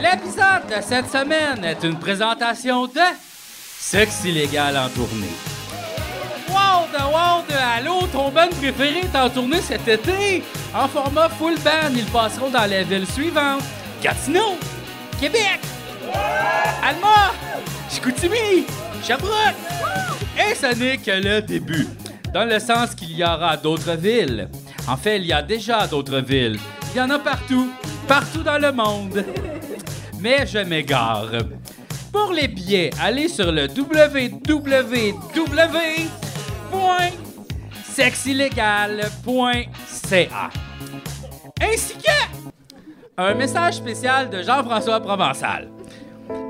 épisode de cette semaine est une présentation de Sexe illégal en tournée. Wow, de wow, de allô, ton band préféré est en tournée cet été. En format full band, ils passeront dans les villes suivantes. Gatineau, Québec, Alma, Chicoutimi, Sherbrooke. Et ce n'est que le début, dans le sens qu'il y aura d'autres villes. En fait, il y a déjà d'autres villes. Il y en a partout, partout dans le monde. Mais je m'égare. Pour les billets, allez sur le www.sexillégal.ca ainsi que un message spécial de Jean-François Provençal.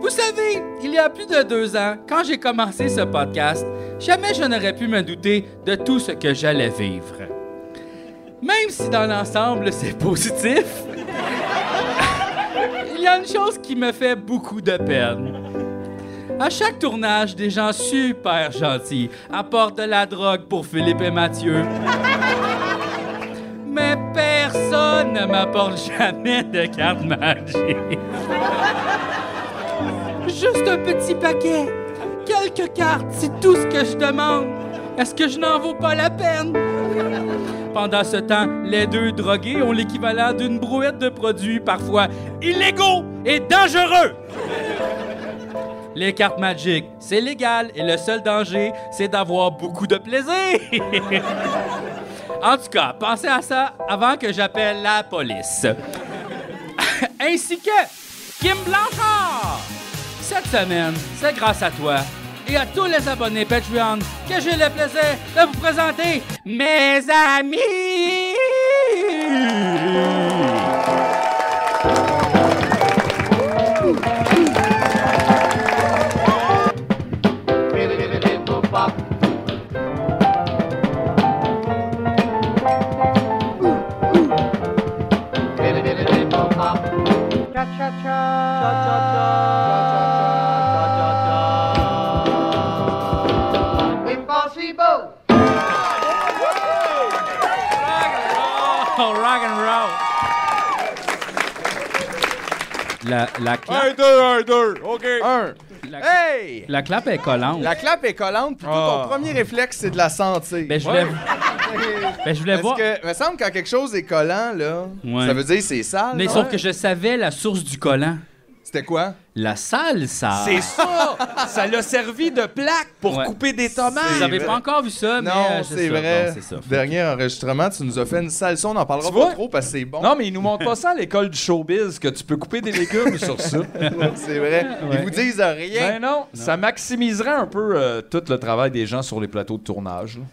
Vous savez, il y a plus de deux ans, quand j'ai commencé ce podcast, jamais je n'aurais pu me douter de tout ce que j'allais vivre. Même si dans l'ensemble c'est positif, il y a une chose qui me fait beaucoup de peine. À chaque tournage, des gens super gentils apportent de la drogue pour Philippe et Mathieu. Mais personne ne m'apporte jamais de carte magique. Juste un petit paquet, quelques cartes, c'est tout ce que je demande. Est-ce que je n'en vaux pas la peine? Pendant ce temps, les deux drogués ont l'équivalent d'une brouette de produits parfois illégaux et dangereux. Les cartes magiques, c'est légal et le seul danger, c'est d'avoir beaucoup de plaisir. en tout cas, pensez à ça avant que j'appelle la police. Ainsi que Kim Blanchard. Cette semaine, c'est grâce à toi et à tous les abonnés Patreon que j'ai le plaisir de vous présenter mes amis. Impossible! Oh, rock and roll. La, la, clap, 1, 2, 1, 2, OK. 1. la, Hey! la clap est collante. La clap est collante, puis Ah. ton premier réflexe, c'est de la sentir. Ben, je voulais, ben, je voulais Parce voir. que, me semble, quand quelque chose est collant, là, Ouais. ça veut dire que c'est sale. Mais non? sauf que je savais la source du collant. C'était quoi? La salsa. C'est ça! ça l'a servi de plaque pour Ouais. couper des Vous tomates. avez pas encore vu ça, mais. euh, non, c'est ça. vrai. Non, c'est ça. Dernier enregistrement, tu nous as fait une sale son, on n'en parlera Tu pas vois? trop parce que c'est bon. Non, mais ils nous montrent pas ça à l'école du showbiz, que tu peux couper des légumes sur ça. c'est vrai. Ouais. Ils vous disent rien. Ben non, ça maximiserait un peu euh, tout le travail des gens sur les plateaux de tournage. là.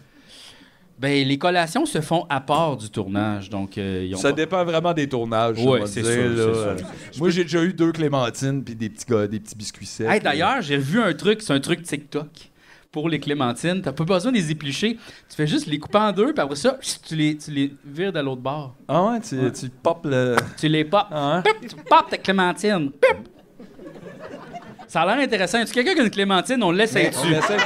Ben, les collations se font à part du tournage, donc euh, ils ont Ça pas- dépend vraiment des tournages, Ouais, on va c'est dire, sûr, là. Euh, c'est sûr, Moi, j'ai déjà eu deux clémentines puis des petits, gars- des petits biscuits secs. Hey, d'ailleurs, j'ai vu un truc, c'est un truc TikTok pour les clémentines. T'as pas besoin de les éplucher. Tu fais juste les couper en deux, puis après ça, tu les, tu les vires de l'autre bord. Ah ouais, tu, tu popes le... Tu les pop. Ah, hein? Pip, tu pop ta clémentine. Pip. Ça a l'air intéressant. Est-ce quelqu'un qui a une clémentine? On l'essaie On dessus. essaie-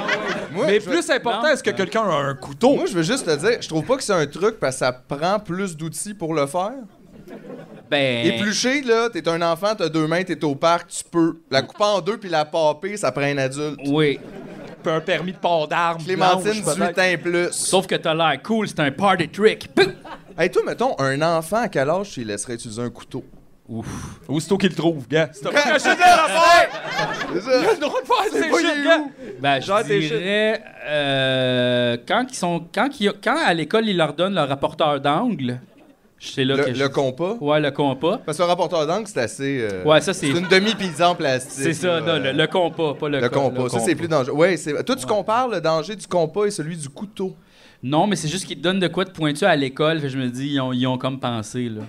Moi, Mais je- plus important, Non. est-ce que quelqu'un a un couteau? Moi, je veux juste te dire, je trouve pas que c'est un truc parce que ça prend plus d'outils pour le faire. Ben, Éplucher, là, t'es un enfant, t'as deux mains, t'es au parc, tu peux. La couper en deux puis la paper, ça prend un adulte. oui. Puis un permis de port d'armes. Clémentine, blanche, peut-être. 18 ans et plus. Sauf que t'as l'air cool, c'est un party trick. Pip. Hey, toi, mettons, un enfant, à quel âge tu lui laisserais utiliser un couteau? Aussitôt qu'il le trouve, gars. C'est Quand pas C'est ça. le droit de faire C'est pas ces il est shit, gars. Ben, je Genre des dirais, euh, quand, ils sont, quand, ils- quand à l'école, ils leur donnent leur rapporteur d'angle, c'est là que Le, je- le compas. Ouais, le compas. Parce que le rapporteur d'angle, c'est assez. euh, Ouais, ça, c'est- C'est une demi-pizza en plastique. C'est ça, là, non, le, euh, le compas, pas le, le co- compas, le ça c'est plus dangereux. Ouais, c'est toi tu compares le danger du compas et celui du couteau. Non, mais c'est juste qu'ils te donnent de quoi de pointu à l'école. Fait que je me dis, ils ont, ils ont comme pensé, là.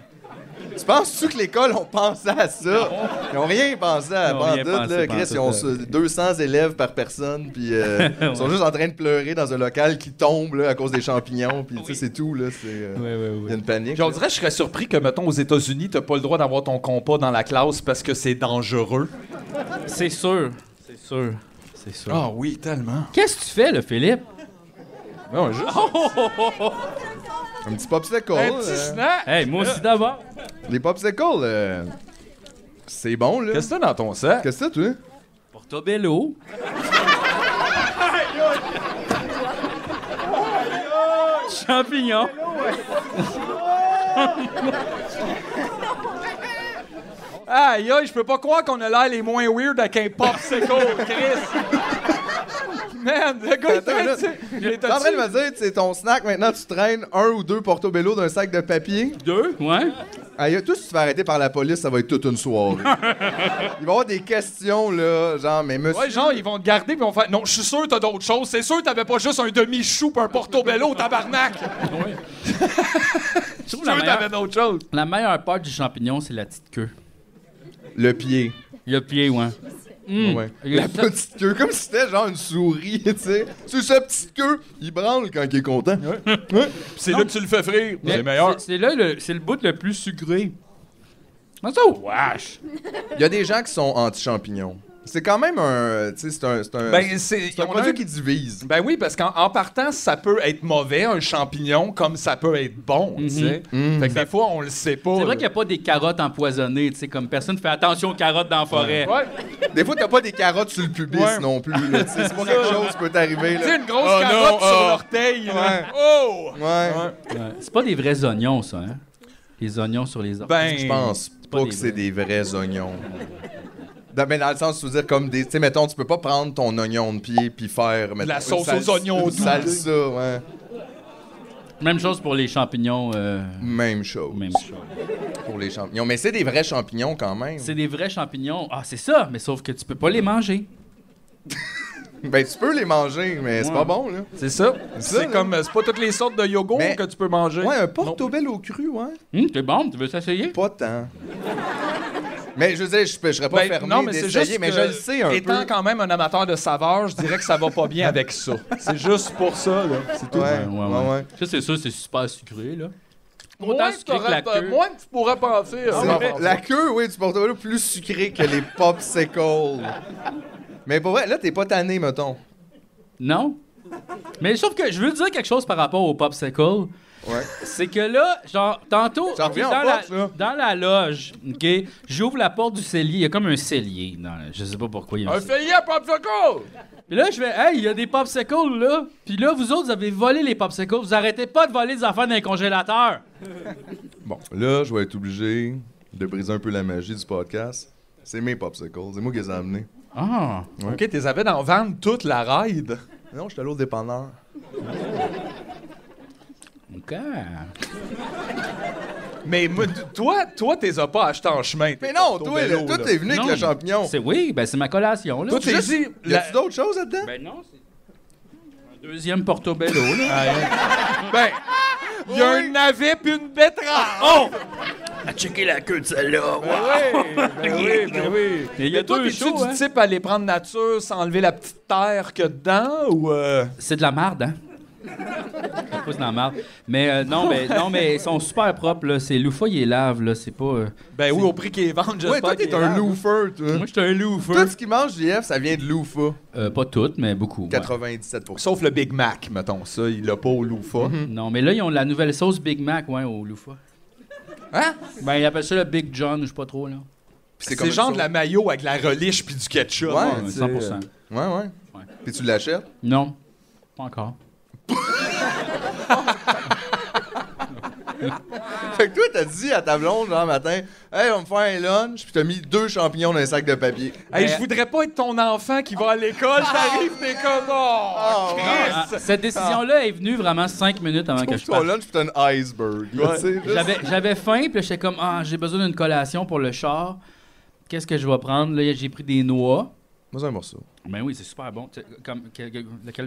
Tu penses-tu que l'école on pensé à ça Ils ont rien pensé à Ils ont rien bandit pensé, là, Chris, pensé, ils ont ouais. ce- 200 élèves par personne puis euh, ils sont juste en train de pleurer dans un local qui tombe là, à cause des champignons puis tu sais c'est tout là, c'est euh, Ouais, ouais, il ouais. y a une panique. Puis on là. dirait que je serais surpris que, mettons, aux États-Unis, t'as pas le droit d'avoir ton compas dans la classe parce que c'est dangereux. C'est sûr. C'est sûr. C'est sûr. Ah. Ah oui, tellement. Qu'est-ce que tu fais, là, Philippe? Non, juste un petit popsicle. un petit euh, snack. Hey, moi aussi d'abord. Les popsicles, euh, C'est bon, là. Qu'est-ce que t'as dans ton sac? Qu'est-ce que c'est, toi? Portobello. Champignons. Aïe, aïe, je peux pas croire qu'on a l'air les moins weird avec un popsicle, Chris. Man, le gars, il Attends, là, traite, tu sais, il est T'es en train de au-dessus. me dire, c'est ton snack, maintenant tu traînes un ou deux portobello d'un sac de papier. Deux, ouais. Aïe, toi, si tu te fais arrêter par la police, ça va être toute une soirée. Il va y avoir des questions, là, genre, mais monsieur. Ouais, genre, ils vont te garder puis ils vont faire Non, je suis sûr que t'as d'autres choses. C'est sûr que t'avais pas juste un demi-chou pis un portobello, tabarnak. Je trouve Je la sûr que t'avais meilleure, d'autres choses. la meilleure part du champignon, c'est la petite queue. Le pied. Le pied, ouais. Mm. Ouais. Il y a La une petite- petite queue, comme si c'était genre une souris, tu sais. C'est sa petite queue, il branle quand il est content. c'est là que tu le fais frire. Mais C'est meilleur. C'est là le, c'est le bout le plus sucré. Comment ça, oh! wesh? Il y a des gens qui sont anti-champignons. C'est quand même un. Tu sais, c'est un. C'est un, Ben, c'est. c'est un on a produit un- qui divise. Ben oui, parce qu'en en partant, ça peut être mauvais, un champignon, comme ça peut être bon, Mhm. tu sais. Fait que des fois, on le sait pas. C'est là. vrai qu'il n'y a pas des carottes empoisonnées, tu sais, comme personne fait attention aux carottes dans la forêt. Ouais. Des fois, t'as pas des carottes sur le pubis Ouais. non plus, là. tu sais, C'est pas quelque chose qui peut t'arriver, Tu sais, là. une grosse Oh carotte non, sur oh. l'orteil. là. Ouais. Oh! Ouais. Ouais. Ouais. C'est pas des vrais oignons, ça, hein? Les oignons sur les orteils. Ben, Je pense pas, pas que des c'est des vrais oignons. Dans, mais dans le sens, tu veux dire comme des. Tu sais, mettons, tu peux pas prendre ton oignon de pied puis faire. mettons, la une sauce aux salsa- une oignons doux. Salsa, ouais. Même chose pour les champignons. euh, Même chose même chose. pour les champignons. Mais c'est des vrais champignons quand même. C'est des vrais champignons. Ah, c'est ça, mais sauf que tu peux pas les manger. Ben, tu peux les manger, mais c'est Ouais. pas bon, là. C'est ça. ça, C'est là. comme. C'est pas toutes les sortes de yogourt Mais- que tu peux manger. Ouais, un Non. portobello cru, ouais. Hum, c'est bon, tu veux s'essayer? Pas tant. mais je veux dire, je, peux- je serais pas Ben, fermé non, mais c'est d'essayer, juste mais que, je le sais un étant peu. quand même un amateur de saveur, je dirais que ça va pas bien avec ça. C'est juste pour ça, là. C'est tout. Ouais, ouais, ouais. Ça, c'est ça, c'est super sucré, là. Moins Autant que, sucré que la t'aurais- queue. moins que tu pourrais penser. C'est hein. Ah, la queue, oui, du portobello plus sucrée que les popsicles. mais pour vrai, là, t'es pas tanné, mettons. Non? Mais sauf que je veux dire quelque chose par rapport au popsicle. Ouais. C'est que là, genre, tantôt, Ça ok, revient dans, en la, force, là. dans la loge, OK, j'ouvre la porte du cellier. Il y a comme un cellier. Dans, la- je sais pas pourquoi il y a un Un cellier. feuillet à popsicle! Puis là, je vais, hey, il y a des popsicles, là. Puis là, vous autres, vous avez volé les popsicles. Vous arrêtez pas de voler des affaires dans les congélateurs. Bon, là, je vais être obligé de briser un peu la magie du podcast. C'est mes popsicles, c'est moi qui les ai amenés. Ah. Ok, t'es avais dans Van toute la ride. Non, je suis allé au dépanneur. OK. Mais me- toi, toi, t'es as pas acheté en chemin. Mais non, toi, là, toi, t'es venu Non, avec le champignon. C'est oui, ben c'est ma collation, là. Toi, C'est t'es Juste, dit. y a la- tu d'autres choses là-dedans? Ben non, c'est un deuxième portobello, là. Ben, Ah! il y a un navet puis une betterave. Oh! À checker la queue de celle-là. Ben oui, ben oui. Mais il y a Mais toi, deux t'es-tu shows, hein? du type à aller prendre nature sans enlever la petite terre qu'il y a dedans ou. euh, C'est de la marde, hein? Je pousse dans la marde. Mais euh, non, mais non, mais ils sont super propres, là. C'est loufa, ils les lavent, là. C'est pas. euh, Ben oui, au prix qu'ils vendent, j'espère. Ouais, toi, t'es qu'il un est là. loofer, toi. Moi, j'étais un loufa. Tout ce qui mange JF, ça vient de loufa. Euh, pas toutes, mais beaucoup. ouais. 97%. Sauf le Big Mac, mettons. Ça, il l'a pas au loufa. Mm-hmm. Non, mais là, ils ont la nouvelle sauce Big Mac, ouais, au loufa. Hein? Ben, ils appellent ça le Big John, ou je sais pas trop, là. Puis C'est comme une genre sauce. de la mayo avec de la relish puis du ketchup. Ouais. euh, Ouais, 100 Ouais, ouais. Ouais. Puis tu l'achètes. Non, pas encore. Fait que toi, t'as dit à ta blonde, genre, matin, « Hey, on va me faire un lunch. » Puis t'as mis deux champignons dans un sac de papier. Hey, je voudrais pas être ton enfant qui va à l'école, t'arrives, t'es comme oh, Christ! Ah, cette décision-là est venue vraiment cinq minutes avant que Pour je ton parte. lunch, puis t'as un iceberg. là, tu sais, juste- J'avais, j'avais faim, puis là, j'étais comme, ah, j'ai besoin d'une collation pour le char. Qu'est-ce que je vais prendre? Là, j'ai pris des noix. Moi, c'est un morceau. Ben oui, c'est super bon. Tu sais, Comme, que- que- lequel-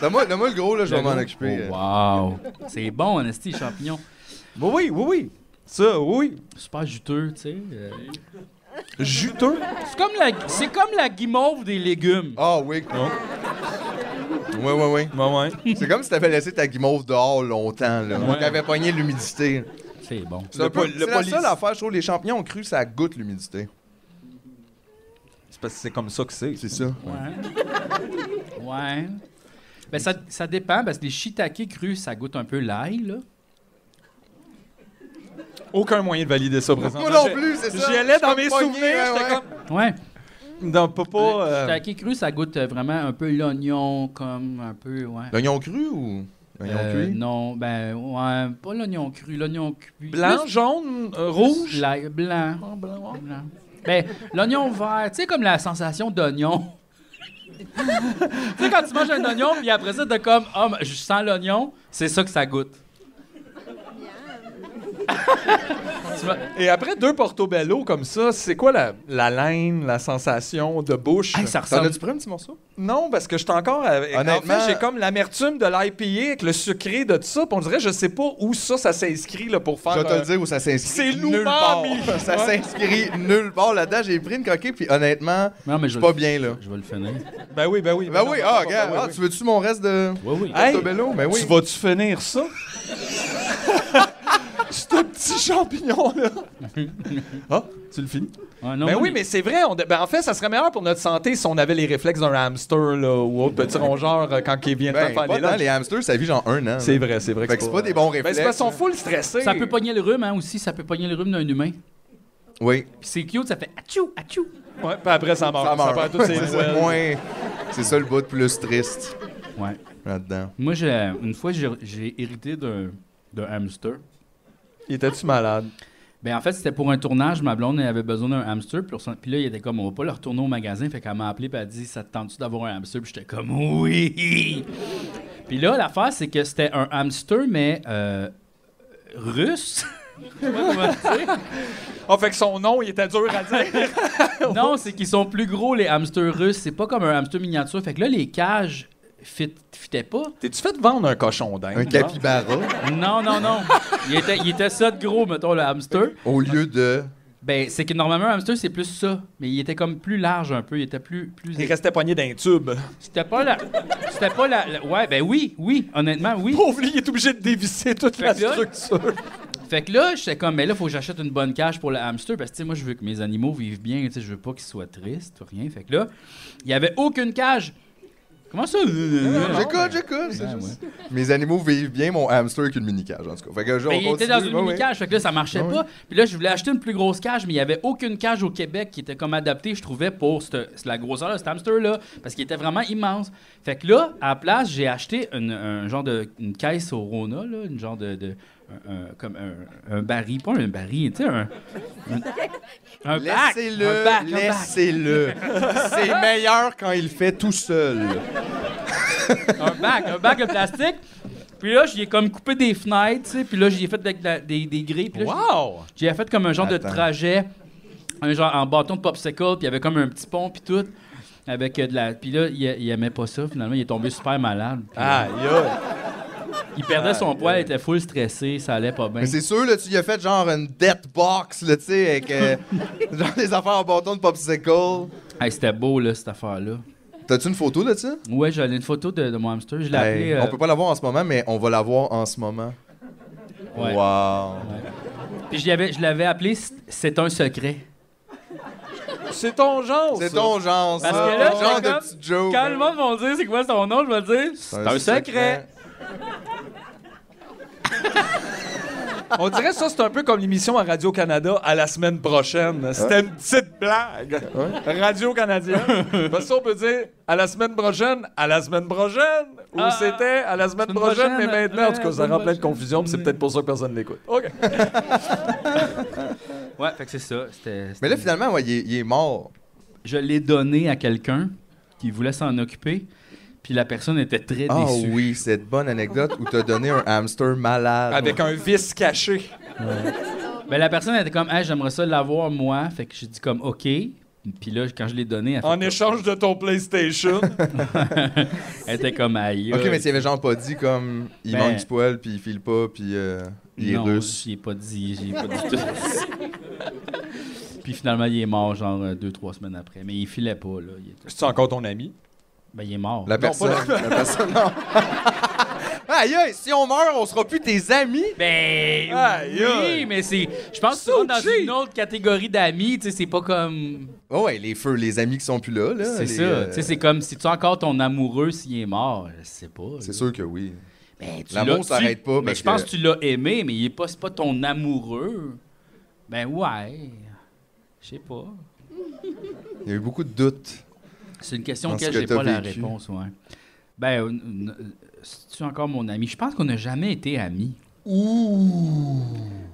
Donne-moi donne-moi le gros, là, je vais m'en Oh, occuper. euh. wow! C'est bon, Anastie, champignon. Oui, oui, oui. Ça, oui. Super juteux, tu sais. euh. Juteux. C'est, comme la, c'est comme la guimauve des légumes. Ah oui. Non. Ouais, ouais, ouais. Maman. C'est comme si t'avais laissé ta guimauve dehors longtemps, là. Ouais. T'avais pogné l'humidité. C'est bon. C'est un Le peu- pol- le c'est la police. seule affaire, je trouve. Les champignons crus, ça goûte l'humidité. C'est parce que c'est comme ça que c'est. C'est ça. Ouais. Ouais. Ben, ça, ça dépend, parce que les shiitake crus, ça goûte un peu l'ail, là. aucun moyen de valider ça présentement. Moi non J'ai- plus, c'est ça. J'y allais Je dans suis mes pogné, souvenirs, ouais, j'étais ouais. Ouais. comme... Dans Papa... Oh, euh, Taquet cru, ça goûte euh, vraiment un peu l'oignon, comme un peu, ouais. L'oignon cru ou l'oignon Euh, cuit? Non, ben, ouais, pas l'oignon cru, l'oignon cuit. Blanc, jaune, euh, Plus- rouge? la- blanc. Blanc. Ben, l'oignon vert, tu sais, comme la sensation d'oignon. tu sais, quand tu manges un oignon, puis après ça, t'as comme, oh, mais je sens l'oignon, c'est ça que ça goûte. Tu vas- Et après deux portobello comme ça, c'est quoi la, la laine, la sensation de bouche? Hey, ça T'en ressemble. as-tu pris un petit morceau? Non, parce que je suis encore avec. Honnêtement- en fait, j'ai comme l'amertume de l'IPA avec le sucré de tout ça. puis on dirait, je sais pas où ça, ça s'inscrit là, pour faire. Je vais te euh, le dire où ça s'inscrit. c'est nulle part. l'umami. Ça s'inscrit nulle part là-dedans. J'ai pris une coquille, puis honnêtement, Non, mais je je vais suis pas le- bien là. Je vais le finir. Ben oui, ben oui. Ben non, oui, ben ah, non, gars, ben oui, ah, oui. tu veux-tu mon reste de Oui, oui. Hey, Tobello? Ben oui. Tu vas-tu finir ça? Ce petit champignon-là. ah, tu le finis? Ah, non, ben non, oui, mais c'est vrai. on de- ben en fait, ça serait meilleur pour notre santé si on avait les réflexes d'un hamster là, ou autre petit rongeur euh, quand il vient de Ben, faire pas les tant, lunchs. les hamsters, ça vit genre un an. C'est là. vrai, c'est vrai. Fait que c'est pas des bons Ben, réflexes. c'est parce qu'ils sont full stressés. Ça peut pogner le rhume, hein, aussi. Ça peut pogner le rhume d'un humain. Oui. Puis c'est cute, ça fait atchou, atchou. Ouais, puis après, Ah, ça meurt. Ça meurt. perd toutes ses C'est ça, nouvelles. moins- C'est ça le bout de plus triste Ouais. là-dedans. Moi, j'ai- une fois, j'ai- j'ai hérité d'un d'un hamster. Il était-tu malade? Ben en fait, c'était pour un tournage. Ma blonde elle avait besoin d'un hamster. Puis on- puis là, il était comme, on va pas le retourner au magasin. Fait qu'elle m'a appelé puis elle a dit, ça te tente-tu d'avoir un hamster? Puis j'étais comme, oui! Puis là, l'affaire, c'est que c'était un hamster, mais euh, russe. Je sais pas comment dire. Ah, fait que son nom, il était dur à dire. non, c'est qu'ils sont plus gros, les hamsters russes. C'est pas comme un hamster miniature. Fait que là, les cages fit, fitaient pas. T'es-tu fait vendre un cochon d'Inde? Un capybara Non, non, non. Il était, il était ça de gros, mettons, le hamster. au lieu de. Ben, c'est que normalement, un hamster, c'est plus ça. Mais il était comme plus large un peu. Il était plus. plus Il restait pogné d'un tube. C'était pas la. C'était pas la, la- Ouais, ben oui, oui, honnêtement, oui. Pauvre, lui, il est obligé de dévisser toute Fait la que là- structure. Fait que là, j'étais comme, mais là, faut que j'achète une bonne cage pour le hamster parce que, tu sais, moi, je veux que mes animaux vivent bien, tu sais, je veux pas qu'ils soient tristes, rien. Fait que là, il y avait aucune cage. Comment ça? J'écoute, j'écoute. c'est Ah, juste- Mes animaux vivent bien, mon hamster avec une mini-cage, en tout cas. Fait que, genre, Mais on Ben, il était dans continue, une ouais, ouais. mini-cage, fait que là, ça marchait pas. Puis là, je voulais acheter une plus grosse cage, mais il y avait aucune cage au Québec qui était comme adaptée, je trouvais, pour cette- cette- la grosseur de cet hamster-là, parce qu'il était vraiment immense. Fait que là, à la place, j'ai acheté une, un genre de une caisse au Rona, là, une genre de... de- un, un- comme un, un baril, pas un baril, tu sais, un... un- Un, bac, un bac, un bac. Laissez-le, laissez-le. C'est meilleur quand il fait tout seul. un bac, un bac de plastique. Puis là, j'y ai comme coupé des fenêtres, tu sais, puis là, j'y ai fait avec la- des, des grilles. Puis là, Wow! J'ai fait comme un genre de Attends. trajet, un genre en bâton de popsicle, puis il y avait comme un petit pont, puis tout. Avec euh, de la. Puis là, il, il aimait pas ça, finalement. Il est tombé super malade. Puis, Ah, yo! il perdait son poids, il était full stressé, ça allait pas bien. Mais c'est sûr, là, tu lui as fait genre une death box, là, tu sais, avec euh, genre des affaires en bâton de popsicle. Hey, C'était beau, là, cette affaire-là. T'as-tu une photo de ça? Ouais, j'avais une photo de, de mon hamster. Je l'ai appelé. Hey, euh, On peut pas l'avoir en ce moment, mais on va l'avoir en ce moment. ouais. Wow. Puis je l'avais- je l'avais appelé C- C'est un secret. C'est ton genre, C'est ça. ton genre, ça. Parce que là, genre j'étais de comme- petit Joe. Quand le monde va me dire c'est quoi son nom, je vais dire C'est un, secret. On dirait ça, c'est un peu comme l'émission à Radio-Canada à la semaine prochaine. C'était une petite blague. Radio-Canadien. Parce qu'on peut dire à la semaine prochaine, à la semaine prochaine. Ou Ah, c'était à la semaine semaine prochaine, mais prochaine, maintenant, en tout euh, cas, ça rend plein de prochaine. confusion, puis c'est peut-être pour ça que personne l'écoute. OK. Ouais, fait que c'est ça. C'était- Mais là, c'était- finalement, ouais, il, est, il est mort. je l'ai donné à quelqu'un qui voulait s'en occuper, puis la personne était très Ah déçue. oui, cette bonne anecdote où t'as donné un hamster malade. Avec un vice caché. Ben, la personne était comme, hey, j'aimerais ça l'avoir moi, fait que j'ai dit comme, ok. Puis là, quand je l'ai donné, elle, fait En comme- échange de ton PlayStation. elle était comme aïe. Ok, mais tu avais genre pas dit comme il euh, Ben- manque du poil, puis il file pas, puis euh, il est non, russe. J'ai pas dit, j'ai pas dit tout. puis finalement, il est mort genre euh, deux trois semaines après, mais il filait pas là. Il était- C'est encore ton ami. Ben il est mort. La personne. La personne, non. Aïe, aïe, si on meurt, on sera plus tes amis. Ben Aïe, aïe. oui, mais c'est, je pense que tu So rentres dans cheap. une autre catégorie d'amis, tu sais, c'est pas comme. Oh, ouais, les feux, les amis qui sont plus là. là C'est les, ça. euh, Tu sais, c'est comme si tu as encore ton amoureux s'il est mort. Je sais pas. là. C'est sûr que oui. Ben, tu L'amour l'as- s'arrête tu- pas, Mais parce je pense que- que tu l'as aimé, mais il est pas, c'est pas ton amoureux. Ben ouais. Je sais pas. Il y a eu beaucoup de doutes. C'est une question Dans ce auquel que j'ai t'as pas la vécu. réponse, ouais. Ben, euh, n- euh, c'est-tu encore mon ami? Je pense qu'on n'a jamais été amis. Ouh!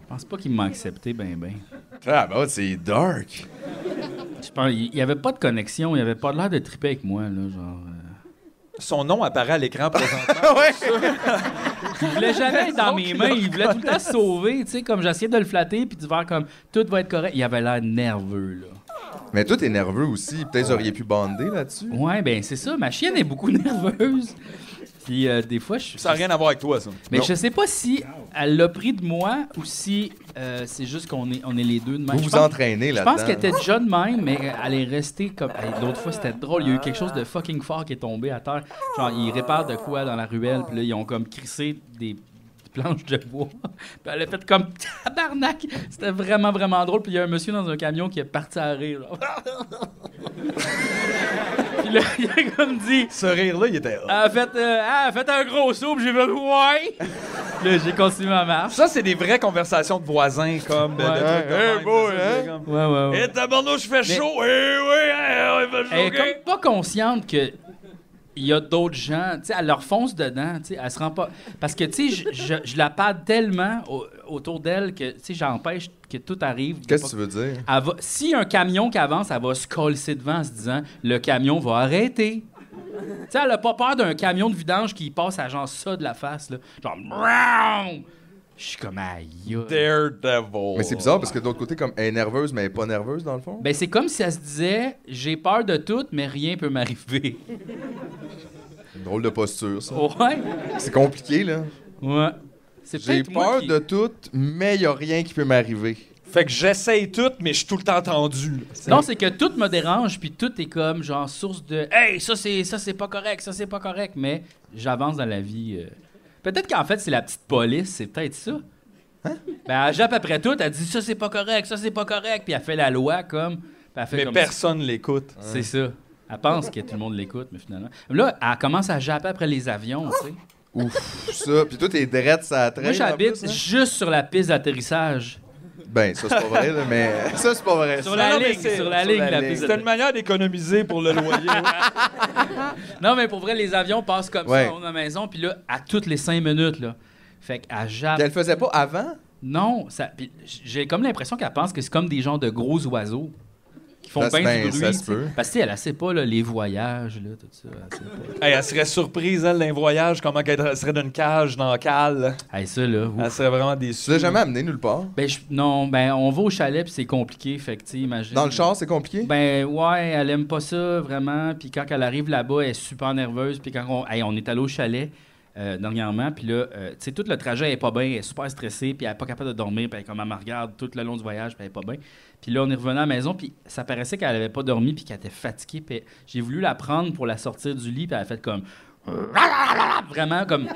Je pense pas qu'il m'a accepté, ben, ben. Ah, bah c'est dark. Je pense, il n'y avait pas de connexion, il avait pas l'air de triper avec moi, là, genre... euh. Son nom apparaît à l'écran présentement. Il voulait jamais être dans mes mains, il voulait tout le temps se sauver, tu sais, comme j'essayais de le flatter, puis de faire comme, tout va être correct. Il avait l'air nerveux, là. Mais toi, t'es nerveux aussi. Peut-être vous auriez pu bander là-dessus. Ouais, ben c'est ça, ma chienne est beaucoup nerveuse. Puis euh, des fois, je suis... ça n'a rien à voir avec toi, ça. Mais Non. je sais pas si elle l'a pris de moi ou si euh, c'est juste qu'on est, on est les deux de même. Je Vous vous pense- entraînez Je là-dedans. pense qu'elle était déjà de même, mais elle est restée comme. Hey, L'autre fois, c'était drôle. Il y a eu quelque chose de fucking fort qui est tombé à terre. Genre, ils réparent de quoi dans la ruelle, puis là, ils ont comme crissé des planches de bois. Puis elle a fait comme tabarnak. C'était vraiment, vraiment drôle. Puis il y a un monsieur dans un camion qui est parti à rire. genre. puis là, il a comme dit Ce rire-là, il était. Elle a fait, euh, elle a fait un gros saut, puis j'ai fait Ouais! Puis là, j'ai continué ma marche. Ça, c'est des vraies conversations de voisins, comme. de- de Ouais. trucs de Hey, même, beau, là, c'est hein? comme- Ouais, ouais, ouais. Eh, tabarnouche, Mais- fait chaud! Eh, oui, eh, ouais, il fait Elle est chaud, ok? comme pas consciente que il y a d'autres gens, tu sais, elle leur fonce dedans, tu sais, elle se rend pas parce que tu sais je, je, je la parle tellement au- autour d'elle que tu sais j'empêche que tout arrive. Qu'est-ce que tu veux dire? Elle va- si un camion qui avance, elle va se coller devant en se disant le camion va arrêter. tu sais elle a pas peur d'un camion de vidange qui passe à genre ça de la face là, genre Brown! Je suis comme aïe. Daredevil. Mais c'est bizarre parce que de l'autre côté, comme elle est nerveuse, mais elle est pas nerveuse dans le fond. Ben c'est comme si elle se disait j'ai peur de tout mais rien peut m'arriver. Une drôle de posture, ça. ouais. C'est compliqué, là. Ouais. C'est J'ai peut-être moi peur qui- de tout, mais il a rien qui peut m'arriver. Fait que j'essaye tout, mais je suis tout le temps tendu. Non, c'est que tout me dérange, puis tout est comme genre source de Hey, ça c'est ça c'est pas correct, ça c'est pas correct, mais j'avance dans la vie. euh. Peut-être qu'en fait c'est la petite police, c'est peut-être ça. Hein? Ben, elle jappe après tout, elle dit ça c'est pas correct, ça c'est pas correct, puis elle fait la loi comme. puis elle fait Mais comme personne l'écoute. C'est ça. Elle pense que tout le monde l'écoute, mais finalement. Là, elle commence à japper après les avions, tu sais. Ouf, ça. Puis toi, t'es drette, ça traîne. Moi, en j'habite plus, hein? juste sur la piste d'atterrissage. Ben, ça, c'est pas vrai, là, mais ça, c'est pas vrai. Sur ça. la Non, non, mais ligne, c'est- sur la sur ligne, la la ligne. piste C'était une d'atterrissage. manière d'économiser pour le loyer. hein. ouais. Non, mais pour vrai, les avions passent comme Ouais. ça, on a la maison, puis là, à toutes les cinq minutes, là. Fait qu'elle jappe. Puis elle le faisait pas avant? Non, ça... puis j'ai comme l'impression qu'elle pense que c'est comme des genres de gros oiseaux qui font Ça se- bien ben, du bruit. ça se tu sais. peut. Parce que tu sais, elle ne sait pas là, les voyages, là, tout ça. Elle, sait Hey, elle serait surprise, elle, d'un voyage, comment qu'elle serait d'une cage dans la cale. pas. Hey, ça, là. ouf. Elle serait vraiment Tu déçue. l'as jamais amené nulle part? Ben, je- Non, ben, on va au chalet, puis c'est compliqué, fait que tu sais, imagine. Dans le char, c'est compliqué? Ben ouais, elle aime pas ça vraiment. Puis quand elle arrive là-bas, elle est super nerveuse. Puis quand on, hey, on est allé au chalet euh, dernièrement, puis là, euh, tu sais, tout le trajet elle est pas bien, elle est super stressée, puis elle est pas capable de dormir. Puis elle, comme elle me regarde tout le long du voyage, puis elle est pas bien. Puis là, on est revenu à la maison, puis ça paraissait qu'elle avait pas dormi, puis qu'elle était fatiguée. Puis j'ai voulu la prendre pour la sortir du lit, puis elle a fait comme vraiment comme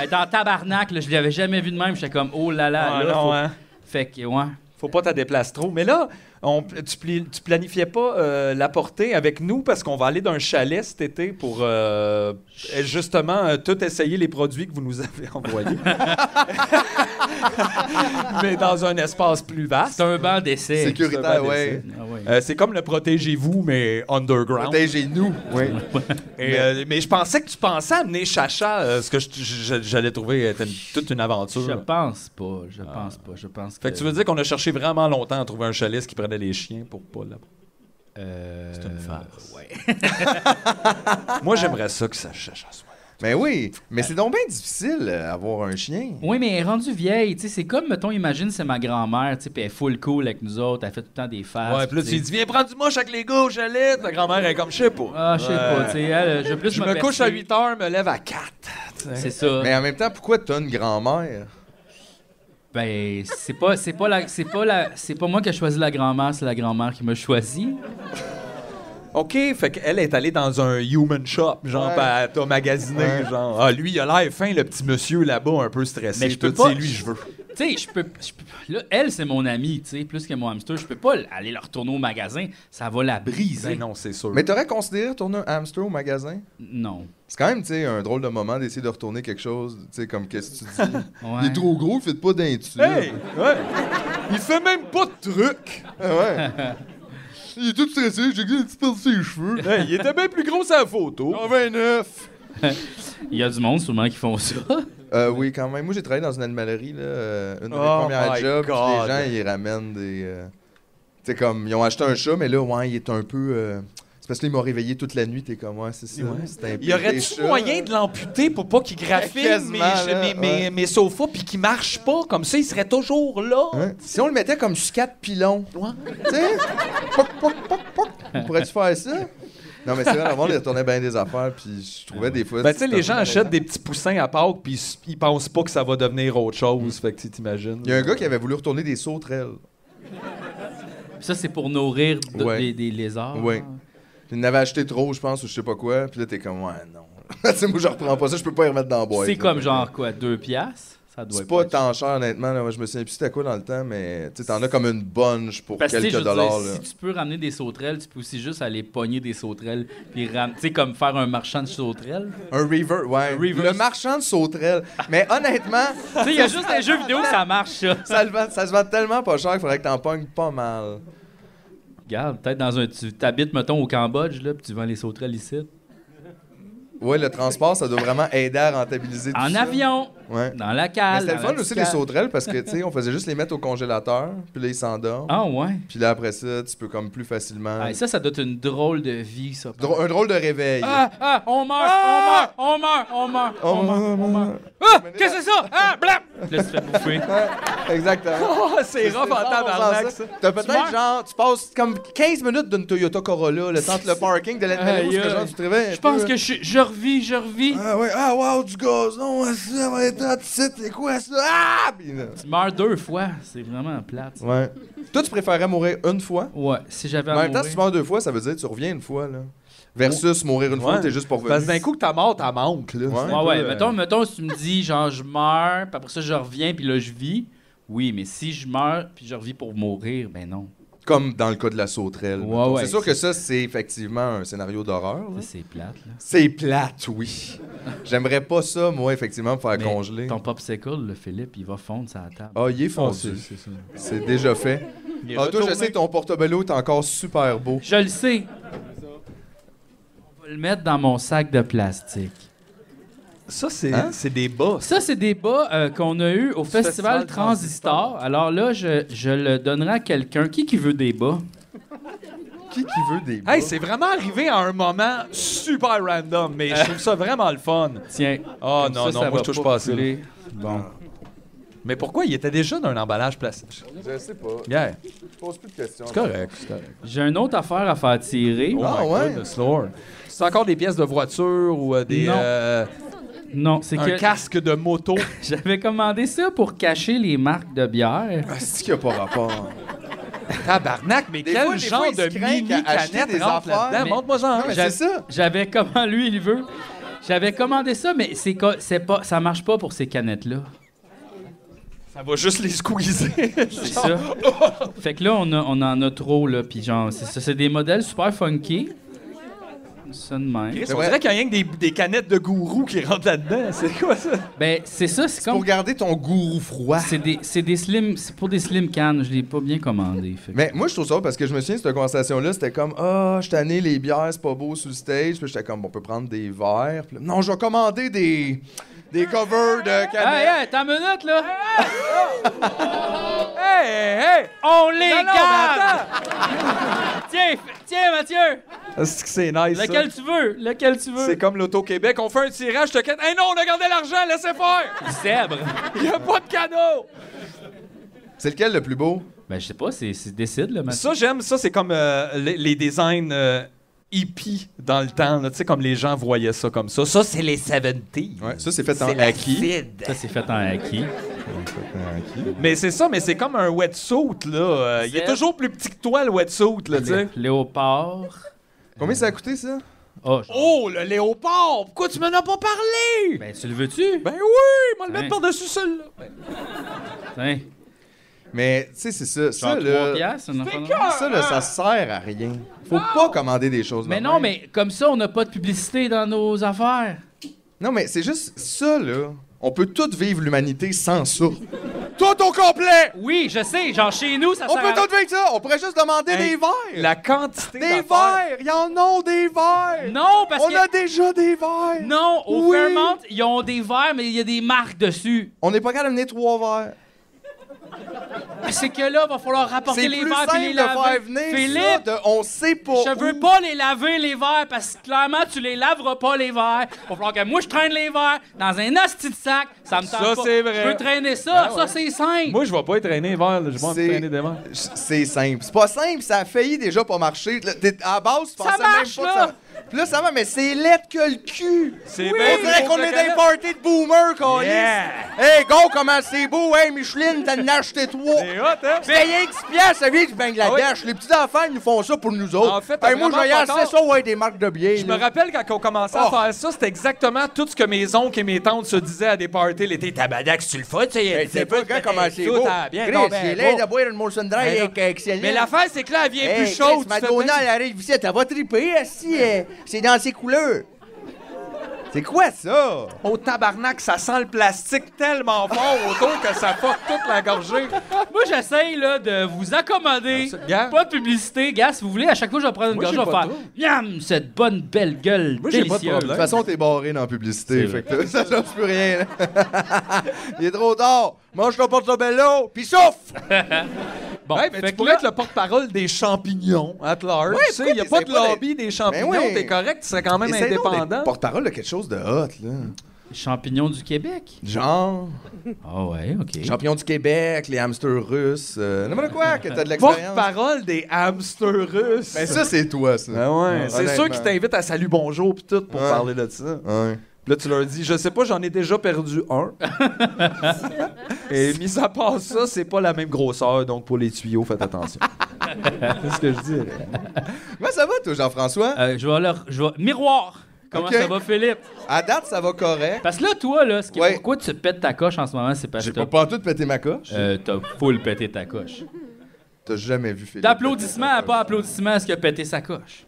elle était en tabarnak. Là, je l'avais jamais vue de même. J'étais comme oh là là. Ah, là, non, faut- hein. Fait que ouais. Faut pas t'en déplacer trop. Mais là, on- tu, pli- tu planifiais pas euh, la portée avec nous parce qu'on va aller d'un chalet cet été pour euh, justement euh, tout essayer les produits que vous nous avez envoyés. Mais dans un espace plus vaste. C'est un banc d'essai. Sécuritaire, c'est un ouais. Ah ouais. Euh, c'est comme le protégez-vous, mais underground. Protégez-nous. Oui. Et, euh, mais... je pensais que tu pensais amener Chacha, euh, ce que je- je- j'allais trouver être une- toute une Je aventure. pense pas, je pense pas, je pense que... Ah. Fait que tu veux dire qu'on a cherché vraiment longtemps à trouver un chalet qui prenait les chiens pour pas là Euh, C'est une farce. ouais. Moi, j'aimerais ça que ça Chacha soit. Mais oui, mais c'est donc bien difficile, euh, avoir un chien. Oui, mais elle est rendue vieille, tu sais, c'est comme, mettons, imagine, c'est ma grand-mère, tu sais, puis elle est full cool avec nous autres, elle fait tout le temps des farces. Ouais, puis là, tu sais. lui dis, viens prendre du moche avec les gars au chalet. Ta grand-mère est comme, je sais pas. Ah, je sais pas, tu sais, elle, je veux plus Je me couche percer. à 8 heures, me lève à 4. C'est ça. Mais en même temps, pourquoi t'as une grand-mère? Ben, c'est pas, c'est pas la, c'est pas la, c'est pas moi qui ai choisi la grand-mère, c'est la grand-mère qui m'a choisi. OK, fait qu'elle est allée dans un human shop, genre, Ouais. pis elle t'a magasiné, Ouais. genre. Ah, lui, il a l'air fin, le petit monsieur là-bas, un peu stressé. Mais je peux Tout, pas- C'est lui, je veux. tu sais, je peux. je peux- Là, elle, c'est mon amie, tu sais, plus que mon hamster. Je peux pas l- aller la retourner au magasin. Ça va la briser. Ben non, c'est sûr. Mais t'aurais considéré retourner un hamster au magasin? Non. C'est quand même, tu sais, un drôle de moment d'essayer de retourner quelque chose, tu sais, comme qu'est-ce que tu dis. Ouais. Il est trop gros, il fait pas d'un tube. Hey! Ouais. Il fait même pas de truc! Ah ouais. Il est tout stressé, j'ai dit, tu perds ses cheveux. Hey, il était bien plus gros sur la photo. 29! Il y a du monde sûrement qui font ça. Euh, oui, quand même. Moi, j'ai travaillé dans une animalerie, là, euh, une de mes Oh premières my jobs. puis God. Les gens, ils ramènent des. euh, tu sais, comme, ils ont acheté un chat, mais là, ouais, il est un peu. euh, c'est parce qu'ils m'ont réveillé toute la nuit, t'es comme, ouais, c'est ça. C'est un peu Y des aurait-tu chats. moyen de l'amputer pour pas qu'il graffine Quasiment, mes, là, mes, mes- ouais. mes sofas puis qu'il marche pas? Comme ça, il serait toujours là. Hein? Si on le mettait comme sur quatre pilons, Ouais. tu sais, poc, poc, poc, poc, on pourrait-tu faire ça? Non, mais c'est vrai, avant, on retournait bien des affaires, puis je trouvais des fois. Ben, tu sais, les gens achètent des des petits poussins à Pâques puis ils- ils pensent pas que ça va devenir autre chose. Fait que tu t'imagines. Mm. Il y a un gars qui avait voulu retourner des sauterelles. Ça, c'est pour nourrir de- Ouais. des, des lézards. Ouais. Il en avait acheté trop, je pense, ou je sais pas quoi. Puis là, t'es comme, ouais, non. tu sais, moi, je reprends pas ça, je peux pas y remettre dans la boîte. C'est là. comme genre quoi, deux piastres? Ça doit C'est pas être- tant cher, honnêtement. Là. Moi, je me souviens plus c'était quoi dans le temps, mais tu sais, t'en as comme une bunch pour Parce que tu sais, quelques je veux dollars. dire, là. si tu peux ramener des sauterelles, tu peux aussi juste aller pogner des sauterelles, puis ram- tu sais, comme faire un marchand de sauterelles. Un reaver, ouais. reverse. Le marchand de sauterelles. mais honnêtement, tu sais, il y a juste des jeux vidéo, ça marche, ça. ça, le vend- ça se vend tellement pas cher qu'il faudrait que t'en pognes pas mal. Regarde, peut-être dans un. Tu habites, mettons, au Cambodge, là, puis tu vends les sauterelles ici. Ouais, le transport, ça doit vraiment aider à rentabiliser tout En ça. avion, Ouais. dans la Mais cale. c'était le dans la fun aussi, petite les cale. sauterelles, parce que, tu sais, on faisait juste les mettre au congélateur, puis là, ils s'endorment. Ah, ouais. Puis là, après ça, tu peux comme plus facilement. Ah, et ça, ça doit être une drôle de vie, ça. Drô- un drôle de réveil. Ah, ah, on meurt, on meurt, on meurt, on meurt, on meurt. Ah, qu'est-ce que c'est ça? Ah, blap! Là, tu te fais bouffer. Exactement. Oh, c'est rough en tabarnak, ça. T'as meurs. peut-être genre, tu passes comme 15 minutes d'une Toyota Corolla, le temps que le parking de l'animal, Aïe, parce que genre aïe. tu te réveilles. un Je pense peu. que je, je revis, je revis. Ah ouais, ah wow, du gaz, non, ça va être à titre, c'est quoi ça? Ah! Puis là- Tu meurs deux fois, c'est vraiment plate. ça. Ouais. Toi, tu préférais mourir une fois? Ouais, si j'avais Mais à en même temps, mourir- si tu meurs deux fois, ça veut dire que tu reviens une fois, là. Versus mourir une fois, Ouais. t'es juste pour Parce que venir. d'un coup que t'as mort, t'as manque, là. Ouais. C'est un Ouais, ouais, peu, euh, mettons, mettons, si tu me dis, genre, je meurs, puis après ça, je reviens, puis là, je vis. Oui, mais si je meurs, puis je revis pour mourir, ben non. Comme dans le cas de la sauterelle. Ouais, mettons. ouais. c'est sûr que ça, c'est effectivement un scénario d'horreur. là. Ça, C'est plate, là. C'est plate, oui. J'aimerais pas ça, moi, effectivement, me faire Mais congeler. Ton popsicle, le Philippe, il va fondre sur la table. Ah, il est foncé. c'est déjà fait. Il est Ah, toi, je retourné. sais que ton portobello est encore super beau. Je le sais. On va le mettre dans mon sac de plastique. Ça, c'est Hein? c'est des bas. Ça, c'est des bas euh, qu'on a eu au Festival, Festival Transistor. Alors là, je, je le donnerai à quelqu'un. Qui qui veut des bas? Qui qui veut des bas? Hey, c'est vraiment arrivé à un moment super random, mais je trouve ça vraiment le fun. Tiens. Oh Comme non, ça, non, ça va moi je touche pas à ça. couler. Bon. Mais pourquoi il était déjà dans un emballage plastique? Je sais pas. Yeah, Je pose plus de questions. c'est correct, c'est correct. J'ai une autre affaire à faire tirer. Oh Ah, my ouais? goodness lord. C'est encore des pièces de voiture ou euh, des, Non. euh, Non, c'est un que casque de moto? j'avais commandé ça pour cacher les marques de bière. Ah, c'est qu'il n'y a pas rapport. Tabarnak, mais Des quel fois- des genre fois, ils se de craignent à mini acheter canette des rentre affaires, là-dedans? mais- Montre-moi ça. hein. mais J'a- c'est ça. J'avais comment lui il veut. J'avais commandé ça, mais c'est co- c'est pas, ça marche pas pour ces canettes-là. Ça va juste les squeezer. C'est ça. fait que là, on, a- on en a trop, là. Puis genre, c'est ça, c'est des modèles super funky. Ça de même. Chris, on dirait qu'il y a rien que des, des canettes de gourou qui rentrent là-dedans. C'est quoi ça? Ben, c'est ça, c'est Pour comme. garder ton gourou froid. C'est des, c'est des slim. C'est pour des slim cans. Je l'ai pas bien commandé. Fait que- Mais moi, je trouve ça parce que je me souviens, cette conversation-là, c'était comme Ah, je tanné, les bières, c'est pas beau sur le stage. Puis j'étais comme On peut prendre des verres. Puis là, non, je vais commander des, des covers de Hey, canettes. hey, attends une minute, là. Hey, hey! On les Non, non, mais garde! attends! Tiens, f- tiens, Mathieu. Est-ce que c'est nice, ça? Lequel tu veux? Lequel tu veux? C'est comme l'Auto-Québec, on fait un tirage, je te quitte. Hey non, on a gardé l'argent, laissez faire! zèbre. Il n'y a pas de cadeau! C'est lequel le plus beau Ben, je sais pas, c'est, c'est décide, là, Mathieu. Ça, j'aime, ça, c'est comme euh, les, les designs euh, hippies dans le temps, là. tu sais, comme les gens voyaient ça comme ça. Ça, c'est les 70s. Ouais, ça, c'est fait en C'est la acquis. fide. Ça, c'est fait en acquis. Mais c'est ça, mais c'est comme un wetsuit, là. Euh, Il est C'est- toujours plus petit que toi, le wetsuit, là, tu sais. Léopard. Combien ça a coûté, ça Ah, je- Oh, le léopard! Pourquoi tu m'en as pas parlé? Ben, tu le veux-tu? Ben oui! Moi, le Hein. mettre par-dessus celui-là. Tiens, Mais, tu sais, c'est ça. Ça, genre trois là, piastres, hein? une affaire de- ça, là, ça sert à rien. Faut pas commander des choses. de Mais même. non, mais comme ça, on n'a pas de publicité dans nos affaires. Non, mais c'est juste ça, là. On peut tout vivre l'humanité sans ça. Tout au complet! Oui, je sais, genre chez nous, ça On sert peut à- tout vivre ça! On pourrait juste demander Hey, des verres! La quantité Des d'affaires- verres! Ils en ont des verres! Non, parce On que... a déjà des verres! Non, au Oui. Fairmont, ils ont des verres, mais il y a des marques dessus. On n'est pas capable d'amener trois verres. C'est que là, va falloir rapporter C'est les plus verres simple puis les de laver. faire venir ça Philippe, de on sait Oh, pas je veux où. pas les laver, les verres, parce que clairement, tu les laveras pas, les verres. Va falloir que moi, je traîne les verres dans un asti de sac. Ça me tente Ça, pas. c'est vrai. Je veux traîner ça. Ben Ça, ouais. c'est simple. Moi, je vais pas être traîné vers, là. je vais C'est- me traîner devant. C'est simple. C'est pas simple, ça a failli déjà pas marcher. Là, t'es- à la base, tu Ça pensais marche, même pas là. que ça... Puis là, ça va, mais c'est lettre que le cul! C'est on dirait qu'on est dans un party de boomer, qu'on Yeah. Hey, go, comment c'est beau! Hey, Micheline, t'en as acheté trois! C'est hot, hein? Payer 10 piastres, ça vient du Bangladesh. Les petits enfants, ils nous font ça pour nous autres. En fait, Hey, moi, vraiment je vais y pas acheter tort. ça, ouais, des marques de bière. Je me là. rappelle quand on commençait à Oh. faire ça, c'était exactement tout ce que mes oncles et mes tantes se disaient à des parties l'été. Tabarnak, c'est le fun, tu sais. Hey, c'est pas tout- gars comment c'est tout beau. à- bien, Chris, donc, ben, c'est l'air beau. de boire une Molson Dry Ben, non. avec euh, Excellent. Mais l'affaire, c'est que là, elle vient Hey, plus Chris, chaude. tu fais Madonna, bien- elle arrive ici, elle va triper, esti, euh, C'est dans ses couleurs. C'est quoi ça? Oh tabarnak, ça sent le plastique tellement fort autour que ça fuck toute la gorgée. Moi, j'essaye là, de vous accommoder. Absol- Ben, Gars. Pas de publicité, gars. Si vous voulez, à chaque fois que je vais prendre une Moi, gorgée, j'ai je vais pas faire Miam, cette bonne belle gueule. Moi, j'ai pas de délicieuse. De problème. toute façon, t'es barré dans la publicité. Fait que ça change plus rien. là. Il est trop tard. Mange ton portobello, puis souffle! Bon, Ouais, mais fait tu que pourrais là- être le porte-parole des champignons, at large. tu sais, il n'y a pourquoi pas de t'essaies pas lobby des champignons, Ben oui. t'es correct, tu serais quand même Essaye donc d'être indépendant. Porte-parole de quelque chose de hot, là. Champignons du Québec. Genre, Ah ouais, OK. champion du Québec, les hamsters russes, euh, n'importe quoi que t'as de l'expérience. Porte-parole des hamsters russes. Mais ça, Ben, c'est toi, ça. Ah Ben ouais, c'est honnêtement. sûr qu'ils t'invitent à salut bonjour pis tout pour Ouais. parler de ça. Ouais. Puis là tu leur dis je sais pas, j'en ai déjà perdu un. Et mis à part ça, c'est pas la même grosseur donc pour les tuyaux, faites attention. c'est ce que je dis. Comment ça va, toi, Jean-François? Euh, je vais leur... je vais... Miroir! Comment OK. ça va, Philippe? À date, ça va correct. Parce que là, toi, là, ce qui est- Ouais. pourquoi tu te pètes ta coche en ce moment, c'est parce que J'ai t'as pas pantoute pété ma coche. euh, t'as full pété ta coche. T'as jamais vu Philippe. D'applaudissements à péter pas sa coche. applaudissements à ce qui a pété sa coche.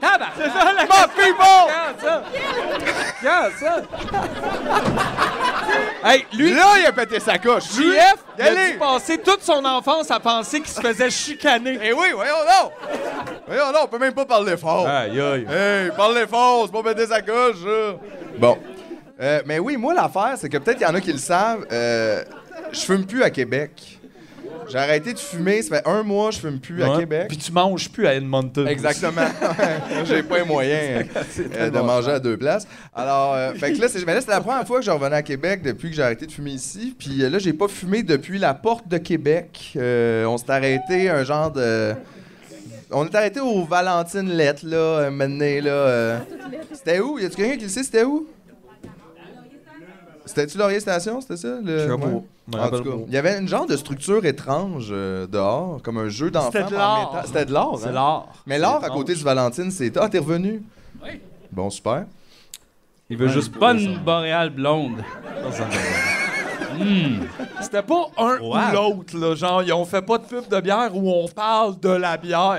Tabac! Ma Regarde ça! Regarde ça! hey, lui, Là, il a pété sa coche. JF, il a Allez! dû passer toute son enfance à penser qu'il se faisait chicaner. Eh oui, voyons donc! voyons donc, on peut même pas parler fort. Aïe, aïe. Hey, parle fort, c'est pas péter sa coche, ça. Bon. Euh, mais oui, moi, l'affaire, c'est que peut-être il y en a qui le savent, euh, je fume plus à Québec. J'ai arrêté de fumer, ça fait un mois que je fume plus à Ouais. Québec. Puis tu manges plus à Edmonton. Exactement. J'ai pas les moyens euh, euh, de manger à deux places. Alors, euh, fait que là, c'est- mais là, c'était la première fois que je revenais à Québec depuis que j'ai arrêté de fumer ici. Puis euh, là, j'ai pas fumé depuis la porte de Québec. Euh, on s'est arrêté un genre de. On est arrêté au Valentine Lettre, là, un moment donné, là. euh. C'était où? Y a-tu quelqu'un qui le sait, c'était où? C'était-tu Laurier Station, c'était ça? Le... Je sais pas. Ouais. Je me En rappelle tout cas, pas. il y avait une genre de structure étrange euh, dehors, comme un jeu d'enfant. C'était de mais en l'art. métal. C'était de l'art. hein? C'est l'art. Mais l'or C'est à étrange. côté du Valentine, c'est. Ah, t'es revenu? Oui. Bon, super. Il veut juste Bonne boréale blonde. C'était pas un Wow. ou l'autre, là. Genre, ils ont fait pas de pub de bière où on parle de la bière.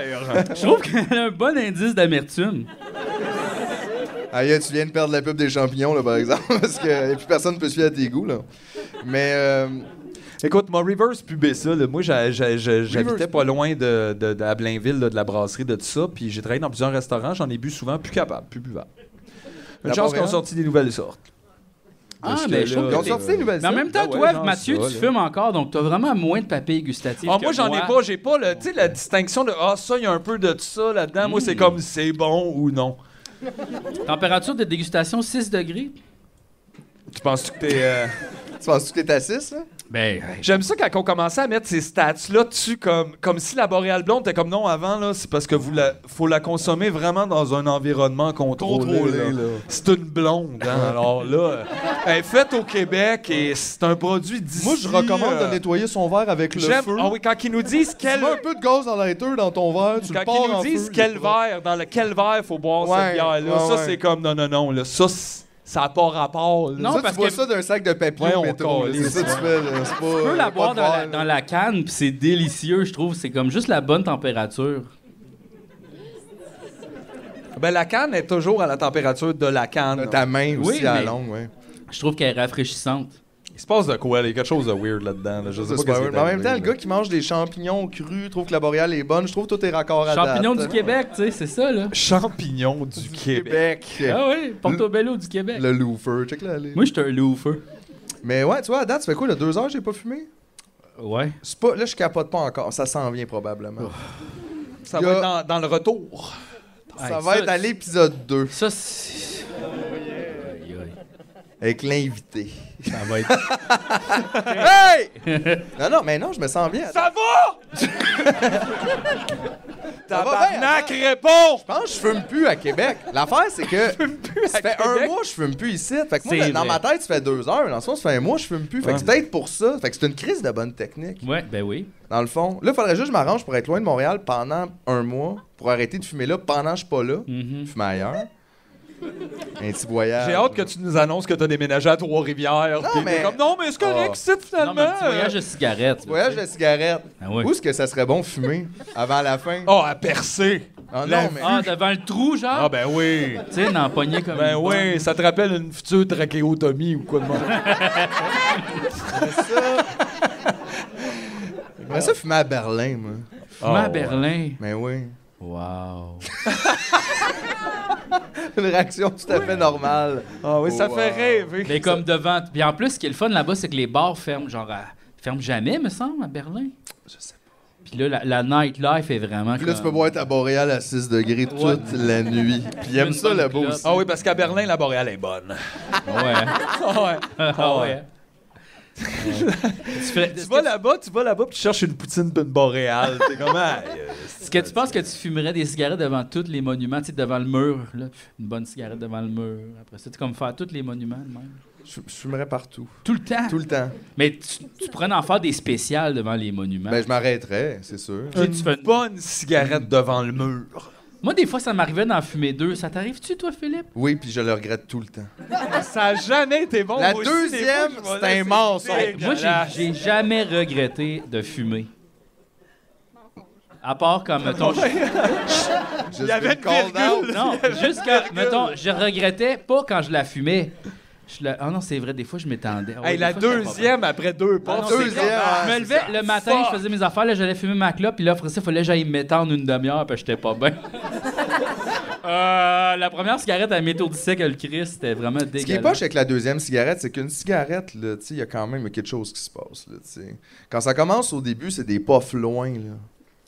Je trouve qu'elle a un bon indice d'amertume. Aïe, tu viens de perdre la pub des champignons, là, par exemple, parce que et plus personne peut se fier à tes goûts, là. Mais. euh, Écoute, mon reverse pubait ça. là. Moi, j'a- j'a- j'a- Reverse j'habitais pas loin de, de, de- à Blainville, là, de la brasserie, de tout ça. Puis j'ai travaillé dans plusieurs restaurants. J'en ai bu souvent. Plus capable, plus buvable. Une La chance Boréale? qu'on sorti des nouvelles sortes. Ah, Parce que mais je là, trouve ils ont que- sorti une nouvelle Mais en même temps, Ah ouais, toi, genre Mathieu, ça, tu là. fumes encore, donc t'as vraiment moins de papilles gustatives. Ah, que moi, j'en ai pas. J'ai pas le. Tu sais, la distinction de Ah, ça, il y a un peu de ça là-dedans. Moi, c'est comme c'est bon ou non. Température de dégustation 6 degrés. Tu penses que t'es. euh, Tu penses que t'es à 6, là? Ben, J'aime ça quand on commençait à mettre ces stats-là dessus, comme, comme si la boréale blonde était comme non avant, là, c'est parce que vous la, faut la consommer vraiment dans un environnement contrôlé. Contrôlé, là. là. C'est une blonde, hein, alors là, euh, elle est faite au Québec et c'est un produit d'ici. Moi, je recommande euh, de nettoyer son verre avec le J'aime. feu. Ah oui, quand ils nous disent Tu quel, mets un peu de gaz dans l'éther dans ton verre, tu le quand pars ils nous en disent feu, quel il est propre. verre, dans le, quel verre faut boire cette Ouais, bière-là, ouais, ça ouais. c'est comme non, non, non, là, ça, c'est- ça n'a pas rapport. là. Non, ça, parce tu bois que- ça d'un sac de papier Ouais, on au métro. là. calisse. C'est ça que tu fais, là. C'est pas... euh, tu peux la pas boire de dans la, verre, dans là. la canne, puis c'est délicieux, je trouve. C'est comme juste la bonne température. Ben, la canne est toujours à la température de la canne. Dans ta main Oui, aussi à la mais- longue, ouais. Je trouve qu'elle est rafraîchissante. Il se passe de quoi? là? Il y a quelque chose de weird là-dedans. là. Je sais Ça, pas c'est qu'est-ce pas qui vrai. est Mais en même arrivé, temps, le là. gars qui mange des champignons crus trouve que la boréale est bonne. Je trouve que tout est raccord à Champignons date. du Québec, tu sais, c'est ça, là. Champignons du Québec. Québec. Ah oui, Portobello du Québec. Le loofer, check là. Moi, j'étais un loufeux. Mais ouais, tu vois, à date, ça fait quoi, là, deux heures, j'ai pas fumé? Ouais. C'est pas... Là, je capote pas encore. Ça s'en vient probablement. Ça Il y va a- être dans, dans le retour. Ça Hey, va être à l'épisode 2 Ça, c'est... Aïe, aïe. avec l'invité. Ça va être... Hey! non, non, mais non, je me sens bien. Ça va? Tabarnak, Tabarnak, réponds! Je pense que je fume plus à Québec. L'affaire, c'est que. ça fait un Québec. mois que je fume plus ici. Fait que moi, C'est dans vrai. ma tête, ça fait deux heures. Dans le sens, ça fait un mois que je fume plus. Fait que c'est peut-être pour ça. Fait que c'est une crise de bonne technique, Ouais, ben oui. dans le fond. Là, faudrait juste que je m'arrange pour être loin de Montréal pendant un mois. Pour arrêter de fumer là pendant que je suis pas là. Mhm. Fumer ailleurs. Un petit voyage. J'ai hâte que tu nous annonces que t'as déménagé à Trois-Rivières. puis mais- t'es comme, non, mais c'est correct, Ah. c'est Non, mais un finalement. petit voyage de cigarette. là, Voyage tu de sais. cigarette. Ah ouais. Où est-ce que ça serait bon de fumer avant la fin? Oh, à percer. Ah la- non, mais. Ah, devant le trou, genre? Ah, ben oui. Tu sais, d'en pogner comme Ben une oui, ça te rappelle une future trachéotomie ou quoi de même. ça. J'aimerais ça fumer à Berlin, moi. bombe. Ah, Fumer à Berlin. Mais oui. Wow. Une réaction tout à fait normale. Ah oui, ça Oh, fait wow. rêver. Mais comme devant. Puis en plus, ce qui est le fun là-bas, c'est que les bars ferment, genre, à- ferment jamais, me semble, à Berlin. Je sais pas. Puis là, la, la nightlife est vraiment. Puis là, tu comme- peux boire ta boréale à 6 degrés toute Ouais. la nuit. Puis il aime Une ça, bonne le beau clope. aussi. Ah oui, parce qu'à Berlin, la boréale est bonne. Ouais. Ah ouais. ah ouais. tu ferais- Tu vas là-bas, tu vas là-bas, puis tu cherches une poutine puis une boréale. T'es comme, Aïe, euh, Est-ce que tu penses que tu fumerais des cigarettes devant tous les monuments, tu sais, devant le mur, là? Une bonne cigarette devant le mur. Après ça, tu comme faire tous les monuments, de même. Je, je fumerais partout. Tout le temps. Tout le temps. Mais tu, tu pourrais en faire des spéciales devant les monuments. Ben, je m'arrêterais, c'est sûr. Tu sais, tu fais une- bonne cigarette devant le mur. Moi, des fois, ça m'arrivait d'en fumer deux. Ça t'arrive-tu, toi, Philippe? Oui, puis je le regrette tout le temps. Ça a jamais été bon. La Moi aussi, deuxième, des fois, je vais c'est un là, mensonge. c'est- Moi, j'ai- Dégueulasse. j'ai jamais regretté de fumer. À part quand, mettons, je- Juste y une avait une cold virgule. out. non, juste quand, mettons, je regrettais pas quand je la fumais. Je la- Ah non, c'est vrai, des fois, je m'étendais. Ah ouais, Hey, des la fois, je m'étendais. deuxième après deux Ah non, portes. c'est Deuxième, clair. ah, je me c'est levais le matin, Fuck. je faisais mes affaires, là, j'allais fumer ma clope, puis là, après ça, il fallait que j'aille m'étendre une demi-heure, puis j'étais pas bien. Euh, la première cigarette, elle m'étourdissait que le Christ, c'était vraiment dégueulasse. Ce qui est poche avec la deuxième cigarette, c'est qu'une cigarette, là, tu sais, il y a quand même quelque chose qui se passe, là, tu sais. Quand ça commence au début, c'est des puffs loin, là.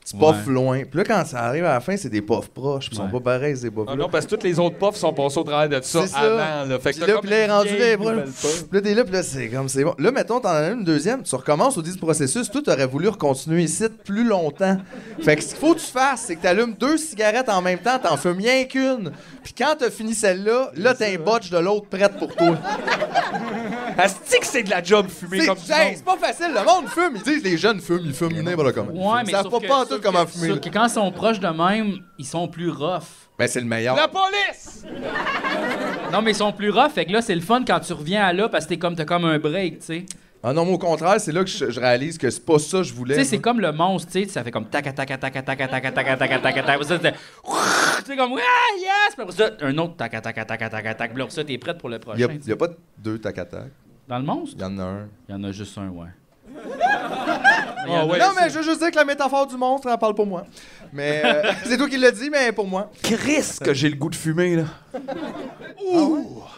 Petits puffs loin. Puis là, quand ça arrive à la fin, c'est des puffs proches. Puis Ils sont Ouais. pas pareils, ces Ah puffs-là. non, parce que toutes les autres puffs sont passées au travers de ça, C'est ça. avant. Là. Fait que Puis t'as là, comme puis là, il est rendu une là, vieille il brûle. nouvelle puff. Puis là, t'es là, puis là, c'est comme, c'est bon. Là, mettons, t'en as une deuxième, tu recommences au 10 processus. Toi, t'aurais voulu continuer ici plus longtemps. Fait que ce qu'il faut que tu fasses, c'est que t'allumes deux cigarettes en même temps, t'en fumes rien qu'une. Puis quand t'as fini celle-là, là, t'as un botch de l'autre prête pour toi. Asti que c'est de la job fumée C'est comme ça. hey, c'est pas facile, le monde fume. Ils disent, les jeunes fument, ils fument n'importe comment. Ouais, ils mais savent sauf pas, que- pas en tout sauf comment que- fumer. sauf que quand ils sont proches de même, ils sont plus rough. Ben, c'est le meilleur. La police! Non, mais ils sont plus rough, fait que là, c'est le fun quand tu reviens à là, parce que t'es comme, t'as comme un break, tu sais. Ah non, mais au contraire, c'est là que je, je réalise que c'est pas ça que je voulais. Tu sais, c'est comme le monstre, tu sais, ça fait comme tac tac tac tac tac tac tac tac tac tac tac après ça c'était tu sais comme ah yes, puis après ça un autre tac tac tac tac tac tac, puis là, après ça t'es prête pour le Il y prochain. a, il y a pas deux tac à tac. Dans le monstre, Il y en a un. il y en a juste un, ouais. Ah ouais, non, mais je veux juste dire que la métaphore du monstre, elle parle pour moi. Mais euh, c'est toi qui l'as dit, mais pour moi. Chris, que j'ai le goût de fumer, là.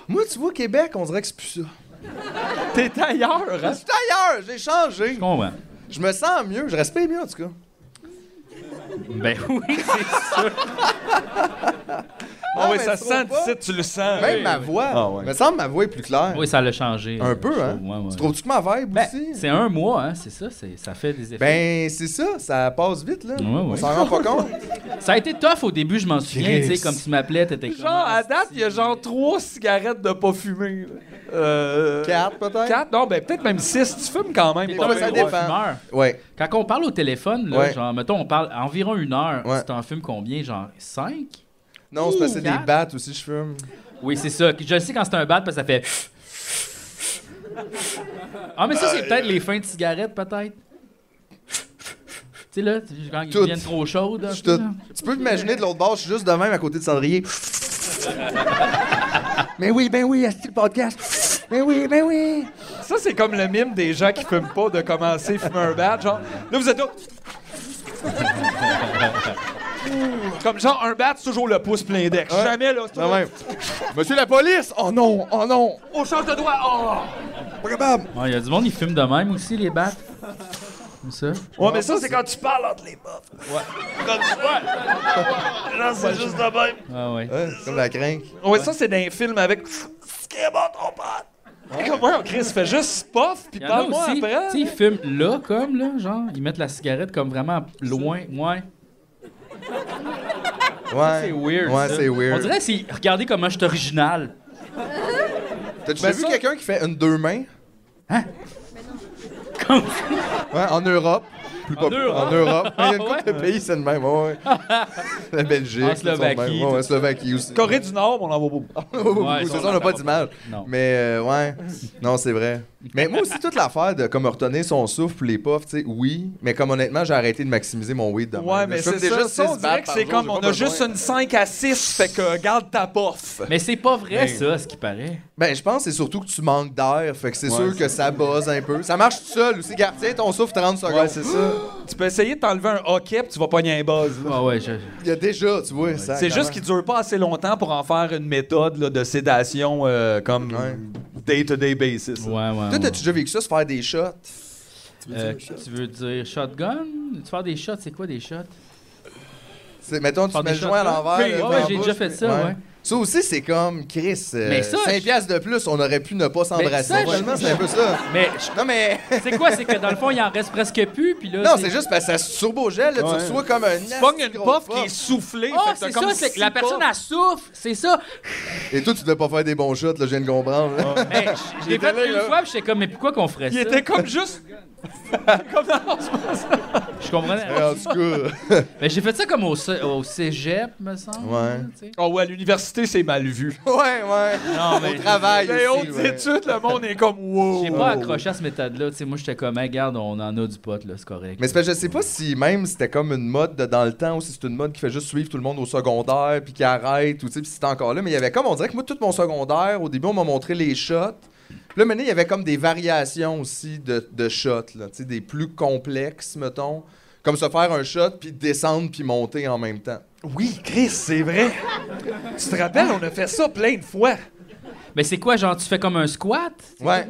Moi, tu vois, Québec, on dirait que c'est plus ça. T'es ailleurs, hein? C'est ailleurs, j'ai changé. Je comprends. Je me sens mieux, je respire mieux en tout cas. Ben oui, c'est sûr. Ah oui, mais ça tu sent trouves pas? d'ici, tu le sens. Même oui, ma oui. voix. Ah, ouais. Il me semble que ma voix est plus claire. Oui, ça l'a changé. Un euh, je peu, hein? trouve. Ouais, ouais. Tu trouves-tu que ma vibe Ben, aussi? c'est un mois, hein, c'est ça, c'est- ça fait des effets. Ben, c'est ça, ça passe vite, là. Ouais, On ouais. s'en rend pas compte. Ça a été tough au début, je m'en souviens, Ben- Chris. tu sais, comme tu m'appelais, t'étais comme... ah, Genre, à date, il y a genre trois cigarettes de pas fumées. là. Euh, Quatre, peut-être? Quatre? Non, ben peut-être même six. Tu fumes quand même. T'es pas Non, mais pas pire. ça un dépend. fumeur. Ouais. Quand on parle au téléphone, là, Ouais. genre, mettons, on parle environ une heure, Ouais. tu t'en fumes combien, genre, cinq? Non, c'est parce que Ouh, c'est des quatre. battes aussi, je fume. Oui, c'est ça. Je le sais quand c'est un bat, parce que ça fait... Ah, mais ça, c'est peut-être les fins de cigarette, peut-être. Tu sais, là, tu- quand ils Tout. deviennent trop chaudes. un Je suis peu, tout- là. Tu peux t'imaginer de l'autre bord, je suis juste de même à côté de Cendrier. Mais oui, ben oui, c'est le podcast. Mais oui, ben oui. Ça, c'est comme le mime des gens qui fument pas de commencer à fumer un bat. Genre, là, vous êtes là. Comme genre, un bat, c'est toujours le pouce plein d'ex. Ouais. Jamais, là. c'est Non, toujours- même. Monsieur la police! Oh non, oh non! On change de doigt. Oh! Pas capable! Ouais, Il y a du monde, ils fument de même aussi, les bats. Comme ça. Ouais, mais ça, c'est quand tu parles entre les buffs. Ouais. Comme tu vois. Genre, c'est juste de même. Ah, ouais. Ouais, c'est comme la crinque. Ouais, ça, c'est d'un film avec. Ce qui est bon, ton pote. Et Comme, ouais, Chris, fais juste puff, puis Il y en a parle-moi aussi, après. tu sais, ils fument là, comme, là, genre, ils mettent la cigarette comme vraiment loin, ouais. Ouais. C'est weird, Ouais, ça. c'est weird. On dirait, c'est, regardez comment je suis original. T'as-tu Ben vu ça- quelqu'un qui fait une deux mains? Hein? Comme Ouais, en Europe. Plus pop- Europe? En Europe. Il y a une couple de pays, c'est le même. ouais, ouais. La Belgique. En c'est le même. Slovaquie, Ouais, tout ouais, Slovaquie aussi. Corée du Nord, on en voit beaucoup. Ouais, beaucoup, Ouais, Oh, c'est ça, ça, on n'a pas d'image. Non. Mais euh, ouais, non, c'est vrai. Mais moi aussi, toute l'affaire de comme retenir son souffle pour les puffs, tu sais, oui. Mais comme honnêtement, j'ai arrêté de maximiser mon weed. de même. Ouais, mais Je fume c'est ça. déjà Ça, on six battes dirait que par c'est jour, comme j'ai on pas a besoin. juste une 5 à 6, fait que garde ta pof. Mais c'est pas vrai, ça, ce qui paraît. Ben, je pense que c'est surtout que tu manques d'air. Fait que c'est sûr que ça buzz un peu. Ça marche tout seul aussi. Garde, tiens ton souffle 30 secondes. Ouais, c'est ça. tu peux essayer de t'enlever un hockey, puis tu vas pogner un buzz. là. Ah, ouais, je... Il y a déjà, tu vois. ça, C'est juste clairement. qu'il dure pas assez longtemps pour en faire une méthode là, de sédation euh, comme Ouais. day-to-day basis. Ouais, ouais. Toi, ouais. t'as-tu déjà vécu ça, se faire des shots? Euh, tu veux dire shotgun? Tu faire des shots, c'est quoi des shots? C'est- mettons, tu Faire mets le des joint à shots, l'envers. hein? là, Ouais, dans ouais, la j'ai bouche, déjà fait puis- ça, ouais. Ça aussi, c'est comme Chris. euh, Mais ça, 5 je- piastres de plus, on aurait pu ne pas s'embrasser. ça, je- Finalement, c'est un peu ça. Mais je- Non, mais. c'est quoi? C'est que dans le fond, il en reste presque plus, puis là. Non, c'est juste parce que ça se turbogèle, là, tu reçois comme un. Tu pognes une asti gros pof qui est soufflée. Ah, fait que t'as c'est comme ça, c'est que six la personne, puffs. elle souffle, c'est ça. Et toi, tu devais pas faire des bons shots, là, je viens de comprendre. là. Mais je l'ai J'étais là, fait une là. fois, puis j'étais comme, mais pourquoi qu'on ferait Il ça? était comme juste. comme dans Je comprenais. Mais en tout cas. Mais Ben, j'ai fait ça comme au, cé- au cégep, me semble. Ouais. tu sais. Oh ouais, à l'université, c'est mal vu. ouais, ouais. Non, Au mais. travail. Les aussi, hautes ouais. études, le monde est comme wow. J'ai pas accroché à ce méthode-là. Tu sais, moi, j'étais comme, Hey, regarde, on en a du pot, là, c'est correct. Mais c'est parce que je sais pas si même c'était comme une mode de dans le temps ou si c'est une mode qui fait juste suivre tout le monde au secondaire puis qui arrête ou tu sais puis c'était encore là mais il y avait comme on dirait que moi tout mon secondaire au début on m'a montré les shots. Puis là maintenant il y avait comme des variations aussi de, de shots là, tu sais des plus complexes mettons comme se faire un shot puis descendre puis monter en même temps. Oui, Chris, c'est vrai. tu te rappelles, on a fait ça plein de fois. Mais c'est quoi, genre, tu fais comme un squat? Ouais,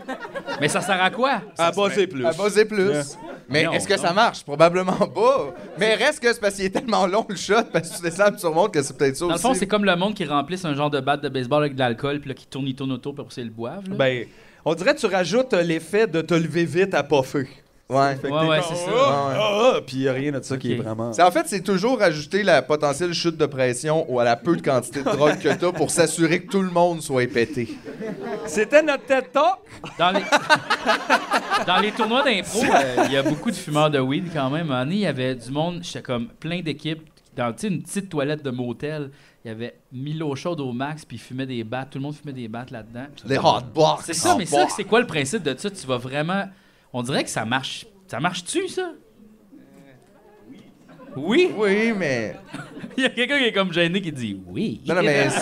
Mais ça sert à quoi? À bosser plus. à bosser plus. Mais Non, est-ce que non. ça marche? Probablement pas. Mais reste que c'est parce qu'il est tellement long le shot parce que tu descends tu remontes que c'est peut-être ça Dans le aussi. fond, c'est comme le monde qui remplisse un genre de batte de baseball avec de l'alcool, puis là, qui tourne, il tourne autour pour que c'est le boivent. là. Ben, on dirait que tu rajoutes euh, l'effet de te lever vite à pas feu. Ouais. Fait que Ouais, t'es ouais, comme, c'est ça. Ah, Ouais, ouais. ah, ah, puis y a rien de ça qui Ok. est vraiment. C'est- en fait, c'est toujours ajouter la potentielle chute de pression ou à la peu de quantité de drogue que t'as pour s'assurer que tout le monde soit épété. C'était notre tête talk. Dans les... Dans les tournois d'impro, euh, il y a beaucoup de fumeurs de weed quand même. Un moment donné, il y avait du monde, j'étais comme plein d'équipes, dans tu sais, une petite toilette de motel. Il y avait mille eaux chaudes au max, puis ils fumaient des battes. Tout le monde fumait des battes là-dedans. Les hot box. C'est ça, mais ça, c'est quoi le principe de ça? Tu vas vraiment. On dirait que ça marche. Ça marche-tu, ça? Oui? Oui, mais. Il y a quelqu'un qui est comme gêné qui dit oui. Non, non, mais. c'est-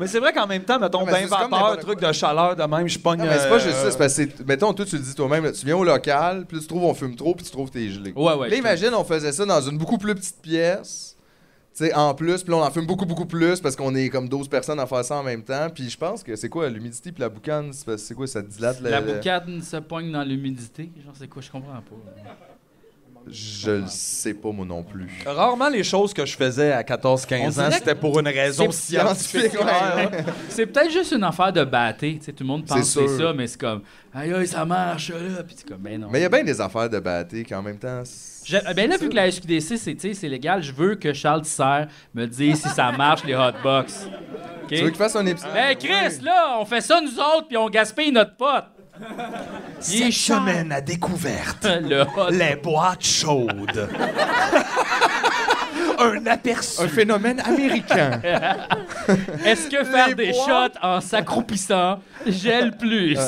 Mais c'est vrai qu'en même temps, mettons, Non, mais bain c'est comme vapeur, n'importe truc de chaleur de même, je pogne. non, mais c'est pas euh, juste ça. C'est parce que, c'est- mettons, toi, tu le dis toi-même, là, tu viens au local, puis là, tu trouves on fume trop, puis tu trouves t'es gelé. Ouais, ouais. là, imagine, on faisait ça dans une beaucoup plus petite pièce. Tu sais, en plus, puis là, on en fume beaucoup, beaucoup plus parce qu'on est comme 12 personnes à faire ça en même temps. Puis je pense que c'est quoi l'humidité puis la boucane? C'est parce- C'est quoi ça dilate La boucane se poigne dans l'humidité. Genre, c'est quoi? Je comprends pas. Je le sais pas, moi non plus. Rarement les choses que je faisais à 14-15 On ans, dirait c'était pour une raison c'est scientifique, scientifique. ouais. Ouais, ouais. C'est peut-être juste une affaire de batté. Tu sais, tout le monde pense que C'est c'est sûr. ça, mais c'est comme, aïe, aïe, ça marche, là. Puis c'est comme, ben non. Mais il y a bien des affaires de batté qu'en même temps. c'est- J'ai- ben là, vu que la SQDC, c'est, tu sais, c'est légal, je veux que Charles Tisser me dise si ça marche, les hotbox. OK? Tu veux qu'il fasse Ah, un épisode? Ben Chris, là, on fait ça nous autres, puis on gaspille notre pote. Il est cher, à découverte. le hot- Les boîtes chaudes. Un aperçu. Un phénomène américain. Est-ce que faire Les des boîtes. shots en s'accroupissant gèle plus?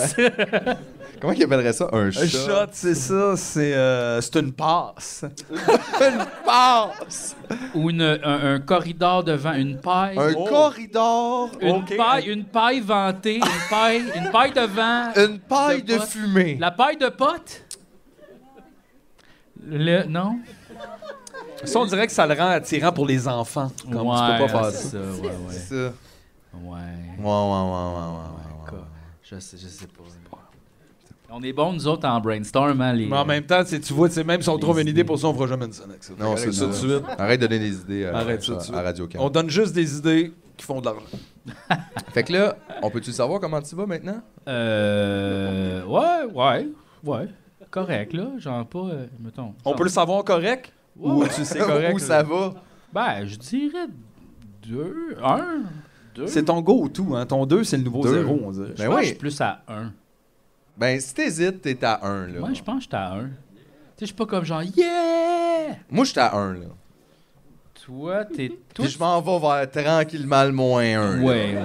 Comment ils appelleraient ça? Un Un shot. shot, c'est ça, c'est euh, c'est une passe. Une passe! Ou une- un, un corridor devant une paille? Un Oh. corridor. Une ok. paille, une paille vantée, une paille, une paille de vent, Une paille De de, pote. fumée. la paille de pote. Le non. Ça, on dirait que ça le rend attirant pour les enfants. Comme tu peux pas faire ça. c'est ouais, ouais. Ça. Ouais, ouais, Ouais. ouais, ouais, ouais, ouais, ouais. Quoi? Je sais, je sais pas. On est bons, nous autres, en brainstorm, hein, les... Mais en même temps, tu sais, tu vois, tu sais, même si on trouve une idée pour ça, on fera jamais une scène avec ça. Non, c'est ça ça tout de suite. Arrête de donner des idées à, Arrête ça tout de suite. à Radio Can. On donne juste des idées qui font de l'argent. Fait que là, on peut-tu savoir comment tu vas maintenant? Euh... Ouais, ouais, ouais. Correct, là. Genre pas... euh, mettons... On genre- peut le savoir correct ou Ouais. tu sais correct. Où ça là? va? Ben, je dirais deux, un, deux. C'est ton go ou tout, hein. Ton 2, c'est le nouveau Deux. 0, on dirait. Je pense Ben que je suis oui. plus à un. Ben, si t'hésites, t'es à 1, là. Moi, je pense que j'étais à un. Tu sais, je suis pas comme genre, yeah! Moi, j'étais à 1, là. Toi, t'es... Toi, Puis je m'en vais vers tranquillement le moins 1. Ouais, ouais.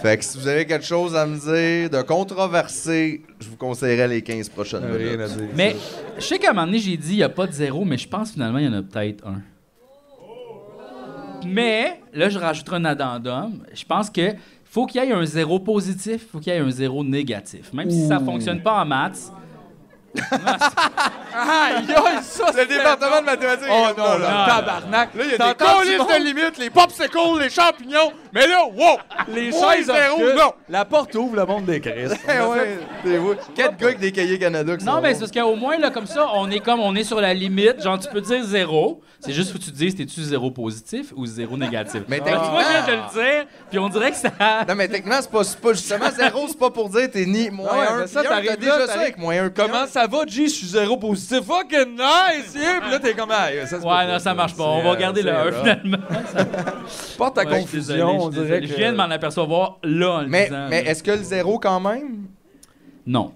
Fait que si vous avez quelque chose à me dire de controversé, je vous conseillerais les 15 prochaines Rien à minutes. dire. Mais je sais qu'à un moment donné, j'ai dit il n'y a pas de zéro, mais je pense finalement il y en a peut-être un. Mais là, je rajouterai un addendum. Je pense que faut qu'il y ait un zéro positif, faut qu'il y ait un zéro négatif. Même si ça fonctionne pas en maths. Aïe, aïe, ça, Le département de mathématiques. Oh non, non. là, tabarnak. Là, il y a limites, les popsicles, les champignons. Mais là, wow! Les Moins chaises zéro, obscures. non. La porte ouvre, le monde des crises. Eh ouais, c'est vous. Quatre gars avec des cahiers Canada qui Non, sont mais c'est bons. parce qu'au moins, là, comme ça, on est comme on est sur la limite. Genre, tu peux dire zéro. C'est juste faut que tu te dises, t'es-tu zéro positif ou zéro négatif? Mais Parce que moi, je viens de techniquement- le dire, puis on dirait que ça. Non, mais techniquement, c'est pas, c'est pas justement zéro, c'est pas pour dire t'es ni moins Ah ouais, un. mais ça, puis un, t'arrives t'as déjà là, ça t'arrives- avec moins un. puis Comment un. ça va, G? Je suis zéro positif. Fucking nice! yeah. Puis là, t'es comme, aïe, ça se peut Ouais, pas, non, ça marche pas. C'est, On va euh, regarder le c'est 1 rare. finalement. Porte à Ouais, je suis désolé, confusion, on je suis dirait. désolé. que- Je viens de m'en apercevoir là en le Mais, disant, mais là. est-ce que le zéro quand même? Non.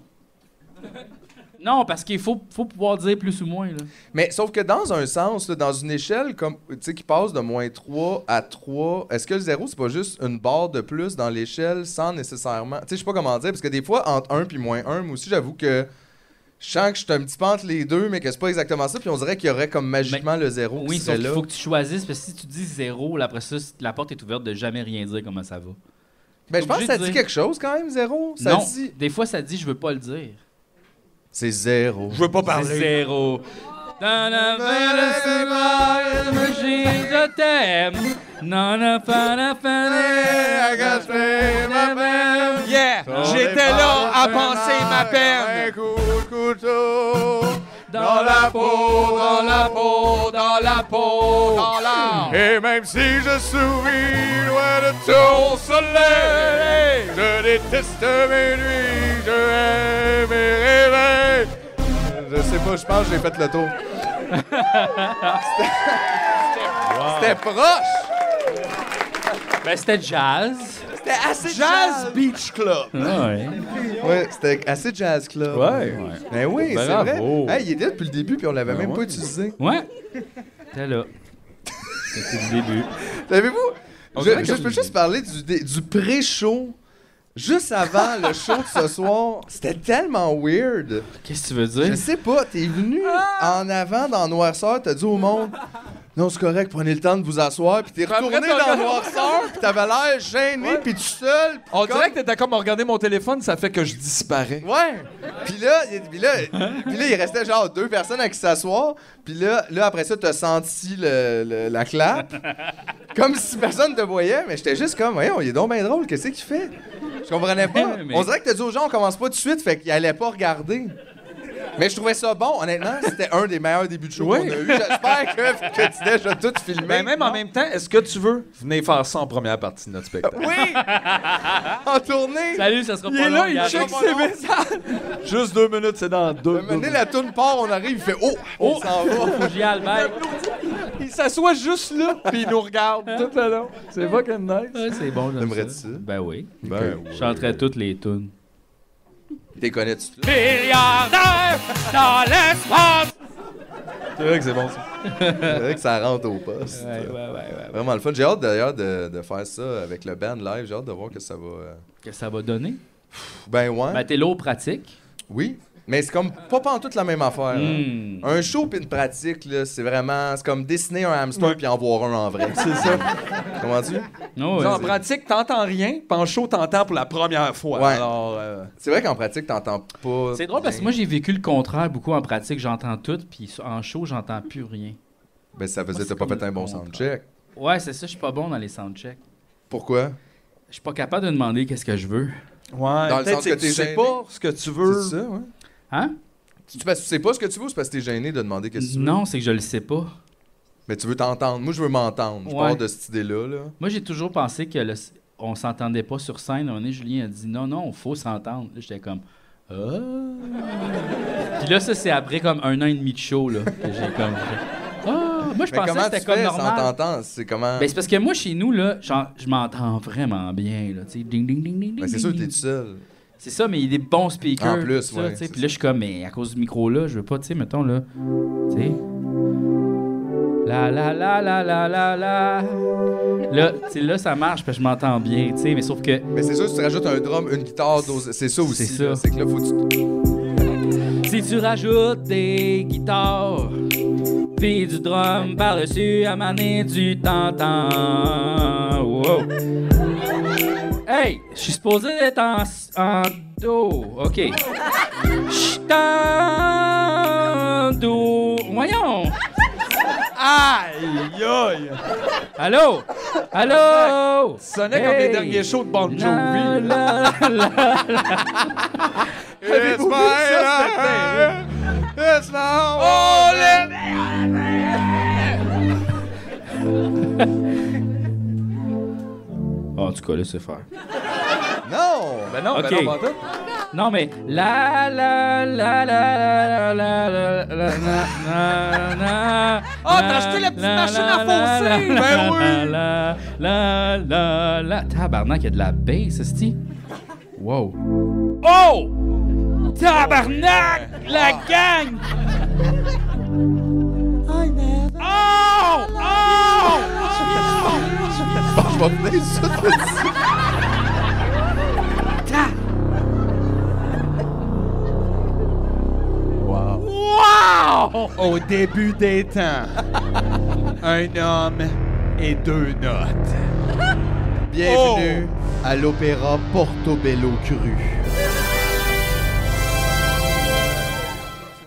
Non, parce qu'il faut, faut pouvoir dire plus ou moins. Là. Mais sauf que dans un sens, là, dans une échelle comme tu sais qui passe de moins 3 à 3, est-ce que le 0 c'est pas juste une barre de plus dans l'échelle sans nécessairement. Tu sais, je sais pas comment dire, parce que des fois entre 1 puis moins 1, moi aussi j'avoue que je sens que je suis un petit peu entre les deux, mais que c'est pas exactement ça, puis on dirait qu'il y aurait comme magiquement le 0 Oui, qui sauf serait qu'il là. faut que tu choisisses, parce que si tu dis zéro, là, après ça, si la porte est ouverte de jamais rien dire comment ça va. Ben, je pense que ça obligé de dit dire. quelque chose quand même, 0. Ça non, dit. des fois, ça dit je veux pas le dire. C'est 0. Je veux pas C'est parler. Zéro. Dans la main, le ciel, me dit, je t'aime. Non, non, pas la fin de- Yeah! J'étais là à penser ma peine. Dans la peau, dans la peau, dans la peau. Et même si je souris loin de ton soleil, je déteste mes nuits, je hais mes réveils. Je sais pas, je pense que j'ai fait le tour. C'était proche! Ben, c'était jazz. C'était assez Jazz Beach Club. Ah Ouais. Ouais, c'était assez jazz club. Ouais. Ben oui, c'est Bravo. Ben vrai. Hey, il était là depuis le début, puis on l'avait même pas utilisé. Ouais. T'es là. C'était le début. Savez-vous? On dirait Je, que je c'est peux une juste parler du, dé- du pré-show. Juste avant le show de ce soir, c'était tellement weird. Qu'est-ce que tu veux Je dire? sais pas, t'es venu Ah! en avant dans Noirceur, t'as dit au monde Non, c'est correct, prenez le temps de vous asseoir, puis t'es retourné après, t'as- dans Noirceur, puis t'avais l'air gêné, puis tout seul. puis On comme- dirait que t'étais comme à regarder mon téléphone, ça fait que je disparais. Ouais! Puis là, il- puis là, puis là, il restait genre deux personnes à qui s'asseoir. Puis là, là, après ça, t'as senti le- le- la clap. Comme si personne te voyait, mais j'étais juste comme, voyons, il est donc bien drôle, qu'est-ce qu'il fait? Je comprenais pas. Mais- On dirait que t'as dit aux gens, on commence pas tout de suite, fait qu'il allait pas regarder. Mais je trouvais ça bon, honnêtement. C'était un des meilleurs débuts de show qu'on a eu. J'espère que, que tu déjà tout filmé. Mais Ben, même en même temps, est-ce que tu veux venir faire ça en première partie de notre spectacle? Oui! en tournée! Salut, ça sera Il pas est long. là, il regarde. check ses messages. Juste deux minutes, c'est dans deux. Mener la toune part, on arrive, il fait « Oh! On s'en va! Faut que j'y aille, Albert. Il s'assoit juste là, puis il nous regarde tout le long. C'est fucking nice. Ouais, c'est bon, j'aime T'aimerais-tu ça. ça? Ben oui. » Ben oui. Je chanterais toutes les tunes. T'es connais-tu? Milliardaire dans l'espace! C'est vrai que c'est bon ça. C'est vrai que ça rentre au poste. Ouais, ouais, ouais, ouais. Vraiment le fun. J'ai hâte d'ailleurs de, de faire ça avec le band live. J'ai hâte de voir que ça va. euh, Qu'est-ce que ça va donner? Ben ouais. Ben, t'es là aux pratiques. Oui. Mais c'est comme pas pas en toute la même affaire. hein. Hmm. Un show puis une pratique, là, c'est vraiment. C'est comme dessiner un hamster Ouais. puis en voir un en vrai. C'est ça. Comment tu? Oh, ouais, en c'est- pratique, t'entends rien, puis en show, t'entends pour la première fois. Ouais. Alors, euh, C'est vrai qu'en pratique, t'entends pas. C'est drôle parce que bien. moi, j'ai vécu le contraire beaucoup en pratique. J'entends tout, puis en show, j'entends plus rien. Ben ça Moi, faisait, c'est t'as pas comme fait un le bon contraire. soundcheck. Ouais, c'est ça, je suis pas bon dans les soundchecks. Pourquoi? Je suis pas capable de demander qu'est-ce que je veux. ouais, Dans le peut-être sens c'est que que tu t'es sais gêné. pas ce que tu veux. C'est ça, ouais. Hein? Tu, tu- parce que tu sais pas ce que tu veux, ou c'est parce que t'es gêné de demander qu'est-ce que tu veux. Non, c'est que je le sais pas. Mais tu veux t'entendre. Moi, je veux m'entendre. Je Ouais. pars de cette idée-là. Là. Moi, j'ai toujours pensé que le- on s'entendait pas sur scène. Un moment donné, Julien a dit non, non, faut s'entendre. Là, J'étais comme ah. Puis là, ça, c'est après comme un an et demi de show là, que j'ai comme ah. Moi, je pensais Mais que comment tu c'était comme fais sans normal. t'entendre? C'est comment. Ben, c'est parce que moi, chez nous, là, genre, je m'entends vraiment bien. Là, tu sais. ding, ding, ding, ding, Ben, ding, c'est sûr, ding, t'es ding. tout seul. C'est ça, mais il y a des bons speakers. En plus, tout ça, ouais, tu sais. c'est Puis là, je suis comme, mais à cause du micro-là, je veux pas, tu sais, mettons, là. Tu sais. La la la la la la la. Là, tu sais, là, ça marche, parce que je m'entends bien, tu sais, mais sauf que. Mais c'est sûr, si tu rajoutes un drum, une guitare, dos- c'est ça aussi. C'est là. ça. C'est que là, faut que tu- Si tu rajoutes des guitares, puis du drum par-dessus, à maner, tu t'entends. Wow. Hey, je suis supposé être en, en do. OK. Je t'en do. Voyons. Aïe, aïe. Allô? Allô? Tu sonnais comme les derniers shows de Bon Jovi. Na, la, la, la. It's my life. It's now all in. En tout cas, là, c'est faire. Non! Ben non, Ok. ben non, pas tout. Non, mais la la la la la la la la la la na Ah, t'as acheté la petite machine à fausser! Ben oui! La la la la Tabarnak, il y a de la bass, esti! Wow! Oh! Tabarnak! La gang! Oh! Oh! Je vais venir ça. Wow! Au début des temps, un homme et deux notes. Bienvenue Oh. à l'opéra Portobello Cru.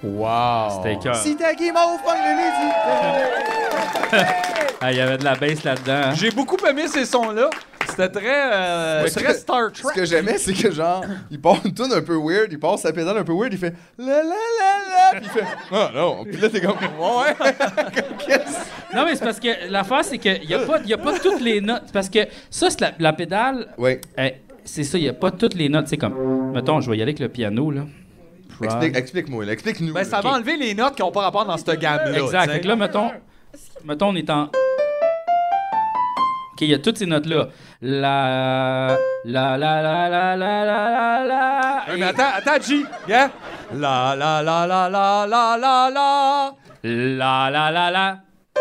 Wow. C'était cœur. Si t'as qui m'a ouvert le midi. Ah, il y avait de la bass là-dedans. hein. J'ai beaucoup aimé ces sons-là. C'était très, euh, Ouais, très ce que- Star Ce Trek. que j'aimais, c'est que genre, il part une tune un peu weird, il part sa pédale un peu weird, il fait la la la la, puis il fait non non, puis là t'es comme ouais, qu'est-ce Non, mais c'est parce que l'affaire, c'est qu'il n'y a, pas- y a pas toutes les notes. Parce que ça, c'est la, la pédale, Ouais, euh, c'est ça, il n'y a pas toutes les notes. C'est comme, mettons, je vais y aller avec le piano, là. Pride. explique, explique-moi, là, explique-nous. Ben, ça là. va enlever les notes qui n'ont pas rapport dans cette gamme-là. Exact. tu Fait sais. que là, mettons, mettons, on est en. OK, il y a toutes ces notes-là. La. La, la, la, la, la, la, la, la. Ouais, et- mais attends, attends, G. Viens. La la la la la la la la. La la la la.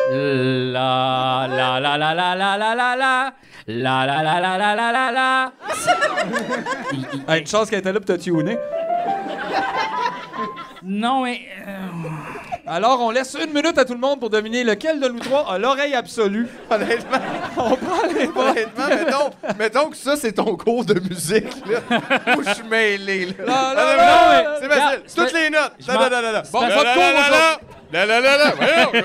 La la la la la la la la la. La la la la la la la la. Il- il- Hey, une chance qu'elle était là pour te tuner. Non, mais. euh, Alors, on laisse une minute à tout le monde pour deviner lequel de nous trois a l'oreille absolue. Honnêtement, On prend les votes. honnêtement, mettons, mettons que ça, c'est ton cours de musique, là. Où je suis mêlé, là. Non, non, Honnêtement, non, mais- c'est regarde, facile. Ah! c'est Toutes pas- les notes. je Non, m'en- non, non, non, non. c'est Bon, pas- pas de cours, Là, là, là, là, voyons,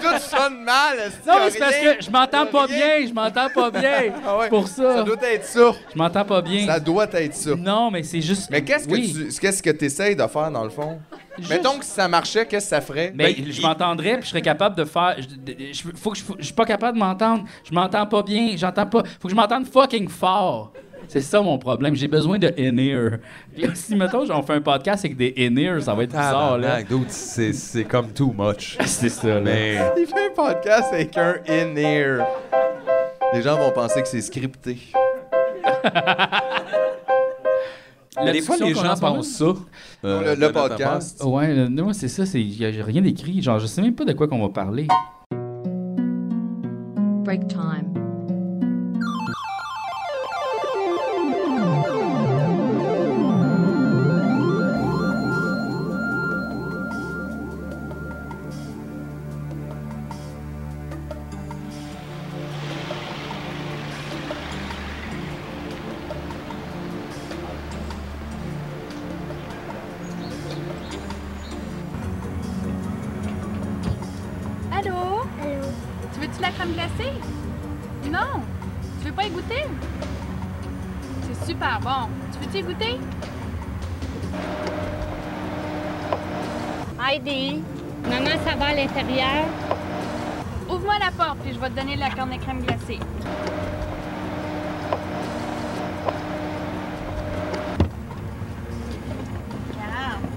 tout sonne mal. Non, mais c'est parce que je m'entends pas bien, je m'entends pas bien. Ah ouais, C'est pour ça. Ça doit être ça. Je m'entends pas bien. Ça doit être ça. Non, mais c'est juste. Mais qu'est-ce que Oui, tu qu'est-ce que essayes de faire dans le fond? juste- Mettons que si ça marchait, qu'est-ce que ça ferait? Mais Ben, je m'entendrais, puis je serais capable de faire. Je, de- je- faut que je, faut- je suis pas capable de m'entendre. Je m'entends pas bien. J'entends pas. Faut que je m'entende fucking fort. C'est ça mon problème. J'ai besoin de in-ear. Là, Si, mettons, on fait un podcast avec des in-ear, ça va être bizarre, là. Tabarnak, dude, c'est c'est comme too much. C'est ça, là. Mais Il fait un podcast avec un in-ear. Les gens vont penser que c'est scripté. La des fois, discussion les qu'on a en gens ce moment- pensent ça. euh, le, de le notre podcast. Ouais, là, moi, c'est ça. c'est- y a- J'ai rien écrit. Genre, je sais même pas de quoi qu'on va parler. Break time. Allô? Tu veux-tu la crème glacée? Non! Tu veux pas y goûter? C'est super bon. Tu veux-tu y goûter? Heidi, maman, ça va à l'intérieur? Ouvre-moi la porte, puis je vais te donner la corne de crème glacée. Regarde.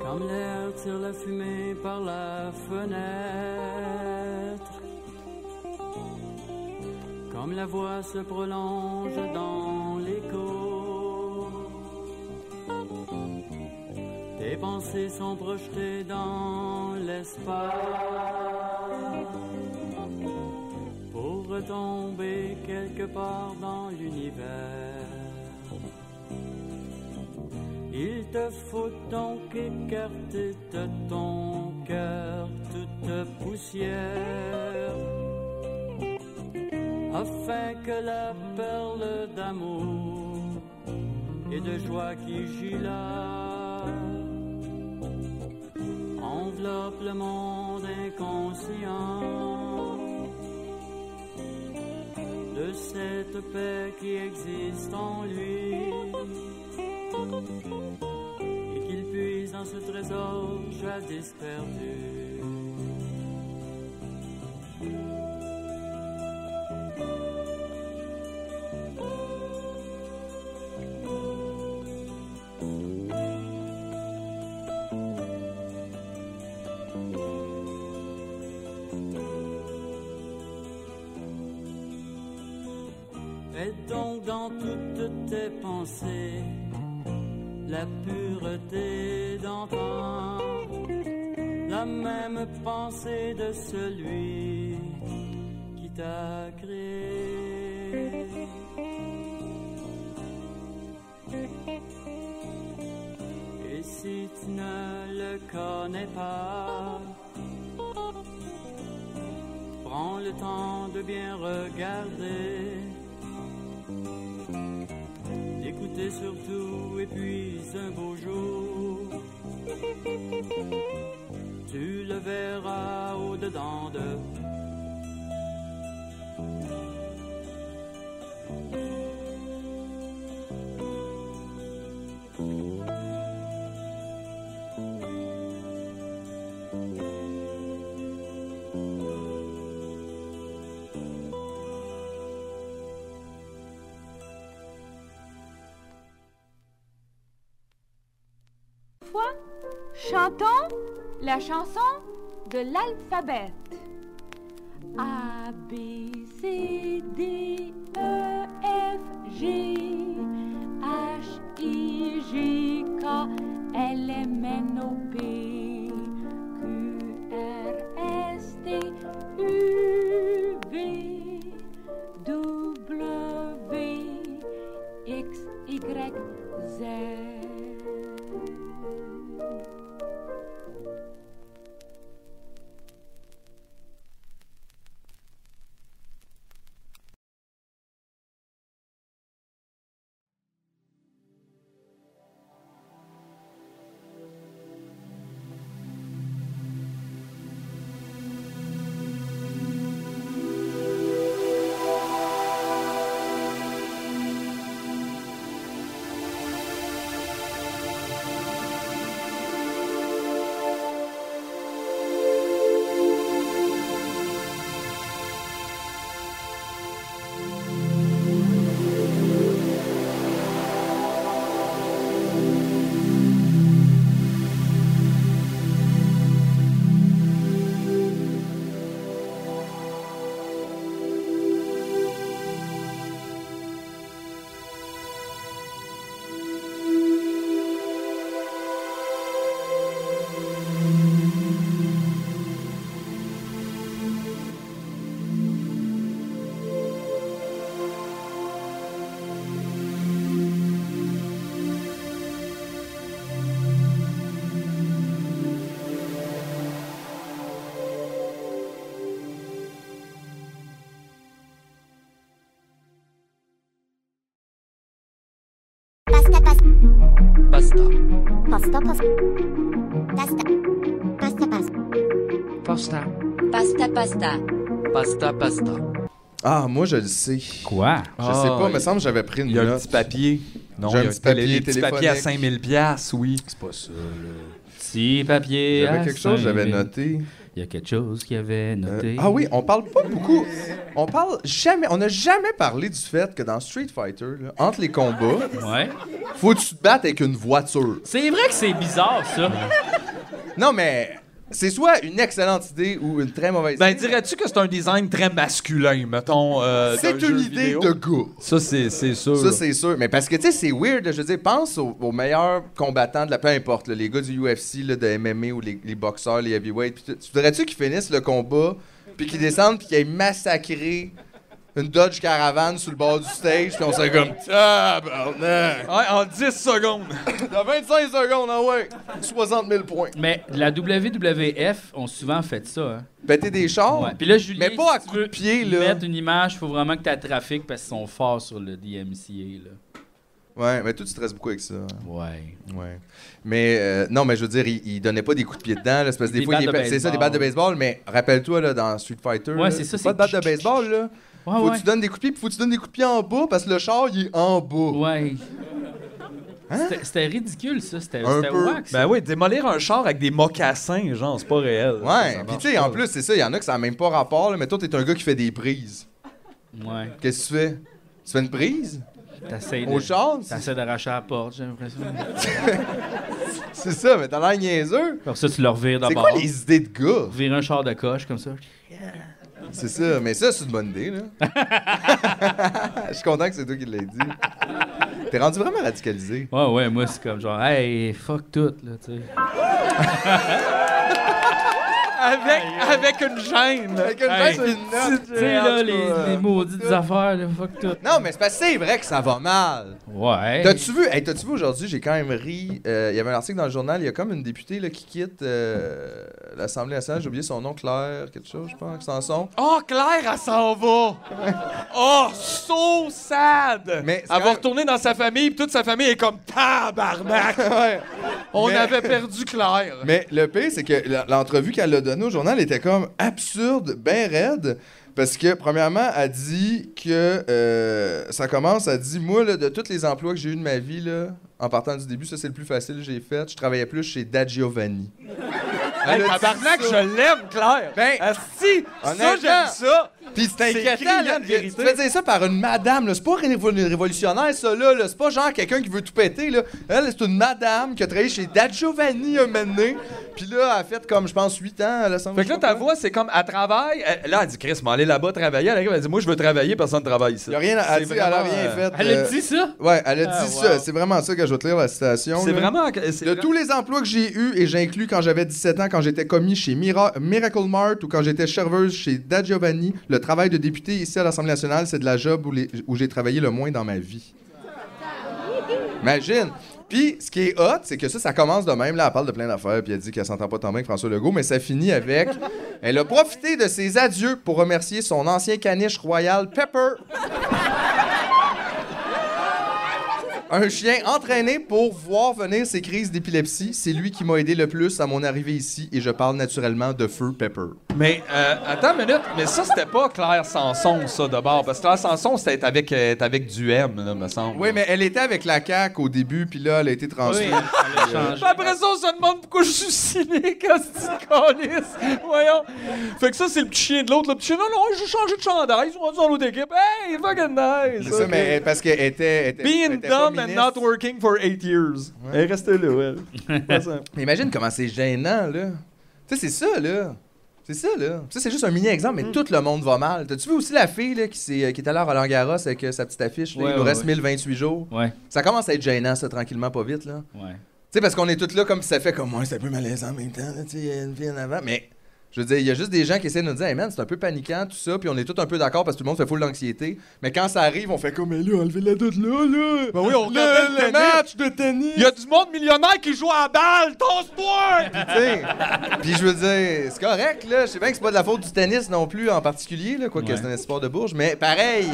Comme l'air tire la fumée par la fenêtre. Comme la voix se prolonge dans l'écho. Tes pensées sont projetées dans l'espace. Pour retomber quelque part dans l'univers. Il te faut donc écarter de ton cœur toute poussière afin que la perle d'amour et de joie qui gît là enveloppe le monde inconscient de cette paix qui existe en lui et qu'il puise dans ce trésor jadis perdu. Et donc dans toutes tes pensées, la pureté d'antan, la même pensée de celui qui t'a créé. Et si tu ne le connais pas, prends le temps de bien regarder d'écouter surtout, et puis un beau jour, tu le verras au-dedans de. fois, chantons la chanson de l'alphabet. A, B, C, D, E, F, G, H, I, J, L M N O P Q R S T U V W X Y Z. Pasta, pasta. Pasta. Pasta, pasta. Pasta. Pasta, pasta. Pasta pasta. Ah, moi, je le sais. Je Quoi? sais pas, mais me semble que j'avais pris une Ah, Il y a un note. petit papier. Non, J'ai un il y a petit papier des petits papiers à téléphonique. 5000 pièces, oui. C'est pas ça, là. Petit papier. J'avais à quelque chose, j'avais 5000. noté. Il y a quelque chose qu'il avait Euh, noté. ah oui, on parle pas beaucoup. On parle jamais. On n'a jamais parlé du fait que dans Street Fighter, là, entre les combats, Ouais. faut que tu te battes avec une voiture. C'est vrai que c'est bizarre, ça. Non, mais c'est soit une excellente idée ou une très mauvaise Ben, idée. dirais-tu que c'est un design très masculin, mettons. euh, c'est d'un une jeu idée vidéo? de gars. Ça, c'est c'est sûr. Ça, c'est sûr. Mais parce que, tu sais, c'est weird. Je veux dire, pense aux, aux meilleurs combattants de la... Peu importe, là, les gars du UFC, là, de MMA ou les, les boxeurs, les heavyweights. Puis, tu- tu voudrais-tu qu'ils finissent le combat, puis qu'ils descendent, puis qu'ils aient massacré une Dodge Caravan sur le bord du stage, puis on serait comme... Tabarnak! Ouais, en 10 secondes. T'as 25 secondes, ah ouais! 60 000 points. Mais la WWF ont souvent fait ça. hein. Péter des chars? Puis là, Julien, Oh. Mais pas à si tu coups de veux pied, là. Mettre une image, faut vraiment que tu trafic parce qu'ils sont forts sur le DMCA. Là. Ouais, mais toi, tu stresses beaucoup avec ça. hein. Ouais. Ouais. Mais euh, non, mais je veux dire, il, il donnait pas des coups de pied dedans, là, c'est parce que des, Des fois, il battes est- de c'est ça, des baseball. battes de baseball, mais rappelle-toi, là, dans Street Fighter, Ouais, là, c'est ça, pas c'est- de battes de baseball, là. Ouais, Faut que ouais. tu donnes des coups de pied, puis faut que tu donnes des coups de pied en bas, parce que le char, il est en bas. Ouais. C'était- C'était ridicule, ça. C'était Hein? Un c'était peu. wack, ça. Ben oui, démolir un char avec des mocassins, genre, c'est pas réel. Ouais, Ça puis marche tu sais, pas. en plus, c'est ça, il y en a que ça n'a même pas rapport, là, mais toi, t'es un gars qui fait des brises. Ouais. Qu'est-ce que tu fais? Tu fais une brise? T'essayes Au de... char? C'est- T'essayes d'arracher la porte, j'ai l'impression. C'est ça, mais t'as l'air niaiseux. Comme ça, tu le revires C'est d'abord. quoi les idées de gars? Virer un char de coche comme ça. C'est ça, mais ça, c'est une bonne idée, là. Je suis content que c'est toi qui l'aies dit. T'es rendu vraiment radicalisé. Ouais, ouais, moi, c'est comme genre, hey, fuck tout, là, tu sais. Avec, avec une gêne. Avec une Hey. chaise et une note. Tu sais, là, les, les maudites affaires, là, euh, fuck tout. Non, mais c'est parce que c'est vrai que ça va mal. Ben Ouais. T'as-tu vu, hey, t'as-tu vu aujourd'hui, j'ai quand même ri. euh, Il y avait un article dans le journal, il y a comme une députée là, qui quitte euh, l'Assemblée nationale, j'ai oublié son nom, Claire, quelque chose, je pense, Sanson. Oh, Claire, elle s'en va. Oh, so sad. Mais Mais c'est elle quand va même- retourner dans sa famille, puis toute sa famille est comme tabarnak. On Mais- avait perdu Claire. Mais le pire, c'est que la- l'entrevue qu'elle a donnée au journal était comme absurde, ben raide. Parce que, premièrement, elle dit que euh, ça commence, elle dit Moi, là, de tous les emplois que j'ai eu de ma vie, là, en partant du début, ça c'est le plus facile que j'ai fait. Je travaillais plus chez Da Giovanni. Elle Hey, a dit tabarnak, ça. je l'aime, Claire. Ben, Asti, ça, honnêtement. j'aime ça. Puis c'est criant inquiétant, là. de Tu vérité. fais dire ça par une madame, là. C'est pas révo- révolutionnaire, ça, là. là. C'est pas genre quelqu'un qui veut tout péter, là. Elle, c'est une madame qui a travaillé chez Dad Giovanni un moment donné. Puis là, elle a fait comme, je pense, 8 ans. Elle a semblé- Fait que là, ta voix, c'est comme, elle travaille. elle- là, elle dit, Chris, m'en aller là-bas travailler. Elle arrive, elle dit, moi, je veux travailler, personne ne travaille ici. Il y a rien à C'est dire, elle a vraiment, rien euh, fait. Elle euh, a dit ça? Ouais, elle a Ah, dit wow. ça. C'est vraiment ça que je vais te lire la citation. C'est là. vraiment. euh, c'est De vra- tous les emplois que j'ai eus, et j'inclus quand j'avais 17 ans, quand j'étais commis chez Mira- Miracle Mart ou quand j'étais serveuse chez Da Giovanni, le travail de député ici à l'Assemblée nationale, c'est de la job où, les- où j'ai travaillé le moins dans ma vie. Imagine! Puis, ce qui est hot, c'est que ça, ça commence de même. Là, elle parle de plein d'affaires, puis elle dit qu'elle s'entend pas tant bien avec François Legault, mais ça finit avec... Elle a profité de ses adieux pour remercier son ancien caniche royal, Pepper, Un chien entraîné pour voir venir ses crises d'épilepsie. C'est lui qui m'a aidé le plus à mon arrivée ici et je parle naturellement de Feu Pepper. Mais euh, attends une minute, mais ça, c'était pas Claire Sanson, ça, de bord. Parce que Claire Sanson, c'était avec, euh, était avec du M, là, me semble. Oui, mais elle était avec la CAQ au début, puis là, elle a été transférée. Puis Après ça, on se demande pourquoi je suis cynique à ce calice. Voyons. Fait que ça, c'est le petit chien de l'autre. Le petit chien, non, non, j'ai changé de chandail. Ils sont rendus dans l'autre équipe. Hey, fucking nice. C'est ça, ok. mais elle- parce qu'elle était. était- Being elle était pas dumb and ministre. not working for eight years. Elle est restée là, elle. Pas simple. Mais imagine comment c'est gênant, là. Tu sais, c'est ça, là. C'est ça, là. Ça, c'est juste un mini-exemple, Mm. mais tout le monde va mal. T'as-tu vu aussi la fille là, qui, s'est- euh, qui est allée à Roland-Garros avec euh, sa petite affiche? là, Ouais, il nous ouais, reste 1028 jours. Ouais, Ça commence à être gênant, ça, tranquillement, pas vite, là. ouais. Tu sais, parce qu'on est tous là comme ça fait comme moi, c'est un peu malaisant en même temps, là, tu sais, il y a une vie en avant. Mais je veux dire, il y a juste des gens qui essaient de nous dire, hey man, c'est un peu paniquant, tout ça, puis on est tous un peu d'accord parce que tout le monde fait full d'anxiété. Mais quand ça arrive, on fait comme, mais là, enlevez la doute là, là. Ben oui, on le, regardait le le tennis. match de tennis. Il y a du monde millionnaire qui joue à la balle. Tosse-toi! Tu sais, Puis je veux dire, c'est correct, là. Je sais bien que c'est pas de la faute du tennis non plus en particulier, là, quoique Ouais. c'est un sport de bourge, mais pareil,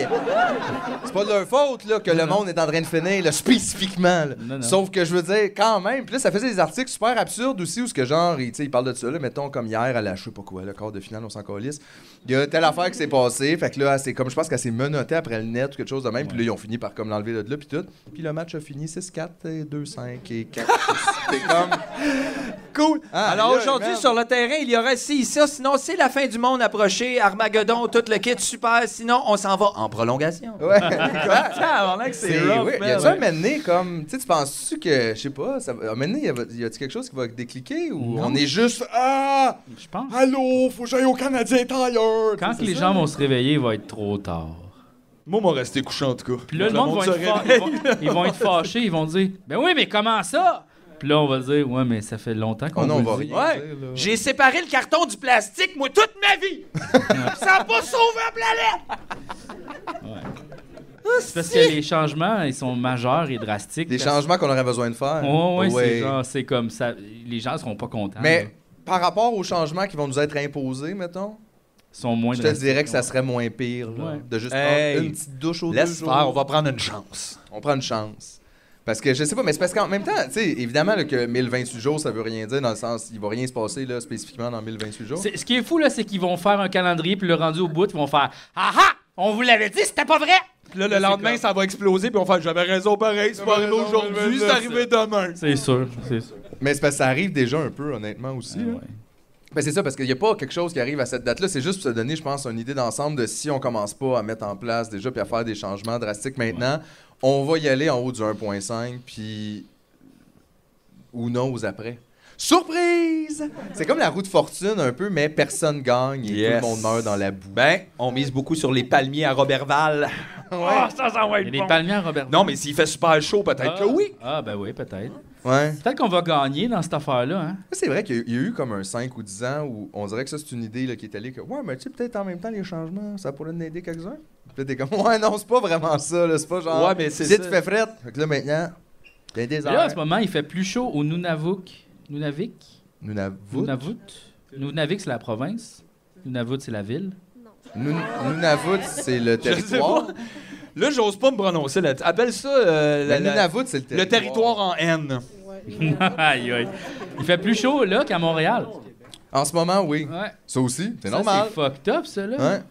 c'est pas de leur faute, là, que le monde est en train de finir, là, spécifiquement, là. Non, non. Sauf que je veux dire, quand même, puis là, ça faisait des articles super absurdes aussi, où ce que genre, ils, tu sais, ils parlent de ça, là, mettons, comme hier, à la, je sais pas quoi, le quart de finale, on s'en calisse. Il y a telle affaire qui s'est passée, fait que là, c'est comme, je pense qu'elle s'est menottée après le net ou quelque chose de même, puis là, ils ont fini par comme l'enlever de là, puis tout. Puis le match a fini 6-4, et 2-5 et 4. c'est comme... Cool. Ah, Alors là, aujourd'hui, merde. sur le terrain, il y aura ci, ça. Sinon, c'est la fin du monde approché. Armageddon, tout le kit, super. Sinon, on s'en va en prolongation. Ouais. Tabarnak, C'est rough, oui. man. Y a-tu un moment donné comme. Tu sais, tu penses-tu que. Je sais pas, ça, va- un moment donné, y a- y a-tu quelque chose qui va décliquer ou on est juste. Ah! Je pense. Allô, faut que j'aille au Canadien Tire! Quand que les gens vont se réveiller, il va être trop tard. Moi, m'a resté couché, en tout cas. Puis là, le monde, va se être fa- réveille. ils, vont, ils vont être fâchés, ils vont dire Ben oui, mais comment ça Puis là, on va dire Ouais, mais ça fait longtemps qu'on Oh vous non, on le va dit. rien. Ouais. dire, là. J'ai séparé le carton du plastique, moi, toute ma vie. ça n'a pas sauvé la planète. C'est parce que les changements, ils sont majeurs et drastiques. Des Parce- changements qu'on aurait besoin de faire. Ouais, ouais, Ouais. c'est genre, c'est comme ça. Les gens seront pas contents. là. Mais par rapport aux changements qui vont nous être imposés, mettons, Ils sont moins je te drastiques. dirais que ça serait moins pire là, Ouais. de juste Hey. prendre une petite douche au Laisse deux faire, on jours. va prendre une chance. On prend une chance. Parce que je sais pas, mais c'est parce qu'en même temps, tu sais, évidemment là, que 1028 jours, ça veut rien dire dans le sens, il va rien se passer là, spécifiquement dans 1028 jours. C'est- Ce qui est fou, là, c'est qu'ils vont faire un calendrier, puis le rendu au bout, ils vont faire Ah ah On vous l'avait dit, c'était pas vrai Puis là, le lendemain, ça va exploser, puis on fait J'avais raison pareil, c'est pas arrivé aujourd'hui, c'est arrivé demain. C'est sûr, c'est sûr. Mais c'est parce que ça arrive déjà un peu, honnêtement, aussi. là. Ben, c'est ça, parce qu'il n'y a pas quelque chose qui arrive à cette date-là. C'est juste pour se donner, je pense, une idée d'ensemble de si on commence pas à mettre en place déjà puis à faire des changements drastiques maintenant, on va y aller en haut du 1.5, puis. ou non aux après. Surprise! C'est comme la roue de fortune un peu, mais personne gagne et Yes. tout le monde meurt dans la boue. Ben, on mise beaucoup sur les palmiers à Robertval. Ah, ça, ça va Il y a des palmiers à Robert. Non, mais s'il fait super chaud, peut-être ah, que oui. Ah, ben oui, peut-être. Ouais. Peut-être qu'on va gagner dans cette affaire-là, hein. Ça, C'est vrai qu'il y a- il y a eu comme un 5 ou 10 ans où on dirait que ça, c'est une idée là, qui est allée que, ouais, mais tu sais, peut-être en même temps, les changements, ça pourrait nous aider quelques-uns. Puis là, t'es comme, ouais, non, c'est pas vraiment ça, là, c'est pas genre, Ouais, mais c'est si ça. tu fais frette. Fait que là, maintenant, t'as des Mais Là, en heures. ce moment, il fait plus chaud au Nunavuk. Nunavik? Nous n'avons. Nunavut? Nunavik, c'est la province. Nunavut, c'est la ville. Nous n'avons, c'est le Je sais pas. territoire. Là, j'ose pas me prononcer. Là. Appelle ça euh, la- Mais la- Nunavut, Ben, c'est le le territoire. territoire en N. aïe, aïe. Il fait plus chaud là qu'à Montréal. En ce moment, oui. Ouais. Ça aussi, c'est Ça, normal. C'est fucked up, ça, là. Hein?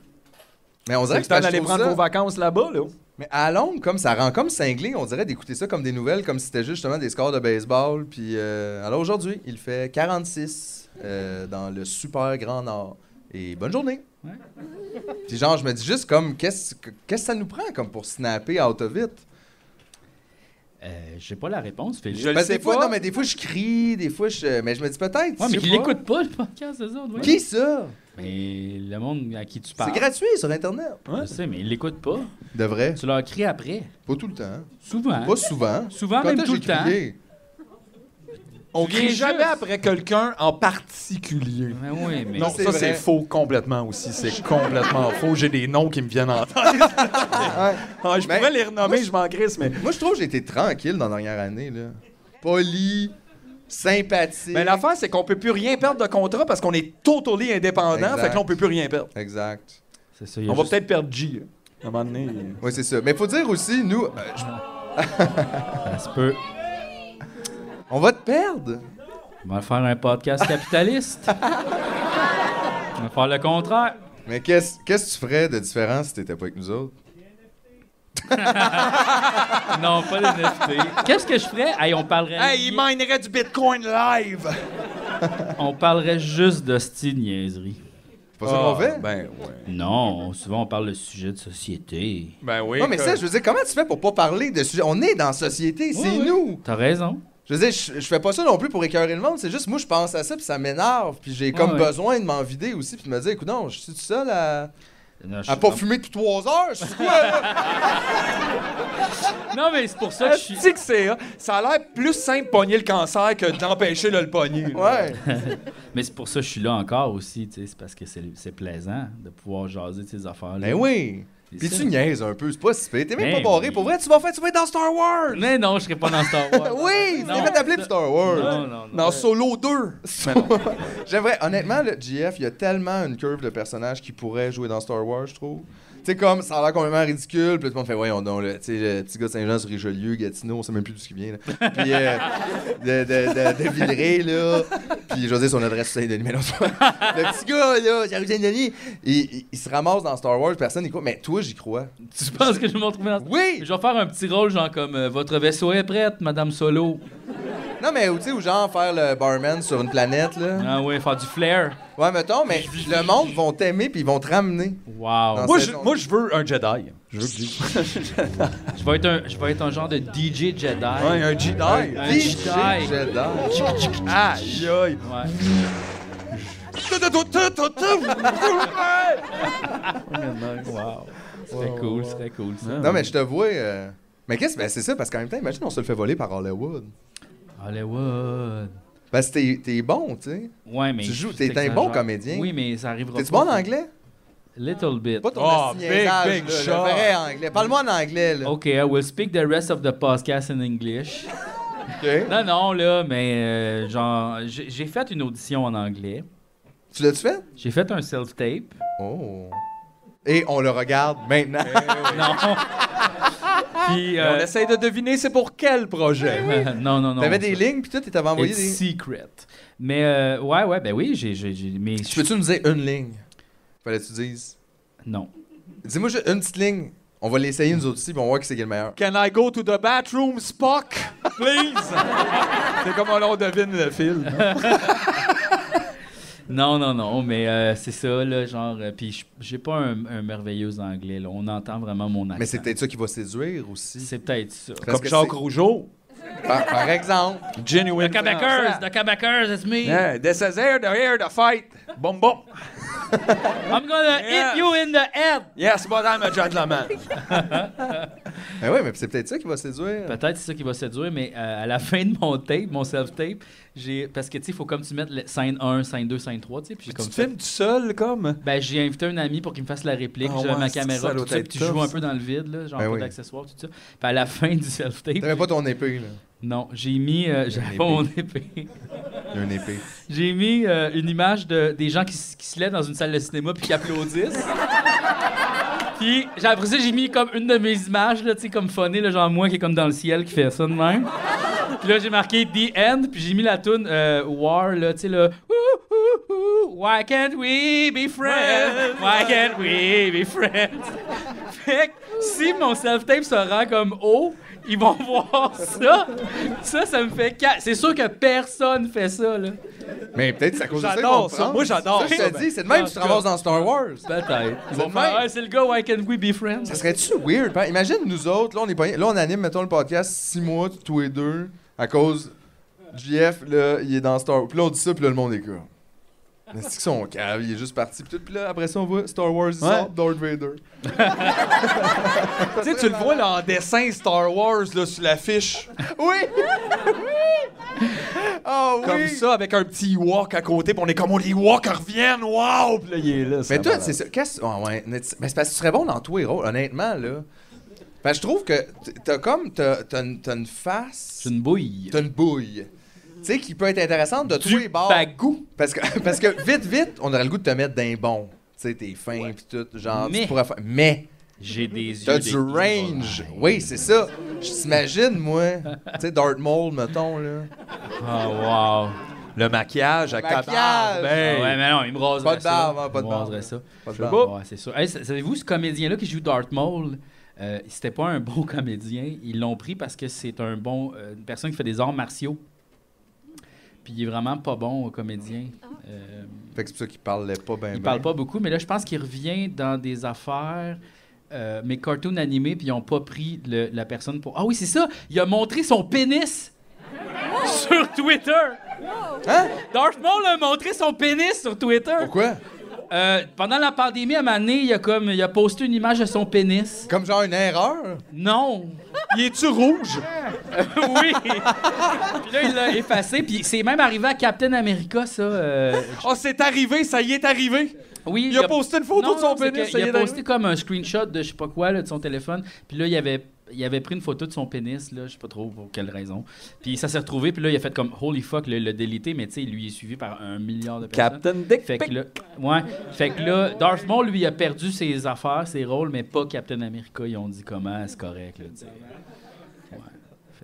Mais on dirait que C'est le temps c'est d'aller prendre vos vacances là-bas. Là. Mais à longue, comme ça rend comme cinglé, on dirait d'écouter ça comme des nouvelles, comme si c'était juste, justement des scores de baseball. Puis euh, alors aujourd'hui, il fait 46 euh, dans le super grand nord. Et bonne journée. Puis genre, je me dis juste comme, qu'est-ce que qu'est-ce que ça nous prend comme pour snapper out of it? Euh, J'ai pas la réponse, Philippe. Parce que des fois, non, mais des fois, je crie, des fois, je... Mais je me dis peut-être. Ouais, je mais sais qui pas. l'écoute pas, le podcast, eux autres. ouais. Qui ça? Mais le monde à qui tu parles. C'est gratuit sur Internet. Je sais, mais ils l'écoutent pas. De vrai? Tu leur cries après. Pas tout le temps. hein. Souvent. Pas souvent. Souvent, Quand même est-ce tout que le j'ai temps. crié? On Viens crie jamais juste. après quelqu'un en particulier. Ben oui, mais. Non, C'est ça vrai. c'est faux complètement aussi. C'est complètement faux. J'ai des noms qui me viennent en tête. Ah, je Mais- pourrais les renommer, je m'en crisse, mais. Moi, je trouve que j'ai été tranquille dans la dernière année. Là. Poli, sympathique. Mais l'affaire, c'est qu'on peut plus rien perdre de contrat parce qu'on est totally indépendant. Exact. Fait que là, on peut plus rien perdre. Exact. C'est ça, il y a On va juste- peut-être perdre G. hein. À un moment donné. euh. Oui, c'est ça. Mais faut dire aussi, nous, euh, je- Ça se peut. on va te perdre. On va faire un podcast capitaliste. On va faire le contraire. Mais qu'est-ce qu'est-ce que tu ferais de différent si t'étais pas avec nous autres? Non, pas les NFT. Qu'est-ce que je ferais? Hey, on parlerait. Hey, il minerait du Bitcoin live! On parlerait juste de style niaiserie. C'est pas ça qu'on fait? Ben, ouais. Non, souvent on parle de sujets de société. Ben oui. non, mais ça, je veux dire, comment tu fais pour pas parler de sujet? On est dans la société, c'est oui. nous. T'as raison. Je veux dire, je, je fais pas ça non plus pour écœurer le monde, c'est juste moi, je pense à ça, puis ça m'énerve, puis j'ai comme ouais. besoin de m'en vider aussi, puis de me dire, écoute, non, je suis tout seul à, Non, je- à pas fumer depuis trois heures, je suis quoi, là? Non, mais c'est pour ça que je Asti suis. que c'est, hein? Ça a l'air plus simple de pogner le cancer que d'empêcher de le pogner. là. Ouais. Mais c'est pour ça que je suis là encore aussi, tu sais, c'est parce que c'est c'est plaisant de pouvoir jaser de ces affaires-là. Ben oui. Hein? C'est Puis ça. tu niaises un peu, c'est pas si pire. T'es même Ben pas barré. oui. Pour vrai, tu vas faire, tu vas être dans Star Wars. Mais non, je serais pas dans Star Wars. oui, tu Non. t'es fait appeler pour Star Wars. Non, non, non. Dans Solo 2. J'aimerais, honnêtement, le GF, il y a tellement une curve de personnages qui pourrait jouer dans Star Wars, je trouve. Tu sais, comme, ça a l'air complètement ridicule. Puis tout le monde fait, voyons donc, là, tu sais, le petit gars de Saint-Jean sur Richelieu, Gatineau, on sait même plus d'où ce qui vient, là. Puis, euh, de, de, de, de Villeray, là. Puis, j'osais son adresse sur Saint-Denis, mais non, c'est pas- Le petit gars, là, j'arrive Saint-Denis, il, il, il se ramasse dans Star Wars, personne n'y croit. Mais toi, j'y crois. Tu penses que je vais me retrouver dans Oui! Je vais faire un petit rôle, genre comme euh, Votre vaisseau est prête, Madame Solo. Non, mais tu sais, ou genre faire le barman sur une planète, là. Ah oui, faire du flair. Ouais, mettons, mais le monde vont t'aimer puis ils vont te ramener. Wow. Non, Moi, c'est- je, moi, je veux un Jedi. Je veux que G. Je vais, être un, je vais être un genre de DJ Jedi. Ouais, un Jedi. Un Dis- Jedi. Jedi. Aïe, aïe. Ouais. Wow. C'était cool, c'était cool. Ça. Non, mais je te vois. euh, Mais qu'est-ce ben, c'est ça, parce qu'en même temps, imagine, on se le fait voler par Hollywood. Hollywood. Parce que t'es- t'es bon, tu sais. Ouais, mais. Tu joues, c'est t'es un bon exagéré. comédien. Oui, mais ça arrivera T'es-tu pas. bon en anglais? Little bit. Pas ton Oh, petit big, niaisage, big là, le shot. vrai anglais. Parle-moi en anglais, là. OK, I will speak the rest of the podcast in English. OK. Non, non, là, mais euh, genre, j'ai j'ai fait une audition en anglais. Tu l'as-tu fait? J'ai fait un self-tape. Oh. Et on le regarde maintenant. Eh, Non. Puis, On euh, essaye de deviner c'est pour quel projet. non, non, non. T'avais des lignes, puis toi, tu t'avais envoyé It's des. secret. Mais, euh, ouais, ouais, ben oui, j'ai. j'ai- j'ai- mais Tu peux-tu nous dire une ligne? Fallait que tu dises. Non. Dis-moi juste une petite ligne. On va l'essayer nous autres aussi, puis on va voir qui c'est qui est le meilleur. Can I go to the bathroom, Spock? Please! c'est comme on devine le film. Non, non, non, mais euh, c'est ça, là, genre. euh, Puis, je- j'ai pas un, un merveilleux anglais, là. On entend vraiment mon accent. Mais c'est peut-être ça qui va séduire aussi. Ah, C'est peut-être ça. Parce Comme que Jacques c'est- Rougeau. Par, par exemple. Genuine. The Quebecers, the Quebecers, it's me. Yeah, this is here, the here, the fight. Bon, bon. I'm gonna Yeah. hit you in the head. Yes, but I'm a gentleman. Ben oui, mais c'est peut-être ça qui va séduire. Peut-être c'est ça qui va séduire, mais euh, à la fin de mon tape, mon self-tape, j'ai. Parce que, tu sais, il faut comme tu mettes le- scène 1, scène 2, scène 3, tu sais. Puis, j'ai Tu comme te fait- filmes tout seul, comme? Ben, j'ai invité un ami pour qu'il me fasse la réplique. Ah J'avais ouais, ma c'est caméra, ça, tout ça, l'autre puis tu tape, joues un ça. peu dans le vide, là, genre Ben pas oui. d'accessoires, tout ça. Puis à la fin du self-tape, T'avais pas ton épée, là. non, j'ai mis, euh, j'avais Une pas mon épée, Il y a Une épée. j'ai mis euh, une image de, des gens qui, s- qui se lèvent dans une salle de cinéma puis qui applaudissent. puis j'ai- après ça, j'ai mis comme une de mes images, là, tu sais, comme funny, là, genre moi qui est comme dans le ciel qui fait ça de même. Puis là, j'ai marqué The End, puis j'ai mis la toune euh, War, là, tu sais, là. Ouh, ouh, ouh, Why can't we be friends? Why can't we be friends? fait que si mon self-tape se rend comme haut, Ils vont voir ça. Ça, ça me fait... ca- C'est sûr que personne fait ça, là. Mais peut-être c'est à cause de ça. J'adore qu'on ça. pense. Moi, j'adore ça. Je ça, te ben. dis, c'est de même En que tu tout cas. ramasses dans Star Wars. Peut-être. Ils vont Bon, faire, ben. Hey, c'est le gars, why can we be friends? Ça serait-tu weird? hein? Imagine nous autres, là on est pas... Là on anime, mettons, le podcast six mois, tous les deux, à cause JF, là, il est dans Star Wars. Puis là on dit ça, puis là le monde est comme... Mais c'est qu'ils sont caves, il est juste parti. Puis, tout, puis là, après ça, on voit Star Wars, il Ouais. sort, Darth Vader. Tu sais, tu le vois là, en dessin Star Wars là, sur l'affiche, Oui! oh oui! comme ça, avec un petit Ewok à côté, puis on est comme, oh, les Ewoks reviennent, wow! Oh, Puis là, il est là. Mais toi, malade. c'est ça. Qu'est-ce. ah ouais, mais c'est mais c'est parce que tu serais bon dans tous les rôles, honnêtement, là. Ben, je trouve que t- t'as comme. T'as t'as une t'as une face. C'est une bouille. T'as une bouille. Tu sais, qui peut être intéressante de tous les bords. Bagou. Parce que, parce que vite, vite, on aurait le goût de te mettre d'un bon. Tu sais, t'es fin pis tout. Genre, Mais- tu pourrais faire. Mais, J'ai des hein. yeux. t'as de du evil range. eye. Oui, c'est ça. Je t'imagine, moi. Tu sais, Darth Maul, mettons, là. Ah, wow. Le maquillage avec ta Maquillage. barbe. hey. Ah ouais, mais non, il me raserait ben. Pas de ça. barbe, hein, pas de Il me barbe. raserait ça. Pas de Je sais barbe. pas. Ouais, c'est sûr. Hey, sa- savez-vous, ce comédien-là qui joue Darth Maul, euh, c'était pas un bon comédien. Ils l'ont pris parce que c'est un bon, euh, une personne qui fait des arts martiaux. Puis il est vraiment pas bon euh, comédien. Euh, Fait que c'est pour ça qu'il parlait pas bien. Eh ben. il ben. parle pas beaucoup, mais là, je pense qu'il revient dans des affaires. euh, mais cartoons animés, puis ils ont pas pris le- la personne pour. Ah oui, c'est ça! Il a montré son pénis sur Twitter! Hein? Darth Maul a montré son pénis sur Twitter! Pourquoi? Euh, pendant la pandémie, à un moment donné, il a, comme, il a posté une image de son pénis. Comme genre une erreur? Non! Il est-tu rouge? oui! puis là, il l'a effacé. Puis c'est même arrivé à Captain America, ça. euh, Oh, c'est arrivé, ça y est arrivé. Oui, Il a posté une photo Non, de son non, c'est pénis. que ça y Il est a posté comme un screenshot de je sais pas quoi là, de son téléphone. Puis là, il avait, il avait pris une photo de son pénis, là, je sais pas trop pour quelle raison. Puis ça s'est retrouvé, puis là, il a fait comme holy fuck, le, le délité, mais tu sais, lui il est suivi par un milliard de personnes. Dick Fait que là, ouais, fait que là, Darth Maul, lui, a perdu ses affaires, ses rôles, mais pas Captain America. Ils ont dit comment, c'est correct, là, tu sais.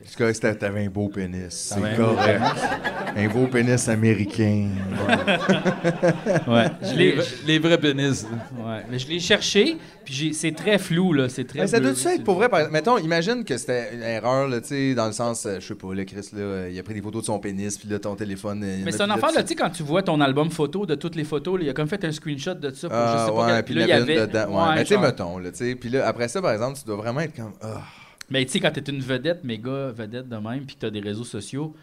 C'est correct, c'était- t'avais un beau pénis. C'est T'avais un correct. un beau pénis américain. Ouais, je l'ai, Les vrais pénis. ouais, mais je l'ai cherché, puis j'ai- c'est très flou, là, c'est très. Mais ça bleu, doit-tu être c'est- pour vrai? Par... exemple? Mettons, imagine que c'était une erreur, là, tu sais, dans le sens, euh, je sais pas, là, Chris, là, euh, il a pris des photos de son pénis, puis là, ton téléphone. euh, il y en a Mais c'est plus un affaire, là-dessus. là, tu sais, quand tu vois ton album photo de toutes les photos, là, il a comme fait un screenshot de ça pour Ah, je sais pas ouais, quel- puis il y avait une dedans. Ouais, Ouais, mais tu sais, genre. mettons, là, tu sais. Puis là, après ça, par exemple, tu dois vraiment être comme. ah. Mais tu sais, quand t'es une vedette, méga vedette de même, puis que t'as des réseaux sociaux,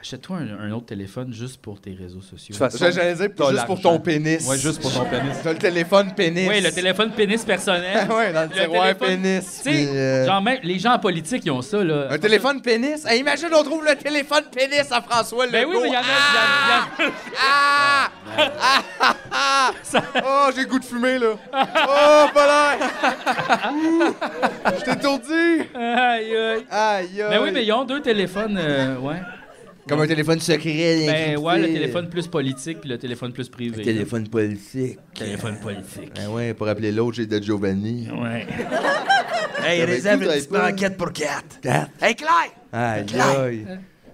achète-toi un, un autre téléphone juste pour tes réseaux sociaux. De toute façon, J'allais dire, t'as juste pour l'argent. ton pénis. Ouais, juste pour ton pénis. T'as le téléphone pénis. Oui, le téléphone pénis personnel. ouais, dans le, Le tiroir téléphone- pénis. Tu puis, sais, euh, genre même les gens en politique, ils ont ça, là. Un téléphone pénis? Hey, imagine, on trouve le téléphone pénis à François Ben Legault. oui, mais il y en a. il y en a- il y en a- Ah! Ah! Ah! Oh, j'ai le goût de fumer, là. Oh, pas l'air! Ouh! Je t'étourdis! Aïe, aïe. Aïe, aïe. Ben oui, mais ils ont deux téléphones, euh, ouais. Comme un téléphone secret. Ben ouais, le téléphone plus politique puis le téléphone plus privé. Téléphone politique. Téléphone politique. Ben ouais, pour appeler l'autre, j'ai de Giovanni. Ouais. Hey, T'avais réserve tout, une t'avais petite pas. banquette pour 4. Quatre. Hey, Claire! Aïe, aïe.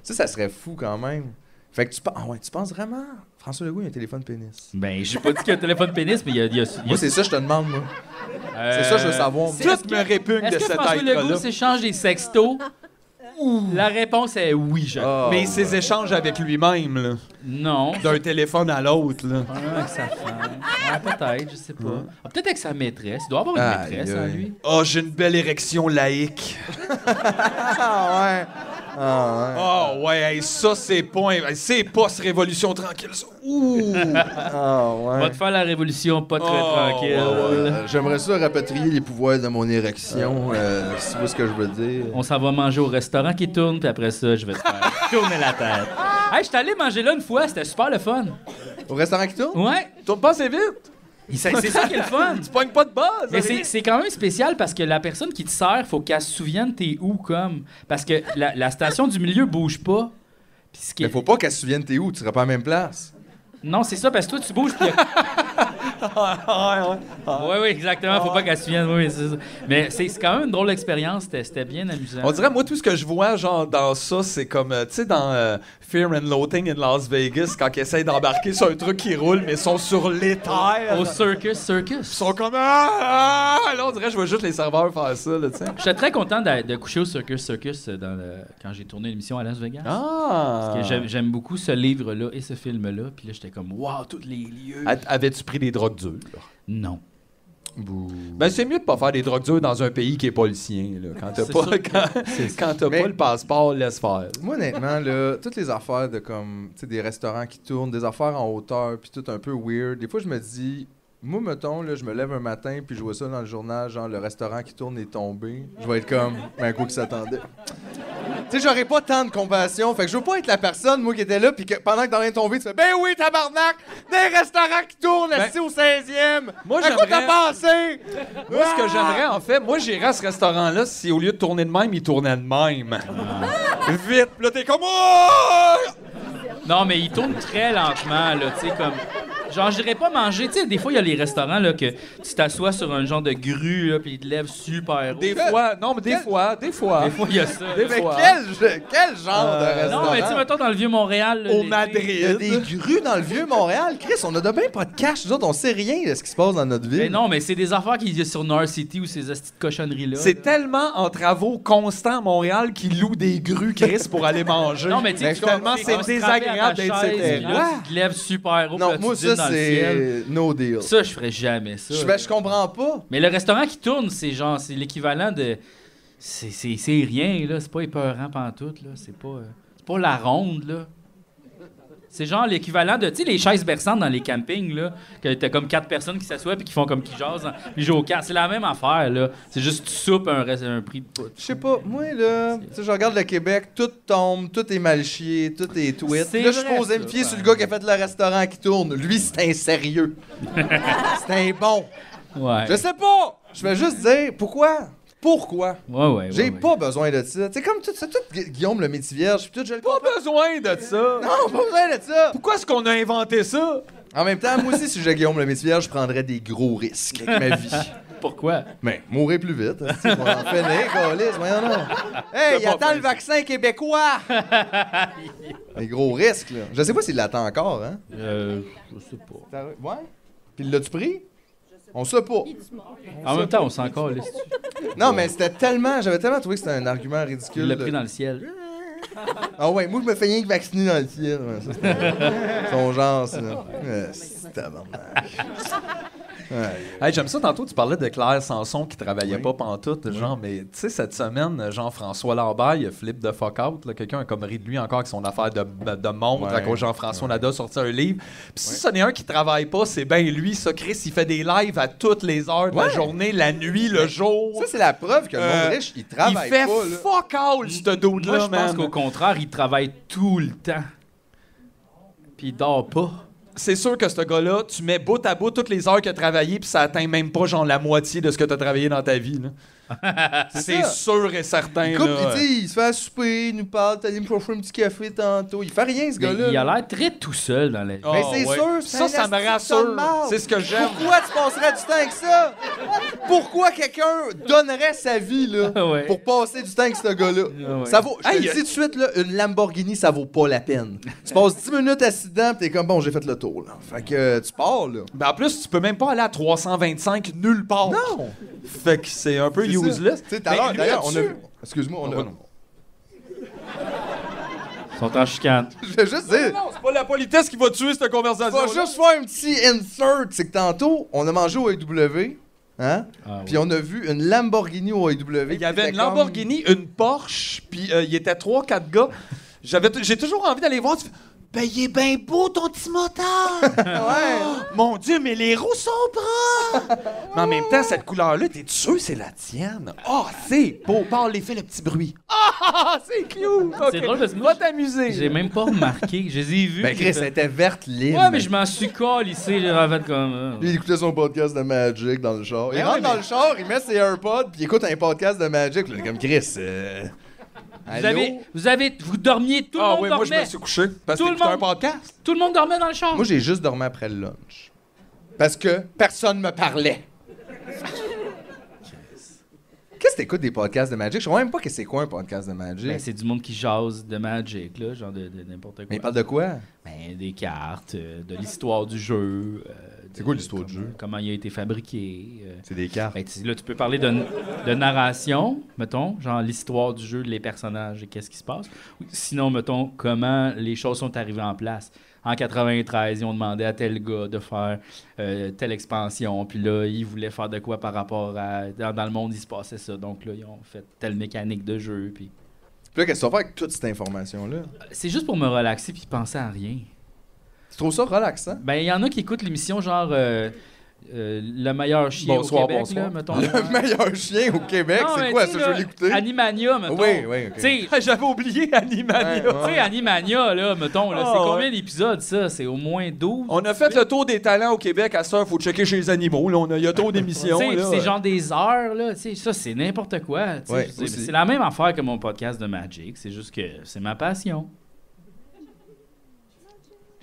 Ça, ça serait fou quand même. Fait que tu, pen- ah ouais, tu penses vraiment? François Legault, il a un téléphone pénis. Ben, j'ai pas dit qu'il y a un téléphone pénis, mais il y a. il y a- il y a- euh, Moi, c'est ça, que je te demande, moi. C'est ça, que je veux savoir. moi. c'est- est-ce Tout que- me répugne de Est-ce que cet François Legault être-là. s'échange des sextos? La réponse est oui, je Ah, Mais ses échanges avec lui-même, là, Non. d'un téléphone à l'autre, là. Probablement avec sa femme. Ouais, peut-être, je sais pas. Ah, peut-être avec sa maîtresse. Il doit avoir une Aïe, maîtresse, hein, aïe. lui. Oh, j'ai une belle érection laïque. Ah ouais. Ah ouais. Oh, ouais, hey, ça, c'est pas... un- hey, C'est pas cette révolution tranquille, ça. Ouh! Ah Va ouais. te faire la révolution, pas très Oh, tranquille. Euh, J'aimerais ça rapatrier les pouvoirs de mon érection, euh, si vous voyez ce que je veux dire. On s'en va manger au restaurant qui tourne, puis après ça, je vais te faire tourner la tête. Hey, je suis allé manger là une fois, c'était super le fun. Au restaurant qui tourne? Ouais, Tourne pas assez vite! Il- c'est c'est ça qui est le fun. Tu pognes pas de hein? base! Mais Aurélie. c'est, c'est quand même spécial parce que la personne qui te sert, faut qu'elle se souvienne t'es où, comme. Parce que la, la station du milieu bouge pas. Puis ce qui est- Mais faut pas qu'elle se souvienne t'es où, tu seras pas à la même place. Non, c'est ça, parce que toi, tu bouges. puis y a- Oui, oui, exactement. Faut pas qu'elle se souvienne. Oui, c'est ça. Mais c'est c'est quand même une drôle d'expérience. C'était c'était bien amusant. On dirait, moi, tout ce que je vois, genre, dans ça, c'est comme, euh, tu sais, dans euh, Fear and Loathing in Las Vegas, quand ils essayent d'embarquer sur un truc qui roule, mais ils sont sur l'éther. Au circus, circus. Ils sont comme, ah, ah! là, on dirait, je vois juste les serveurs faire ça, là, tu sais. J'étais très content d'a- de, coucher au circus, circus euh, dans le- quand j'ai tourné l'émission à Las Vegas. Ah! Parce que j'aime- J'aime beaucoup ce livre-là et ce film-là. Puis là, j'étais comme, waouh, tous les lieux. A- Avais-tu pris des drogues dures? Non. Ben, c'est mieux de pas faire des drogues dures dans un pays qui est pas le sien, là. Quand t'as C'est pas, sûr que- quand, quand t'as Mais- pas le passeport, laisse faire. Moi, honnêtement, là, toutes les affaires de comme, tu sais, des restaurants qui tournent, des affaires en hauteur, puis tout un peu weird. Des fois, je me dis, moi, mettons, là, je me lève un matin, puis je vois ça dans le journal, genre, le restaurant qui tourne est tombé. Je vais être comme, ben, quoi qui s'attendait. Tu sais, j'aurais pas tant de compassion. Fait que je veux pas être la personne, moi, qui était là, puis que pendant que t'en es tombé, tu fais, ben oui, tabarnak, des restaurants qui tournent, assis au 16e. Ben, Moi, À quoi t'as j'aimerais- pensé? Moi, ce que j'aimerais, en fait, moi, j'irais à ce restaurant-là si au lieu de tourner de même, il tournait de même. Vite, pis là, t'es comme. Oh! Non, mais ils tournent très lentement, là, tu sais, comme... Genre, j'irais pas manger. Tu sais, des fois, il y a les restaurants, là, que tu t'assois sur un genre de grue, là, puis ils te lèvent super haut. Des fois, non, mais des fois, des fois. Des fois, il y a ça. Des Ah, Mais fois. quel, quel genre Euh, de restaurant? Non, mais tu sais, mettons, dans le Vieux-Montréal... là, Au l'été, Madrid. Il y a des grues dans le vieux Montréal. Chris, on a de bien pas de cash. Nous autres, on sait rien de ce qui se passe dans notre ville. Mais Ben non, mais c'est des affaires qu'il y a sur North City ou ces hosties de cochonneries-là. C'est tellement en travaux constants à Montréal qu'ils louent des grues, Chris, pour aller manger. Non, mais tu sais, Ben, tu vas- finalement, c'est on se désagréable rappelle à d'être ta chaise, cet puis là, là. Tu te lèves super haut, Non, puis là, moi, tu dînes ça, dans le ciel. c'est no deal. Ça, je ferais jamais ça. Je, là. ben, je comprends pas. Mais le restaurant qui tourne, c'est genre, c'est l'équivalent de. C'est c'est- c'est rien, là. C'est pas épeurant pantoute, là. C'est pas. euh, C'est pas la ronde, là. C'est genre l'équivalent de, tu sais, les chaises berçantes dans les campings, là, que t'as comme quatre personnes qui s'assoient puis qui font comme qui jasent, hein, puis ils jouent aux cartes. C'est la même affaire, là. C'est juste tu soupes un, res- un prix de Je sais pas. Moi, là, tu sais, je regarde le Québec, tout tombe, tout est mal chié, tout est tweet. C'est Là, je vrai, ça, posais me fier sur le ouais. gars qui a fait le restaurant qui tourne. Lui, c'est un sérieux. c'est un bon. Ouais. Je sais pas. Je vais juste dire pourquoi. Pourquoi? Ouais, ouais, ouais, ouais. J'ai pas besoin de ça. C'est comme tout, c'est tout Gu- Guillaume le métier vierge, puis tout, je le comprends. Pas besoin de ça. Non, pas besoin de ça. Pourquoi est-ce qu'on a inventé ça? En même temps, moi aussi, si j'étais Guillaume le métier, je prendrais des gros risques avec ma vie. Pourquoi? Mais mourir plus vite. hein, si on en fait né, câlisse, voyons donc. Hey, il attend le vaccin québécois! des gros risques, là. Je sais pas s'il l'attend encore, hein. Euh, je sais pas. T'as- Ouais? Puis l'as-tu pris? On sait pas. En même temps, on s'en calisse. Non, mais c'était tellement. J'avais tellement trouvé que c'était un argument Tu ridicule. l'as de- pris dans le ciel. Ah ouais, moi je me fais rien que vacciner dans le ciel. Ouais, ça, c'était- Son genre, ça. Ouais, c'est tabarnak. Hey, j'aime ça, tantôt, tu parlais de Claire Sanson qui travaillait Oui. pas pantoute, genre, mais tu sais, cette semaine, Jean-François Lambert, il a flip de fuck out, là, quelqu'un a comme ri de lui encore avec son affaire de, de montre, Ouais. à cause Jean-François Lada a sorti un livre. Puis si ce n'est un qui travaille pas, c'est bien lui, ça, Chris, il fait des lives à toutes les heures de la Ouais. journée, la nuit, le jour. Ça, c'est la preuve que le Euh, monde riche, il il travaille pas, fait là. fuck all, ce dude-là, Moi, je pense man. qu'au contraire, il travaille tout le temps. Puis il dort pas. C'est sûr que ce gars-là, tu mets bout à bout toutes les heures qu'il a travaillé, puis ça atteint même pas, genre, la moitié de ce que tu as travaillé dans ta vie, là. c'est ça. sûr et certain, Il coupe, là. il, dit, il se fait à souper, il nous parle, t'as dit me faire un petit café tantôt. Il fait rien, ce Mais gars-là. Ben, il a l'air très tout seul dans la vie. Mais Ah, c'est ouais. sûr, c'est ça, un ça me esti de rassure. marde. C'est ce que j'aime. Pourquoi tu passerais du temps avec ça? Pourquoi quelqu'un donnerait sa vie là, Ah ouais. pour passer du temps avec ce gars-là? Ah ouais. Ça vaut, je te Hey, le euh, dis tout de suite, là, une Lamborghini, ça vaut pas la peine. tu passes 10 minutes à Sidan, pis t'es comme, bon, j'ai fait le tour. Là. Fait que euh, tu pars, là. Ben, en plus, tu peux même pas aller à 325 nulle part. Non! Fait que c'est un peu C'est ça. Ben, useless. Tu sais, tout à Mais l'heure, lui, D'ailleurs, on a là-dessus- vu... Excuse-moi, on Non, a... pas non. Ils sont en chicane. Je vais juste dire... Non, c'est pas la politesse qui va tuer cette conversation. va juste faire un petit insert. C'est que tantôt, on a mangé au AW, hein? Ah, Puis on a vu une Lamborghini au AW. Il y avait une Lamborghini, une Porsche, puis euh, il était 3 4 gars. J'avais t- j'ai toujours envie d'aller voir. tu fais, Ben, il est bien beau ton petit motard! Ouais. Mon Dieu, mais les roues sont bruns! mais en même temps, cette couleur-là, t'es sûr que c'est la tienne? Ah, c'est beau! Parle les fait le petit bruit. Ah, c'est cute! C'est ok. drôle parce que moi, Va t'amuser! J'ai même pas remarqué. Je les ai vus. Ben, Chris, elle était verte, libre. Ouais, mais je m'en suis ici. J'ai en fait comme. euh, Lui, il écoutait son podcast de Magic dans le char. Il Ben rentre ouais, dans mais- le char, il met ses AirPods, puis il écoute un podcast de Magic. Puis là, comme Chris. euh, Vous allô? avez, vous avez, vous dormiez, tout le Ah monde oui, moi, je dormait. me suis couché parce que Tout le t'écoutais un monde. podcast. Tout le monde dormait dans le char. Moi, j'ai juste dormi après le lunch. Parce que personne me parlait. Qu'est-ce que t'écoutes des podcasts de Magic? Je ne même pas que c'est quoi un podcast de Magic. Ben, c'est du monde qui jase de Magic, là, genre de, de n'importe quoi. Mais il parle de quoi? Ben, des cartes, euh, de l'histoire du jeu. euh, C'est de- quoi l'histoire du comment- jeu? Comment il a été fabriqué. euh. C'est des cartes. Ben, tu- là, tu peux parler de, de narration, mettons, genre l'histoire du jeu, les personnages et qu'est-ce qui se passe. Ou Sinon, mettons, comment les choses sont arrivées en place. En 93, ils ont demandé à tel gars de faire euh, telle expansion, puis là, ils voulaient faire de quoi par rapport à... Dans, dans le monde, il se passait ça, donc là, ils ont fait telle mécanique de jeu, puis... Puis là, qu'est-ce que tu vas faire avec toute cette information-là? C'est juste pour me relaxer puis penser à rien. Tu trouves ça relaxant? Ben, il y en a qui écoutent l'émission genre euh, euh, Le meilleur chien Bonsoir, au Québec, bonsoir. là, mettons. Le meilleur chien au Québec, Non, c'est mais quoi tu ça? sais, Je là, veux l'écouter. Animania, mettons. Oui, oui, ok. Tu sais, Ah, J'avais oublié Animania. tu sais, Animania, là, mettons, là, Ah, c'est ouais. combien d'épisodes, ça? C'est au moins 12? On a fait le tour des talents au Québec. À ça, faut checker chez les animaux. Là, on a, il y a trop Tu d'émissions. sais, là. c'est genre des heures, là, tu sais, ça, c'est n'importe quoi. tu sais, Ouais, je veux dire, aussi. c'est la même affaire que mon podcast de Magic, c'est juste que c'est ma passion.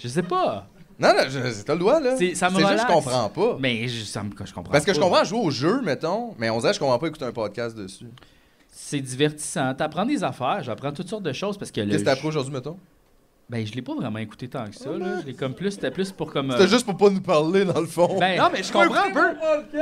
Je sais pas, Non, non, je- t'as le doigt, là. C'est- ça me C'est juste que relaxe. je comprends pas. mais je, ça me, je comprends Parce que je pas. comprends jouer au jeu, mettons, mais on dirait que je comprends pas écouter un podcast dessus. C'est divertissant. T'apprends des affaires, j'apprends toutes sortes de choses parce que le Qu'est-ce que t'as jeu- appris aujourd'hui, mettons? Ben, je l'ai pas vraiment écouté tant que ça. Là. Je l'ai comme plus, c'était plus pour comme. euh, C'était juste pour pas nous parler, dans le fond. ben, Non, mais je comprends un peu.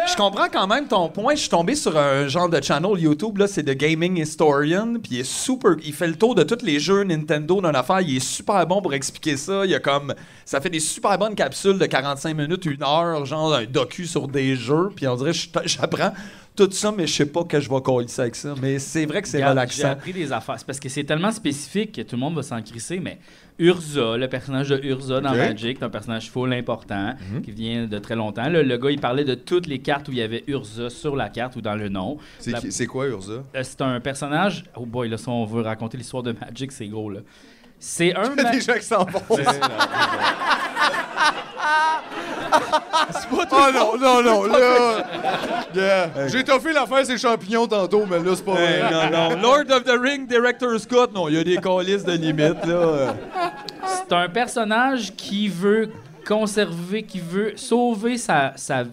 Je comprends quand même ton point. Je suis tombé sur un genre de channel YouTube, là, c'est The Gaming Historian, puis il est super... Il fait le tour de tous les jeux Nintendo d'une affaire. Il est super bon pour expliquer ça. Il y a comme... Ça fait des super bonnes capsules de 45 minutes, une heure, genre un docu sur des jeux, puis on dirait je- j'apprends tout ça, mais je sais pas que je vais coller ça avec ça. Mais c'est vrai que c'est regarde, J'ai relaxant. appris des affaires. C'est parce que c'est tellement spécifique que tout le monde va s'en crisser, mais Urza, le personnage de Urza dans Ok. Mhm. Magic, c'est un personnage full important qui vient de très longtemps. Le, le gars, il parlait de toutes les cartes où il y avait Urza sur la carte ou dans le nom. C'est La- qui- C'est quoi, Urza? Euh, C'est un personnage. Oh boy, là, si on veut raconter l'histoire de Magic, c'est gros, là. C'est un. Il y a ma- des gens qui s'en vont. oh non, non, non, là! Yeah. J'ai toffé l'affaire ces champignons tantôt, mais là, c'est pas Hey, vrai. non, non. Lord of the Ring, Director's Cut. Non, il y a des colis de limite, là. C'est un personnage qui veut conserver, qui veut sauver sa, sa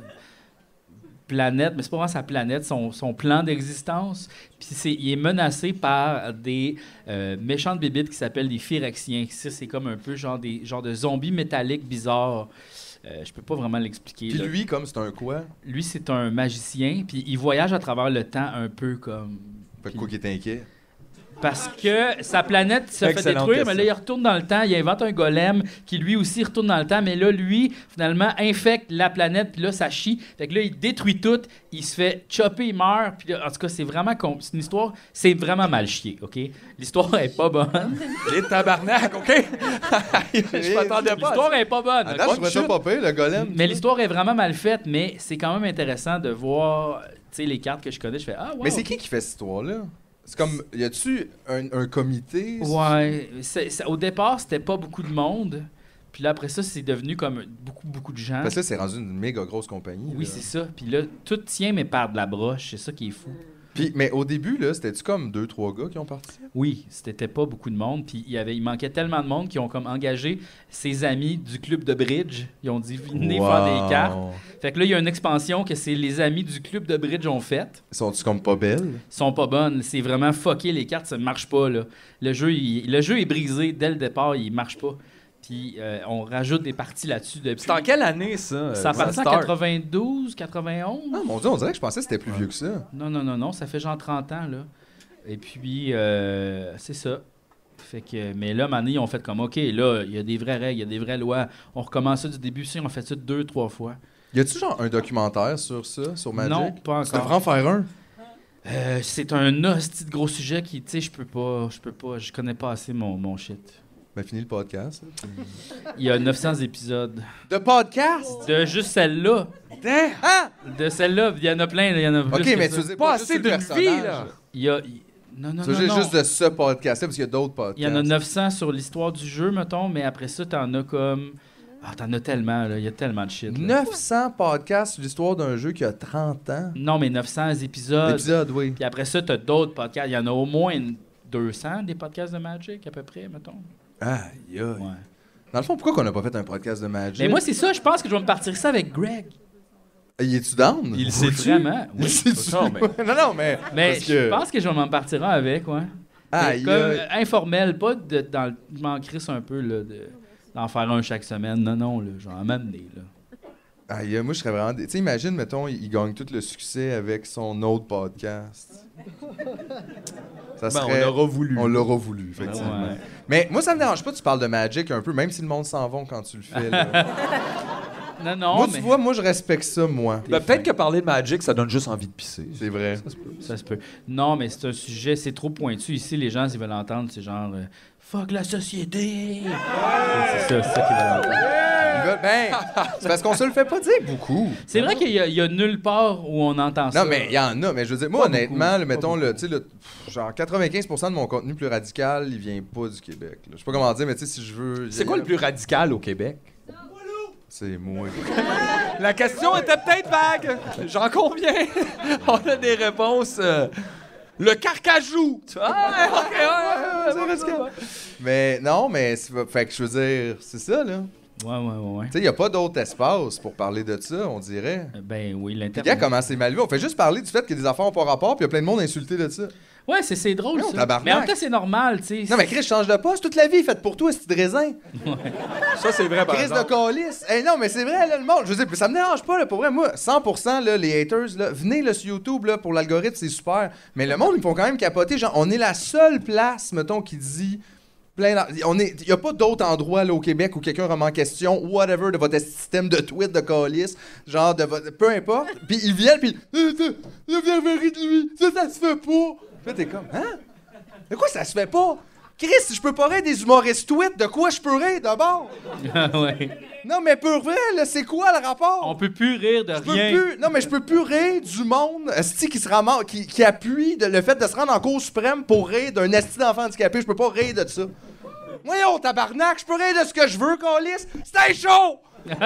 planète, mais c'est pas vraiment sa planète, son, son plan d'existence. Puis c'est- il est menacé par des euh, méchantes bébites qui s'appellent des Phyrexiens. Ça, c'est comme un peu genre des genre de zombies métalliques bizarres. Euh, je peux pas vraiment l'expliquer. Puis là. lui, comme c'est un quoi? Lui, c'est un magicien, puis il voyage à travers le temps un peu comme. Fait que quoi qu'il est inquiet? Parce que sa planète se fait Excellente détruire, mais question. là, il retourne dans le temps, il invente un golem qui lui aussi retourne dans le temps, mais là, lui, finalement, infecte la planète, puis là, ça chie. Fait que là, il détruit tout, il se fait chopper, il meurt, puis là, en tout cas, c'est vraiment con. C'est une histoire, c'est vraiment mal chié, OK? L'histoire est pas bonne. Les tabarnak, OK? je m'attendais pas. à ça. L'histoire est pas bonne. À ok? date, je trouvais ça chute. pas pire, le golem. Mais l'histoire est vraiment mal faite, mais c'est quand même intéressant de voir, tu sais, les cartes que je connais, je fais « Ah, wow! » Mais c'est qui qui fait cette histoire-là? C'est comme, y a-tu un, un comité? Ouais, Euh, c'est- c'est- au départ, c'était pas beaucoup de monde. Puis là, après ça, c'est devenu comme beaucoup, beaucoup de gens. Parce que là, c'est rendu une méga grosse compagnie. Oui, là. c'est ça. Puis là, tout tient, mais par de la broche. C'est ça qui est fou. Puis, mais au début, là, c'était-tu comme deux, trois gars qui ont parti? Oui, c'était pas beaucoup de monde. Puis il, y avait, il manquait tellement de monde qu'ils ont comme engagé ses amis du club de bridge. Ils ont dit, venez faire des cartes. Fait que là, il y a une expansion que c'est les amis du club de bridge ont faite. Sont-tu comme pas belles? sont pas bonnes. C'est vraiment fucké, les cartes, ça ne marche pas. Là. Le, jeu, il- le jeu est brisé dès le départ, il marche pas. Puis euh, on rajoute des parties là-dessus depuis. C'est en quelle année, ça? euh, Ça a Black parti en Star? 92, 91? Euh, Ah, mon Dieu, on dirait que je pensais que c'était plus vieux que ça. Non, non, non, non, ça fait genre 30 ans, là. Et puis, euh, c'est ça. Fait que, mais là, Mané, ils ont fait comme, OK, là, il y a des vraies règles, il y a des vraies lois. On recommence ça du début, si on fait ça deux, trois fois. Y a-tu genre un documentaire sur ça, sur Magic? Non, pas Tu devrais encore. en faire un. Euh, c'est un hostie de gros sujet qui, tu sais, je peux pas, je peux pas, je connais pas assez mon, mon shit. Ben, fini le podcast. Il y a 900 épisodes. De podcast? De juste celle-là. Ah! De celle-là, il y en a plein, il y en a plus Ok, que mais ça. tu dis Pas pas assez juste d'une d'une vie, là. Il y a... il- Non, non, Tu non, dis non. juste de ce podcast-là, parce qu'il y a d'autres podcasts. Il y en a 900 sur l'histoire du jeu, mettons, mais après ça, t'en as comme... Ah, t'en as tellement, là. Il y a tellement de shit. là. 900 podcasts sur l'histoire d'un jeu qui a 30 ans. Non, mais 900 épisodes. Épisode, oui. Puis après ça, t'as d'autres podcasts. Il y en a au moins une- 200 des podcasts de Magic, à peu près, mettons. Aïe, aïe. Ouais. Dans le fond, pourquoi qu'on n'a pas fait un podcast de Magic? Mais moi, c'est ça, je pense que je vais me partir ça avec Greg. Il est-tu down? Il sait Vraiment. Il Oui. sait-tu? Non, mais- non, non, mais. Mais parce je que- pense que je vais m'en partir un avec, ouais. Ah, Mais il comme a- euh, informel, pas de, dans le- Je m'en crisse un peu, là, de- d'en faire un chaque semaine. Non, non, là, j'en m'amener, là. Ah, il y a- moi, je serais vraiment. dé- Tu sais, imagine, mettons, il, il gagne tout le succès avec son autre podcast. Ça Ben, on serait- l'aura voulu. On l'aura voulu, effectivement. Ouais. Mais moi, ça me dérange pas, tu parles de Magic un peu, même si le monde s'en va quand tu le fais. là. Non, non, moi, mais tu vois, moi, je respecte ça, moi. Ben, Peut-être que parler de Magic, ça donne juste envie de pisser. C'est vrai. ça se peut. Non, mais c'est un sujet, c'est trop pointu. Ici, les gens, s'ils veulent entendre, c'est genre euh, Fuck la société! C'est ça, c'est ça qu'ils veulent entendre. Ils veulent- Ben, c'est parce qu'on se le fait pas dire beaucoup. C'est vrai qu'il y, a- il y a nulle part où on entend ça. Non, mais il y en a, mais je veux dire, moi, honnêtement, le, mettons, le, tu sais, le, pff, genre 95% de mon contenu plus radical, il vient pas du Québec. là. Je sais pas comment dire, mais tu sais, si je veux. C'est quoi le plus radical au Québec? C'est moi. La question était peut-être vague. J'en conviens. On a des réponses. euh, le carcajou. Tu vois? Ah, ok, ouais, ouais, ouais, C'est ouais, radical. ouais. Mais non, mais c'est pas- fait que je veux dire, c'est ça là. Ouais, ouais, ouais. ouais. Tu sais, il y a pas d'autre espace pour parler de ça, on dirait. Euh, Ben oui, Les gars, l'Internet. comment c'est mal vu. On fait juste parler du fait que des affaires ont pas rapport, puis il y a plein de monde insulté de ça. Ouais, c'est- c'est drôle. Non, ça. tabarnak. Mais en même temps, c'est normal, tu sais. Non, mais Chris, change de poste. Toute la vie est faite pour toi, c'est de raisin. Ça, c'est vrai, par Chris de exemple. calice. Eh non, mais c'est vrai, là, le monde. Je veux dire, ça me dérange pas, là, pour vrai. Moi, 100%, là, les haters, là, venez là, sur YouTube, là, pour l'algorithme, c'est super. Mais le monde, ils me font quand même capoter. Genre, on est la seule place, mettons, qui dit. Plein d'en- on est, il n'y a pas d'autre endroit là, au Québec où quelqu'un remet en question whatever de votre système de tweet de calice, genre de votre, peu importe. Puis ils viennent, puis Euh, ça, ça, vous avez ri de lui, ça, ça se fait pas. Là, t'es comme, hein? De quoi ça se fait pas? Chris, si je peux pas rire des humoristes tweets, de quoi je peux rire d'abord? Ah, ouais. Non, mais pour vrai, là, c'est quoi le rapport? On peut plus rire de Je peux rien. plus- non, mais je peux plus rire du monde esti qui se ramasse, qui, qui appuie de- le fait de se rendre en Cour suprême pour rire d'un esti d'enfant handicapé. Je peux pas rire de ça. Voyons, tabarnak, je peux rire de ce que je veux, Colis. C'était chaud!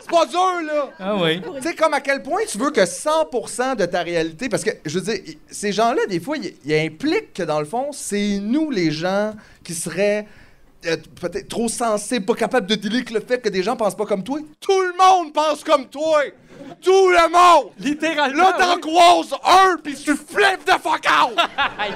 c'est pas dur, là! Ah oui. Tu sais, comme à quel point tu veux que 100% de ta réalité. Parce que, je veux dire, i- ces gens-là, des fois, ils ils impliquent que, dans le fond, c'est nous, les gens, qui seraient euh, peut-être trop sensibles, pas capables de délire le fait que des gens pensent pas comme toi. Tout le monde pense comme toi! Tout le monde! Littéralement. Là, t'en croises un, puis tu flippes de fuck out! oui.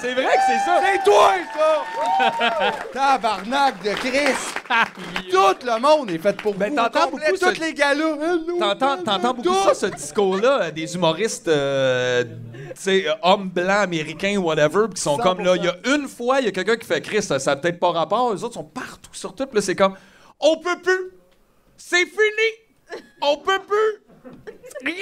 C'est vrai que c'est ça. C'est toi, ça! Tabarnak de Christ! Tout le monde est fait pour Ah, Ben, vous. t'entends Au complet, beaucoup ce- Toutes les euh, galas. T'entends, t'entends beaucoup ça, ce discours-là, euh, des humoristes, euh, tu sais, euh, hommes blancs, américains, whatever, pis qui sont comme là, il y a une fois, il y a quelqu'un qui fait Chris, ça n'a peut-être pas rapport, les autres sont partout sur tout, pis là, c'est comme, on peut plus, c'est fini, on peut plus, rien,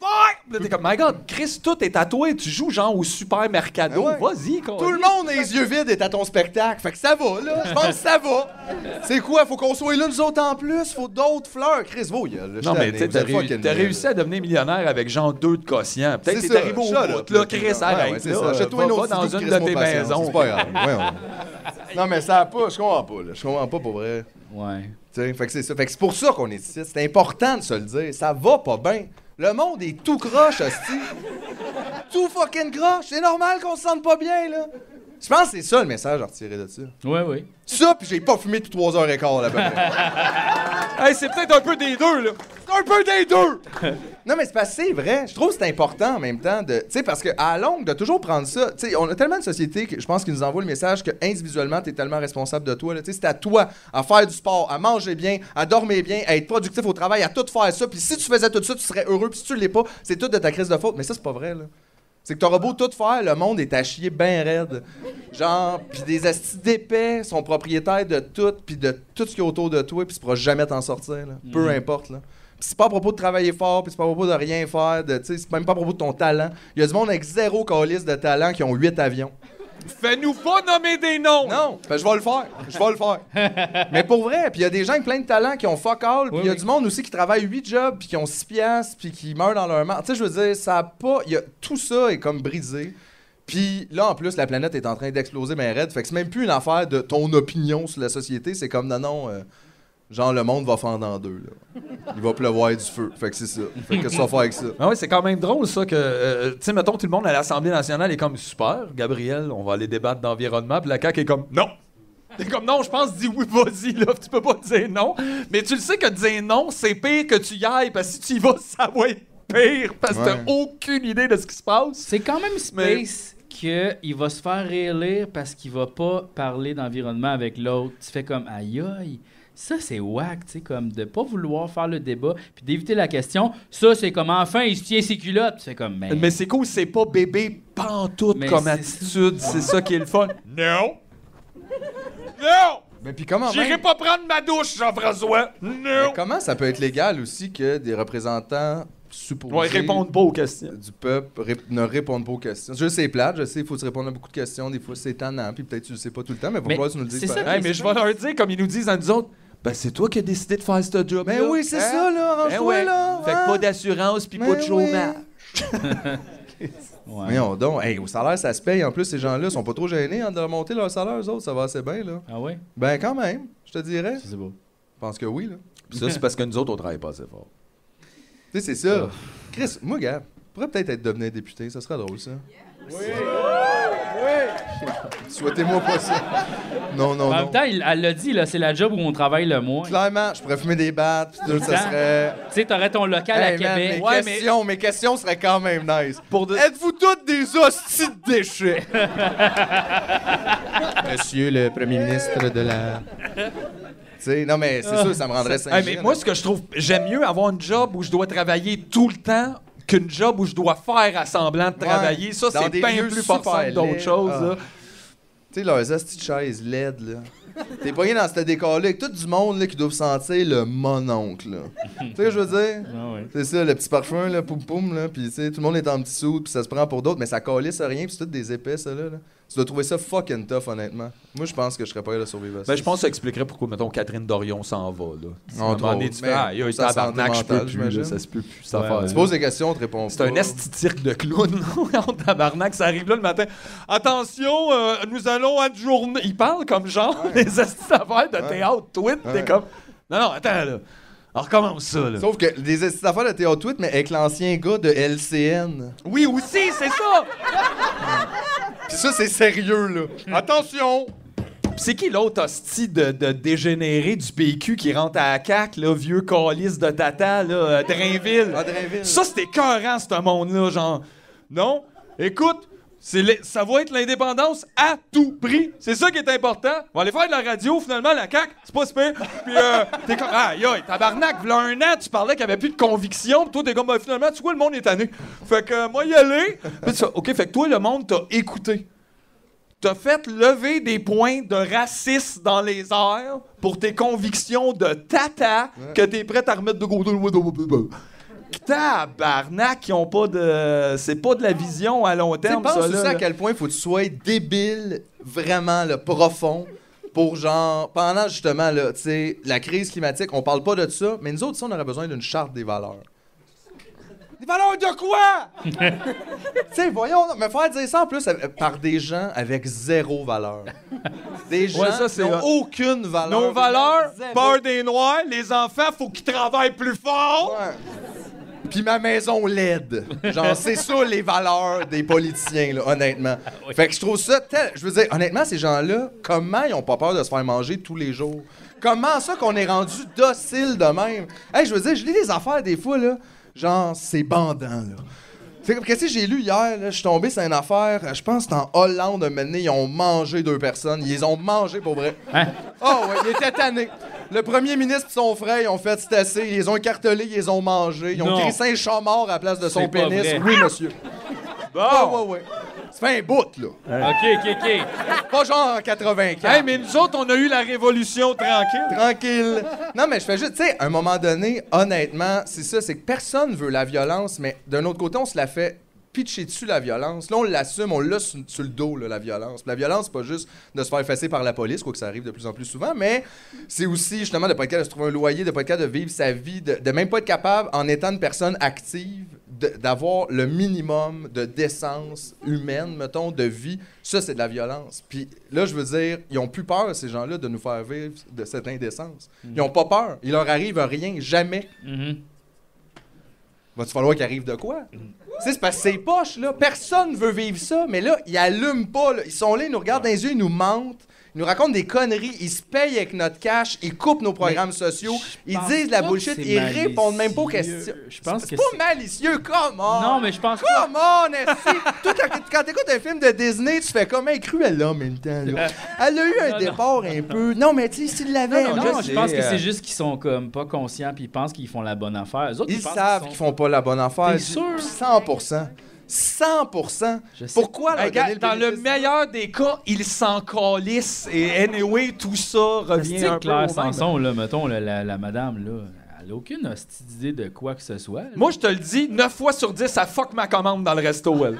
faire. Pis Là, t'es comme, my god, Chris, tout est à toi, tu joues genre au super mercado, Ah ouais. vas-y, quoi. Tout le monde a les yeux vides est à ton spectacle. Fait que ça va, là. Je pense que ça va. C'est quoi? Faut qu'on soit là, nous autres en plus. Faut d'autres fleurs. Chris, vos gueules, là, je Non, mais t'annais, tu sais, vous t'as êtes réu- fucking t'as nuls, réussi là. à devenir millionnaire avec genre deux de quotient. Peut-être que C'est t'es ça, arrivé au shut bout, up, Ah là, Chris, Ouais, arrête, ouais, c'est là, ça. Achète-toi va une pas autre dans idée une Chris, de mon tes patience. maisons. C'est pas grave. ouais, ouais. Non, mais ça a pas. Je comprends pas, là. Je comprends pas pour vrai. Ouais. Tu sais, fait que c'est ça. Fait que c'est pour ça qu'on est ici. C'est important de se le dire. Ça va pas bien. Le monde est tout croche, hostie. tout fucking croche. C'est normal qu'on se sente pas bien, là. Je pense que c'est ça le message à retirer de ça. Ouais, oui. Ça, puis j'ai pas fumé depuis 3 heures et quart, là, à peu près. Hey, c'est peut-être un peu des deux, là. C'est un peu des deux! non, mais c'est parce que c'est vrai. Je trouve que c'est important en même temps de. Tu sais, parce que à la longue, de toujours prendre ça. Tu sais, on a tellement de sociétés que je pense qu'ils nous envoient le message que individuellement, t'es tellement responsable de toi. là. Tu sais, c'est à toi à faire du sport, à manger bien, à dormir bien, à être productif au travail, à tout faire ça. Puis si tu faisais tout ça, tu serais heureux. Puis si tu l'es pas, c'est tout de ta crise de faute. Mais ça, c'est pas vrai, là. C'est que t'auras beau tout faire, le monde est à chier bien raide. Genre, pis des astis d'épais sont propriétaires de tout, pis de tout ce qui est autour de toi, pis tu pourras jamais t'en sortir, là. Peu importe, là. Pis c'est pas à propos de travailler fort, pis c'est pas à propos de rien faire, de, tu sais, c'est même pas à propos de ton talent. Il y a du monde avec zéro calice de talent qui ont huit avions. Fais-nous pas nommer des noms. Non, ben, je vais le faire, je vais le faire. Mais pour vrai, puis il y a des gens avec plein de talent qui ont fuck all, puis il y a oui. du monde aussi qui travaille 8 jobs, puis qui ont 6 piastres, puis qui meurent dans leur mort. Tu sais, je veux dire, ça a pas... il Y a, tout ça est comme brisé. Puis là, en plus, la planète est en train d'exploser ben raide. Fait que c'est même plus une affaire de ton opinion sur la société. C'est comme, non, non, euh, Genre, le monde va fendre en deux. Là. Il va pleuvoir du feu. Fait que c'est ça. Fait que qu'est-ce qu'on va faire avec ça? Ah oui, c'est quand même drôle, ça, que, euh, tu sais, mettons, tout le monde à l'Assemblée nationale est comme, super, Gabriel, on va aller débattre d'environnement, puis la CAQ est comme, non! T'es comme, non, je pense, dis oui, vas-y, là, tu peux pas dire non. Mais tu le sais que dire non, c'est pire que tu y ailles, parce que si tu y vas, ça va être pire, parce que Ouais. t'as aucune idée de ce qui se passe. C'est quand même Mais- space que il va se faire réélire parce qu'il va pas parler d'environnement avec l'autre. Tu fais comme aïe aïe. Ça, c'est whack, tu sais, comme de pas vouloir faire le débat, puis d'éviter la question. Ça, c'est comme enfin, il se tient ses culottes. Tu fais comme, ben, mais. Mais c'est cool, c'est pas bébé pantoute Mais comme c'est- attitude, c'est ça qui est le fun. Non! Non! Mais Ben, puis comment même- J'irai pas prendre ma douche, Jean-François! Mais Non! Comment ça peut être légal aussi que des représentants supposés Ouais, répondre pas aux questions. du peuple rép- ne répondent pas aux questions? Je sais, c'est plate, je sais, il faut se répondre à beaucoup de questions, des fois c'est tannant, puis peut-être tu le sais pas tout le temps, mais Mais pourquoi tu nous le dis c'est pas? ça Hey, mais je vais leur dire, comme ils nous disent à nous autres, ben c'est toi qui as décidé de faire ce job. Ben oui, c'est ça, là, arrange-toi, là! Hein? Fait hein? que pas d'assurance puis pas Ben de oui. chômage. Ouais. Mais on donc, hey, au salaire, ça se paye. En plus, ces gens-là sont pas trop gênés hein, de remonter leur salaire, eux autres, ça va assez bien, là. Ah ouais? Ben quand même, je te dirais. C'est beau. Je pense que oui, là. ça, c'est parce que nous autres, on travaille pas assez fort. Ah. Tu sais, c'est ça. Chris, moi, gars, pourrais peut-être être devenu député, ça serait drôle, ça. Oui! Oui! Souhaitez-moi pas ça. Non, non, en non. même temps, il- elle l'a dit, là, c'est la job où on travaille le moins. Tu Clairement, je pourrais fumer des battes, pis tout, ça Hein? Dans- serait. sais, t'aurais ton local à Hey, man, Québec. mes, Ouais, mais- questions, mes questions seraient quand même nice. Pour de- Êtes-vous toutes des hosties de déchets? Monsieur le premier ministre de la. Tu sais, non, mais c'est hein. sûr, ça me rendrait Hey, Saint-Gilles. Ah, mais moi, ce que je trouve, j'aime mieux avoir une job où je dois travailler tout le temps qu'une job où je dois faire à semblant de Ouais. travailler. Ça, Dans c'est des bien lieux plus super forçant que d'autres laids. choses. Ah. là. Tu sais, leurs hosties de chaises LED, là. T'es pogné dans ce décor-là avec tout du monde là, qui doivent sentir le mononcle, là. tu sais, je veux dire? Ah ouais. C'est ça, le petit parfum, là, poum poum, là. Puis, tu sais, tout le monde est en petit sou, puis ça se prend pour d'autres, mais ça calisse à rien, puis c'est tout des épais, ça, là. là. Tu dois trouver ça fucking tough, honnêtement. Moi, je pense que je serais pas capable de survivre à ça. Ben, je pense que ça expliquerait pourquoi, mettons, Catherine Dorion s'en va. Là. On À un moment donné, trouve, tu mais fais, ah, il y a eu ça, tabarnak, santé je peux mentale, plus, là, j'imagine. ça se peut plus, cette Ouais, affaire-là. ouais. Tu poses des questions, on te répond C'est pas. un esti-tirque de clown, là, en tabarnak. Ça arrive là le matin. Attention, euh, nous allons adjourner. Il parle comme genre les estis d'affaires de théâtre, tweet. T'es Ouais. comme. Non, non, attends, là. On recommence ça, là. Sauf que des hosties d'affaires de Théo Tweet, mais avec l'ancien gars de LCN. Oui, aussi, c'est ça. Puis ça, c'est sérieux, là. Attention! Pis c'est qui l'autre hostie de, de dégénéré du PQ qui rentre à la CAQ, là, vieux calice de tata, là, euh, Drainville? Ah, Drainville. Ça, c'était écœurant, ce monde-là, genre. Non, écoute, c'est l'in- ça va être l'indépendance à tout prix. C'est ça qui est important. On va aller faire de la radio, finalement, la CAQ, c'est pas super. Puis, euh, t'es comme, aïe, aïe, tabarnak, v'là un an, tu parlais qu'il n'y avait plus de conviction. Puis toi, t'es comme, Ben, finalement, tu vois, le monde est tanné. Fait que, euh, moi, y aller. Puis tu fais, OK, fait que toi, le monde t'a écouté. T'as fait lever des points de racisme dans les airs pour tes convictions de tata que t'es prête à remettre de côté. Tabarnak, qui ont pas de. C'est pas de la vision à long Tu sais, terme, pense ça. aussi là. à quel point il faut que tu sois débile, vraiment le profond, pour genre, pendant justement là, tu sais, la crise climatique, on parle pas de ça, mais nous autres, ça, on aurait besoin d'une charte des valeurs. Des valeurs de quoi? tu sais, voyons, non, me faire dire ça en plus euh, par des gens avec zéro valeur. Des gens Ouais, ça, qui c'est n'ont vrai. aucune valeur. Nos valeurs, Zéro. peur des noirs, les enfants, faut qu'ils travaillent plus fort. Ouais. Puis ma maison LED. Genre, c'est ça les valeurs des politiciens, là, honnêtement. Fait que je trouve ça tel. Je veux dire, honnêtement, ces gens-là, comment ils ont pas peur de se faire manger tous les jours? Comment ça qu'on est rendu docile de même? Hey, je veux dire, je lis des affaires des fois, là. Genre, c'est bandant, là. C'est comme, qu'est-ce que j'ai lu hier? là? Je suis tombé sur une affaire, euh, je pense que c'est en Hollande, un moment donné, ils ont mangé deux personnes. Ils les ont mangé pour vrai. Hein? Oh, ouais, ils étaient tannés. Le premier ministre et son frère, ils ont fait c'est assez. Ils les ont écartelés, ils les ont mangés. Ils ont Non. crissé un chat mort à la place de son C'est pas pénis. vrai. Oh. Oui, monsieur. Ah, ouais, ouais. Ça fait un bout, là. OK, OK, OK. Pas genre en 84. Hey, mais nous autres, on a eu la révolution tranquille. Tranquille. Non, mais je fais juste, tu sais, à un moment donné, honnêtement, c'est ça, c'est que personne veut la violence, mais d'un autre côté, on se la fait pitcher dessus la violence. Là, on l'assume, on l'a sur, sur le dos, là, la violence. Puis la violence, c'est pas juste de se faire effacer par la police, quoique ça arrive de plus en plus souvent, mais c'est aussi justement de pas être capable de se trouver un loyer, de pas être capable de vivre sa vie, de, de même pas être capable, en étant une personne active, de- d'avoir le minimum de décence humaine, mettons, de vie. Ça, c'est de la violence. Puis là, je veux dire, ils ont plus peur, ces gens-là, de nous faire vivre de cette indécence. Ils ont pas peur. Il leur arrive rien, jamais. Mm-hmm. Va-tu falloir qu'il arrive de quoi? Tu sais, c'est parce que ces poches, là, personne veut vivre ça, mais là, ils allument pas. là. Ils sont là, ils nous regardent dans les yeux, ils nous mentent, ils nous racontent des conneries, ils se payent avec notre cash, ils coupent nos programmes sociaux, ils pense disent de la pas bullshit, que c'est ils répondent même pas aux malicieux. questions. Je pense C'est que pas c'est- malicieux, come on! Non, mais je pense pas. Come on, esti! Toi, quand, quand t'écoutes un film de Disney, tu fais comme un cru, elle l'a en même temps, là. Elle a eu un Non, non. départ un peu. Non, mais tu sais, s'il l'avait. Non, je non, je sais, pense que euh, c'est juste qu'ils sont comme pas conscients puis ils pensent qu'ils font la bonne affaire. Eux autres, Ils pensent savent sont- qu'ils font pas la bonne affaire. T'es sûr? 100%. 100%. Je sais. Pourquoi leur Hey, gars, donner le dans le bénéfice- meilleur des cas, ils s'en calissent et anyway, tout ça C'est revient Ah, un peu au Claire même. Sanson, là, mettons, là, la, la madame, là, elle a aucune hostie idée de quoi que ce soit. là. Moi, je te le dis, 9 fois sur 10, ça fuck ma commande dans le resto, elle.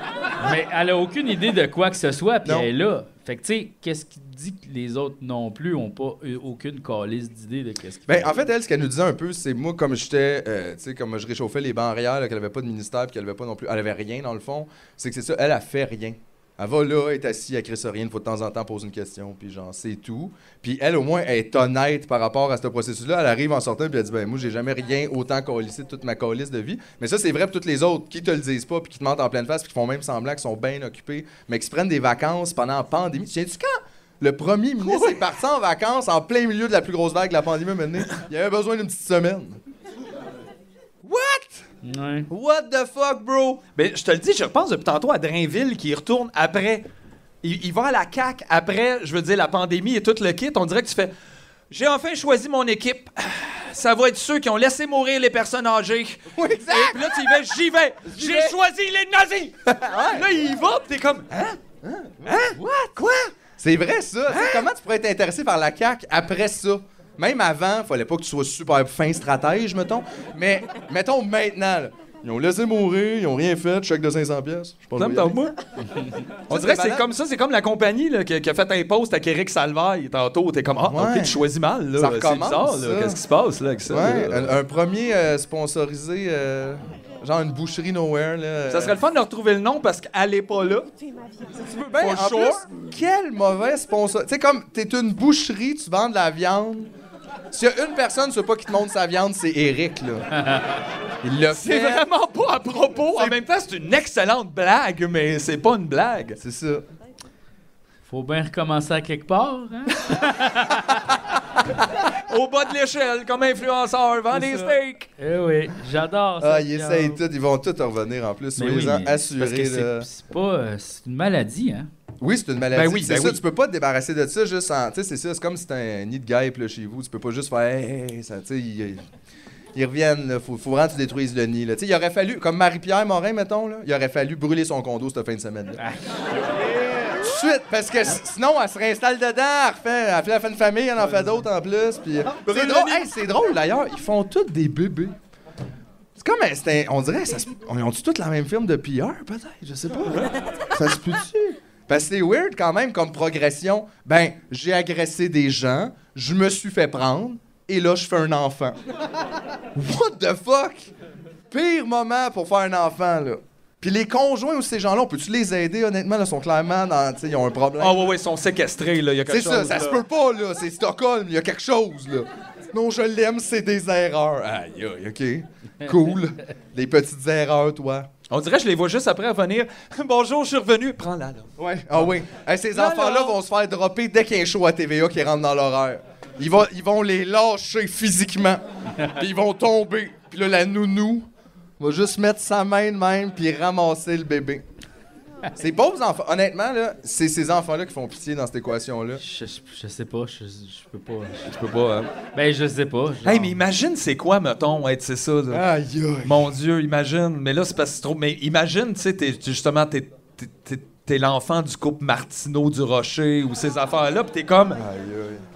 Mais elle a aucune idée de quoi que ce soit, puis Non. elle est là. Fait que, tu sais, qu'est-ce qui dit que les autres non plus ont pas eu aucune calice d'idée de qu'est-ce qu'ils Ben, font? en fait, elle, ce qu'elle nous disait un peu, c'est moi, comme j'étais, euh, tu sais, comme je réchauffais les bancs arrière, là, qu'elle avait pas de ministère, puis qu'elle avait pas non plus, elle avait rien dans le fond, c'est que c'est ça, elle a fait rien. Elle va là, elle est assise, elle crée ça rien, une fois de temps en temps, pose une question, puis genre, c'est tout. Puis elle, au moins, elle est honnête par rapport à ce processus-là. Elle arrive en sortant, puis elle dit, ben, moi, j'ai jamais rien autant colissé de toute ma colisse de vie. Mais ça, c'est vrai pour toutes les autres qui te le disent pas, puis qui te mentent en pleine face, puis qui font même semblant qu'ils sont bien occupés, mais qui se prennent des vacances pendant la pandémie. Tu sais-tu quand le premier ministre est parti en vacances en plein milieu de la plus grosse vague de la pandémie maintenant. Il avait besoin d'une petite semaine. Ouais. What the fuck, bro? Mais je te le dis, je repense depuis tantôt à Drainville qui y retourne après. Il, il va à la CAQ après, je veux dire, la pandémie et tout le kit. On dirait que tu fais J'ai enfin choisi mon équipe. Ça va être ceux qui ont laissé mourir les personnes âgées. Oui, exact. Et puis là, tu y vas, j'y vais. J'ai choisi les nazis. Là, il y va, puis t'es comme Hein? Hein? What? Quoi? C'est vrai, ça. Hein? Tu sais, Comment tu pourrais être intéressé par la CAQ après ça? Même avant, fallait pas que tu sois super fin stratège, mettons. Mais, mettons maintenant, là. Ils ont laissé mourir, ils ont rien fait, chèque de 500 pièces. Je pense que Non, je vais y mais t'as aller. moi. On dirait que c'est comme ça, c'est comme la compagnie là, qui, qui a fait un post avec Eric Salvaille tantôt. T'es comme, ah, Ouais. ok, tu choisis mal. Là. Ça C'est recommence, bizarre, ça. là. Qu'est-ce qui se passe là, avec ça? Ouais, là? un, un premier euh, sponsorisé, euh, genre une boucherie nowhere, là. Ça serait le fun de retrouver le nom parce qu'elle est pas là. Ben, For en sure. plus, quel mauvais sponsor. Tu sais, comme, t'es une boucherie, tu vends de la viande. S'il y a une personne qui ne pas qui te montre sa viande, c'est Eric, là. Il l'a C'est fait. vraiment pas à propos. En même temps, c'est une excellente blague, mais c'est pas une blague. C'est ça. Faut bien recommencer à quelque part, hein? Au bas de l'échelle, comme influenceur, vend C'est des ça. steaks. Eh oui, j'adore ça. Ah, ils Pierre. essayent tout. Ils vont tout revenir en plus. hein, Mais oui, Soyez-en mais parce que assurés, c'est- là. C'est pas... euh, c'est une maladie, hein? Oui, c'est une maladie. Ben oui, c'est ben ça, oui. tu peux pas te débarrasser de ça juste en. Tu sais, c'est ça, c'est comme si t'as un nid de guêpe là, chez vous. Tu peux pas juste faire. Hey, hey, ça, tu sais, ils, ils reviennent, là. Faut, faut vraiment que tu détruises le nid, là. Tu sais, il aurait fallu, comme Marie-Pierre Morin, mettons, là, il aurait fallu brûler son condo cette fin de semaine, là. Tout de suite, parce que s- sinon, elle se réinstalle dedans, elle refait, elle fait la fin de famille, elle en fait d'autres en plus. Puis... Ah, C'est drôle, hey, c'est drôle d'ailleurs, ils font tous des bébés. C'est comme, un- c'est un- on dirait, ça se- on ont tous la même film de pilleur, peut-être, je sais pas. Ça se peut-tu? Parce que c'est weird quand même comme progression. Ben, j'ai agressé des gens, je me suis fait prendre, et là, je fais un enfant. What the fuck? Pire moment pour faire un enfant, là. Puis les conjoints ou ces gens-là, on peut-tu les aider, honnêtement? Là, sont clairement dans. tu sais, Ils ont un problème. Ah ouais, ouais, ils sont séquestrés, là. Il y a quelque C'est chose. ça, ça là. se peut pas, là. C'est Stockholm, il y a quelque chose, là. Non, je l'aime, c'est des erreurs. Aïe, aïe, OK. Cool. Des petites erreurs, toi. On dirait que je les vois juste après venir. Bonjour, je suis revenu. Prends-la, là. Ouais. Ah oui. Hey, ces Non, enfants-là non. vont se faire dropper dès qu'il y a un show à TVA qui rentre dans l'horaire. Ils, vont- ils vont les lâcher physiquement. puis ils vont tomber. Puis là, la nounou va juste mettre sa main de même puis ramasser le bébé. Ces pauvres enfants, honnêtement, là, c'est ces enfants-là qui font pitié dans cette équation-là. Je, je- je sais pas, je, je peux pas... je- Je peux pas, hein. Ben, je sais pas. genre. Hey, mais imagine c'est quoi, mettons, être c'est ça, là. Aïe, aïe. Mon Dieu, imagine. Mais là, c'est parce que c'est trop. Mais imagine, tu sais, t'es- t'es- justement, t'es, t'es- t'es- t'es l'enfant du couple Martineau du Rocher ou ces affaires-là, pis t'es comme. Ah!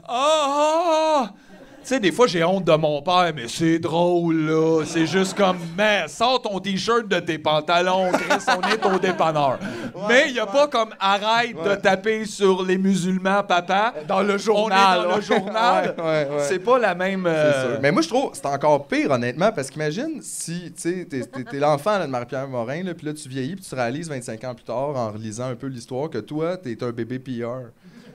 ah, ah. Tu sais, des fois, j'ai honte de mon père, mais c'est drôle, là. C'est juste comme, mais sors ton T-shirt de tes pantalons, Chris, on est au dépanneur. mais il n'y a pas comme, arrête de taper sur les musulmans, papa. Dans le journal, On est dans ouais. le journal. Ouais, ouais, ouais. C'est pas la même... C'est euh, sûr. Mais moi, je trouve c'est encore pire, honnêtement, parce qu'imagine si, tu sais, t'es, t'es- t'es l'enfant là, de Marie-Pierre Morin, là, puis là, tu vieillis, puis tu réalises 25 ans plus tard, en relisant un peu l'histoire, que toi, t'es un bébé pilleur.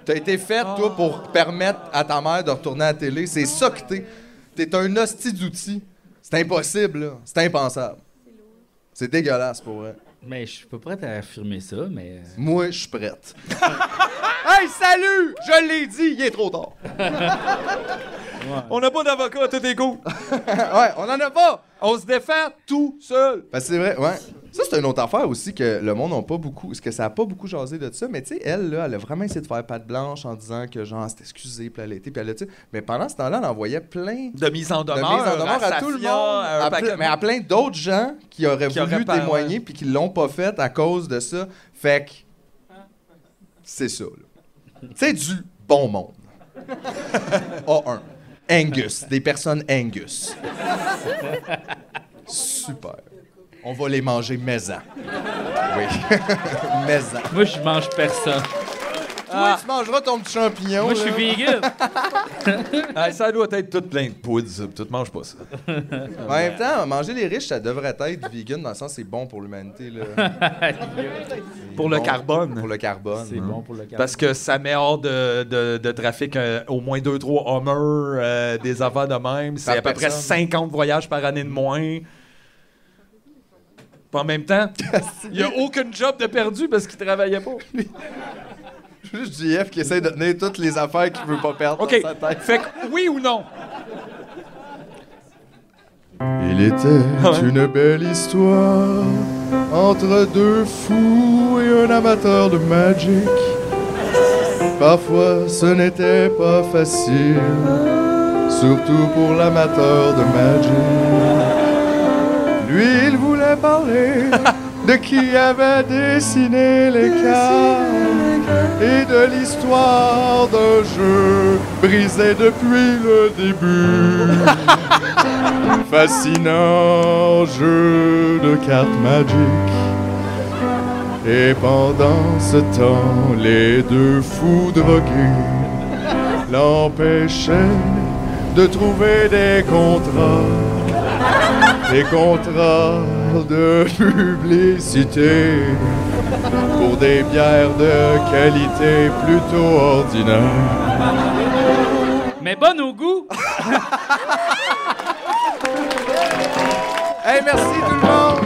T'as été faite, toi, pour permettre à ta mère de retourner à la télé. C'est ça que t'es. T'es un hostie d'outils. C'est impossible, là. C'est impensable. C'est dégueulasse, pour vrai. Mais je suis pas prêt à affirmer ça, mais. euh, Moi, je suis prête. hey, salut! Je l'ai dit, il est trop tard. On n'a pas d'avocat à tous les coups. ouais, on en a pas! On se défend tout seul. Parce que Ben, c'est vrai, ouais. Ça, c'est une autre affaire aussi que le monde n'a pas beaucoup. Parce que ça n'a pas beaucoup jasé de ça, mais tu sais, elle, là, elle a vraiment essayé de faire patte blanche en disant que, genre, c'était excusé, puis elle était, puis elle a dit. Mais pendant ce temps-là, elle envoyait plein de De mise en demeure, mises en demeure à, Safia, tout le monde. à un à paquet ple- de- mais à plein d'autres gens qui auraient Qui voulu auraient pas- témoigner, puis qui l'ont pas fait à cause de ça. Fait que. C'est ça, là. C'est du bon monde. A1. Angus. Des personnes Angus. Super. On va les manger maison. Oui. maison. Moi, je mange personne. Toi, tu mangeras ton petit champignon. Moi, je suis là. vegan. Ah, ça doit être tout plein de poudre, ça, pis tout mange pas ça. En même temps, manger les riches, ça devrait être vegan dans le sens c'est bon pour l'humanité. là. Pour le Bon, carbone. Pour le carbone. C'est hein. bon pour le cœur. Parce que ça met hors de, de- de trafic euh, au moins 2-3 Hummer, euh, des affaires de même. C'est Par à peu près personne. 50 voyages par année de moins. Puis en même temps, il n'y a aucun job de perdu parce qu'il travaillait pas. Juste JF qui essaie de tenir toutes les affaires qu'il veut pas perdre OK. dans sa tête. Fait que oui ou non? Il était une belle histoire entre deux fous et un amateur de Magic. Parfois, ce n'était pas facile, surtout pour l'amateur de Magic. Lui, il voulait parler de qui avait dessiné les cartes et de l'histoire d'un jeu brisé depuis le début. Fascinant jeu de cartes magiques. Et pendant ce temps, les deux fous drogués l'empêchaient de trouver des contrats, des contrats de publicité pour des bières de qualité plutôt ordinaire. Mais bonne au goût. Hey, merci tout le monde!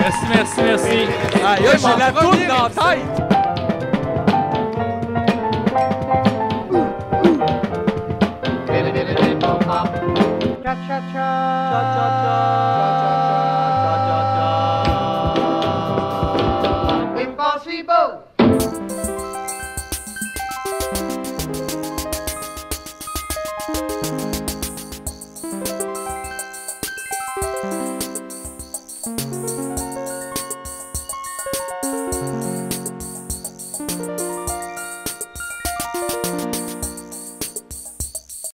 Merci, merci, merci. Aïe, j'ai la toune dans la tête! Cha-cha-cha.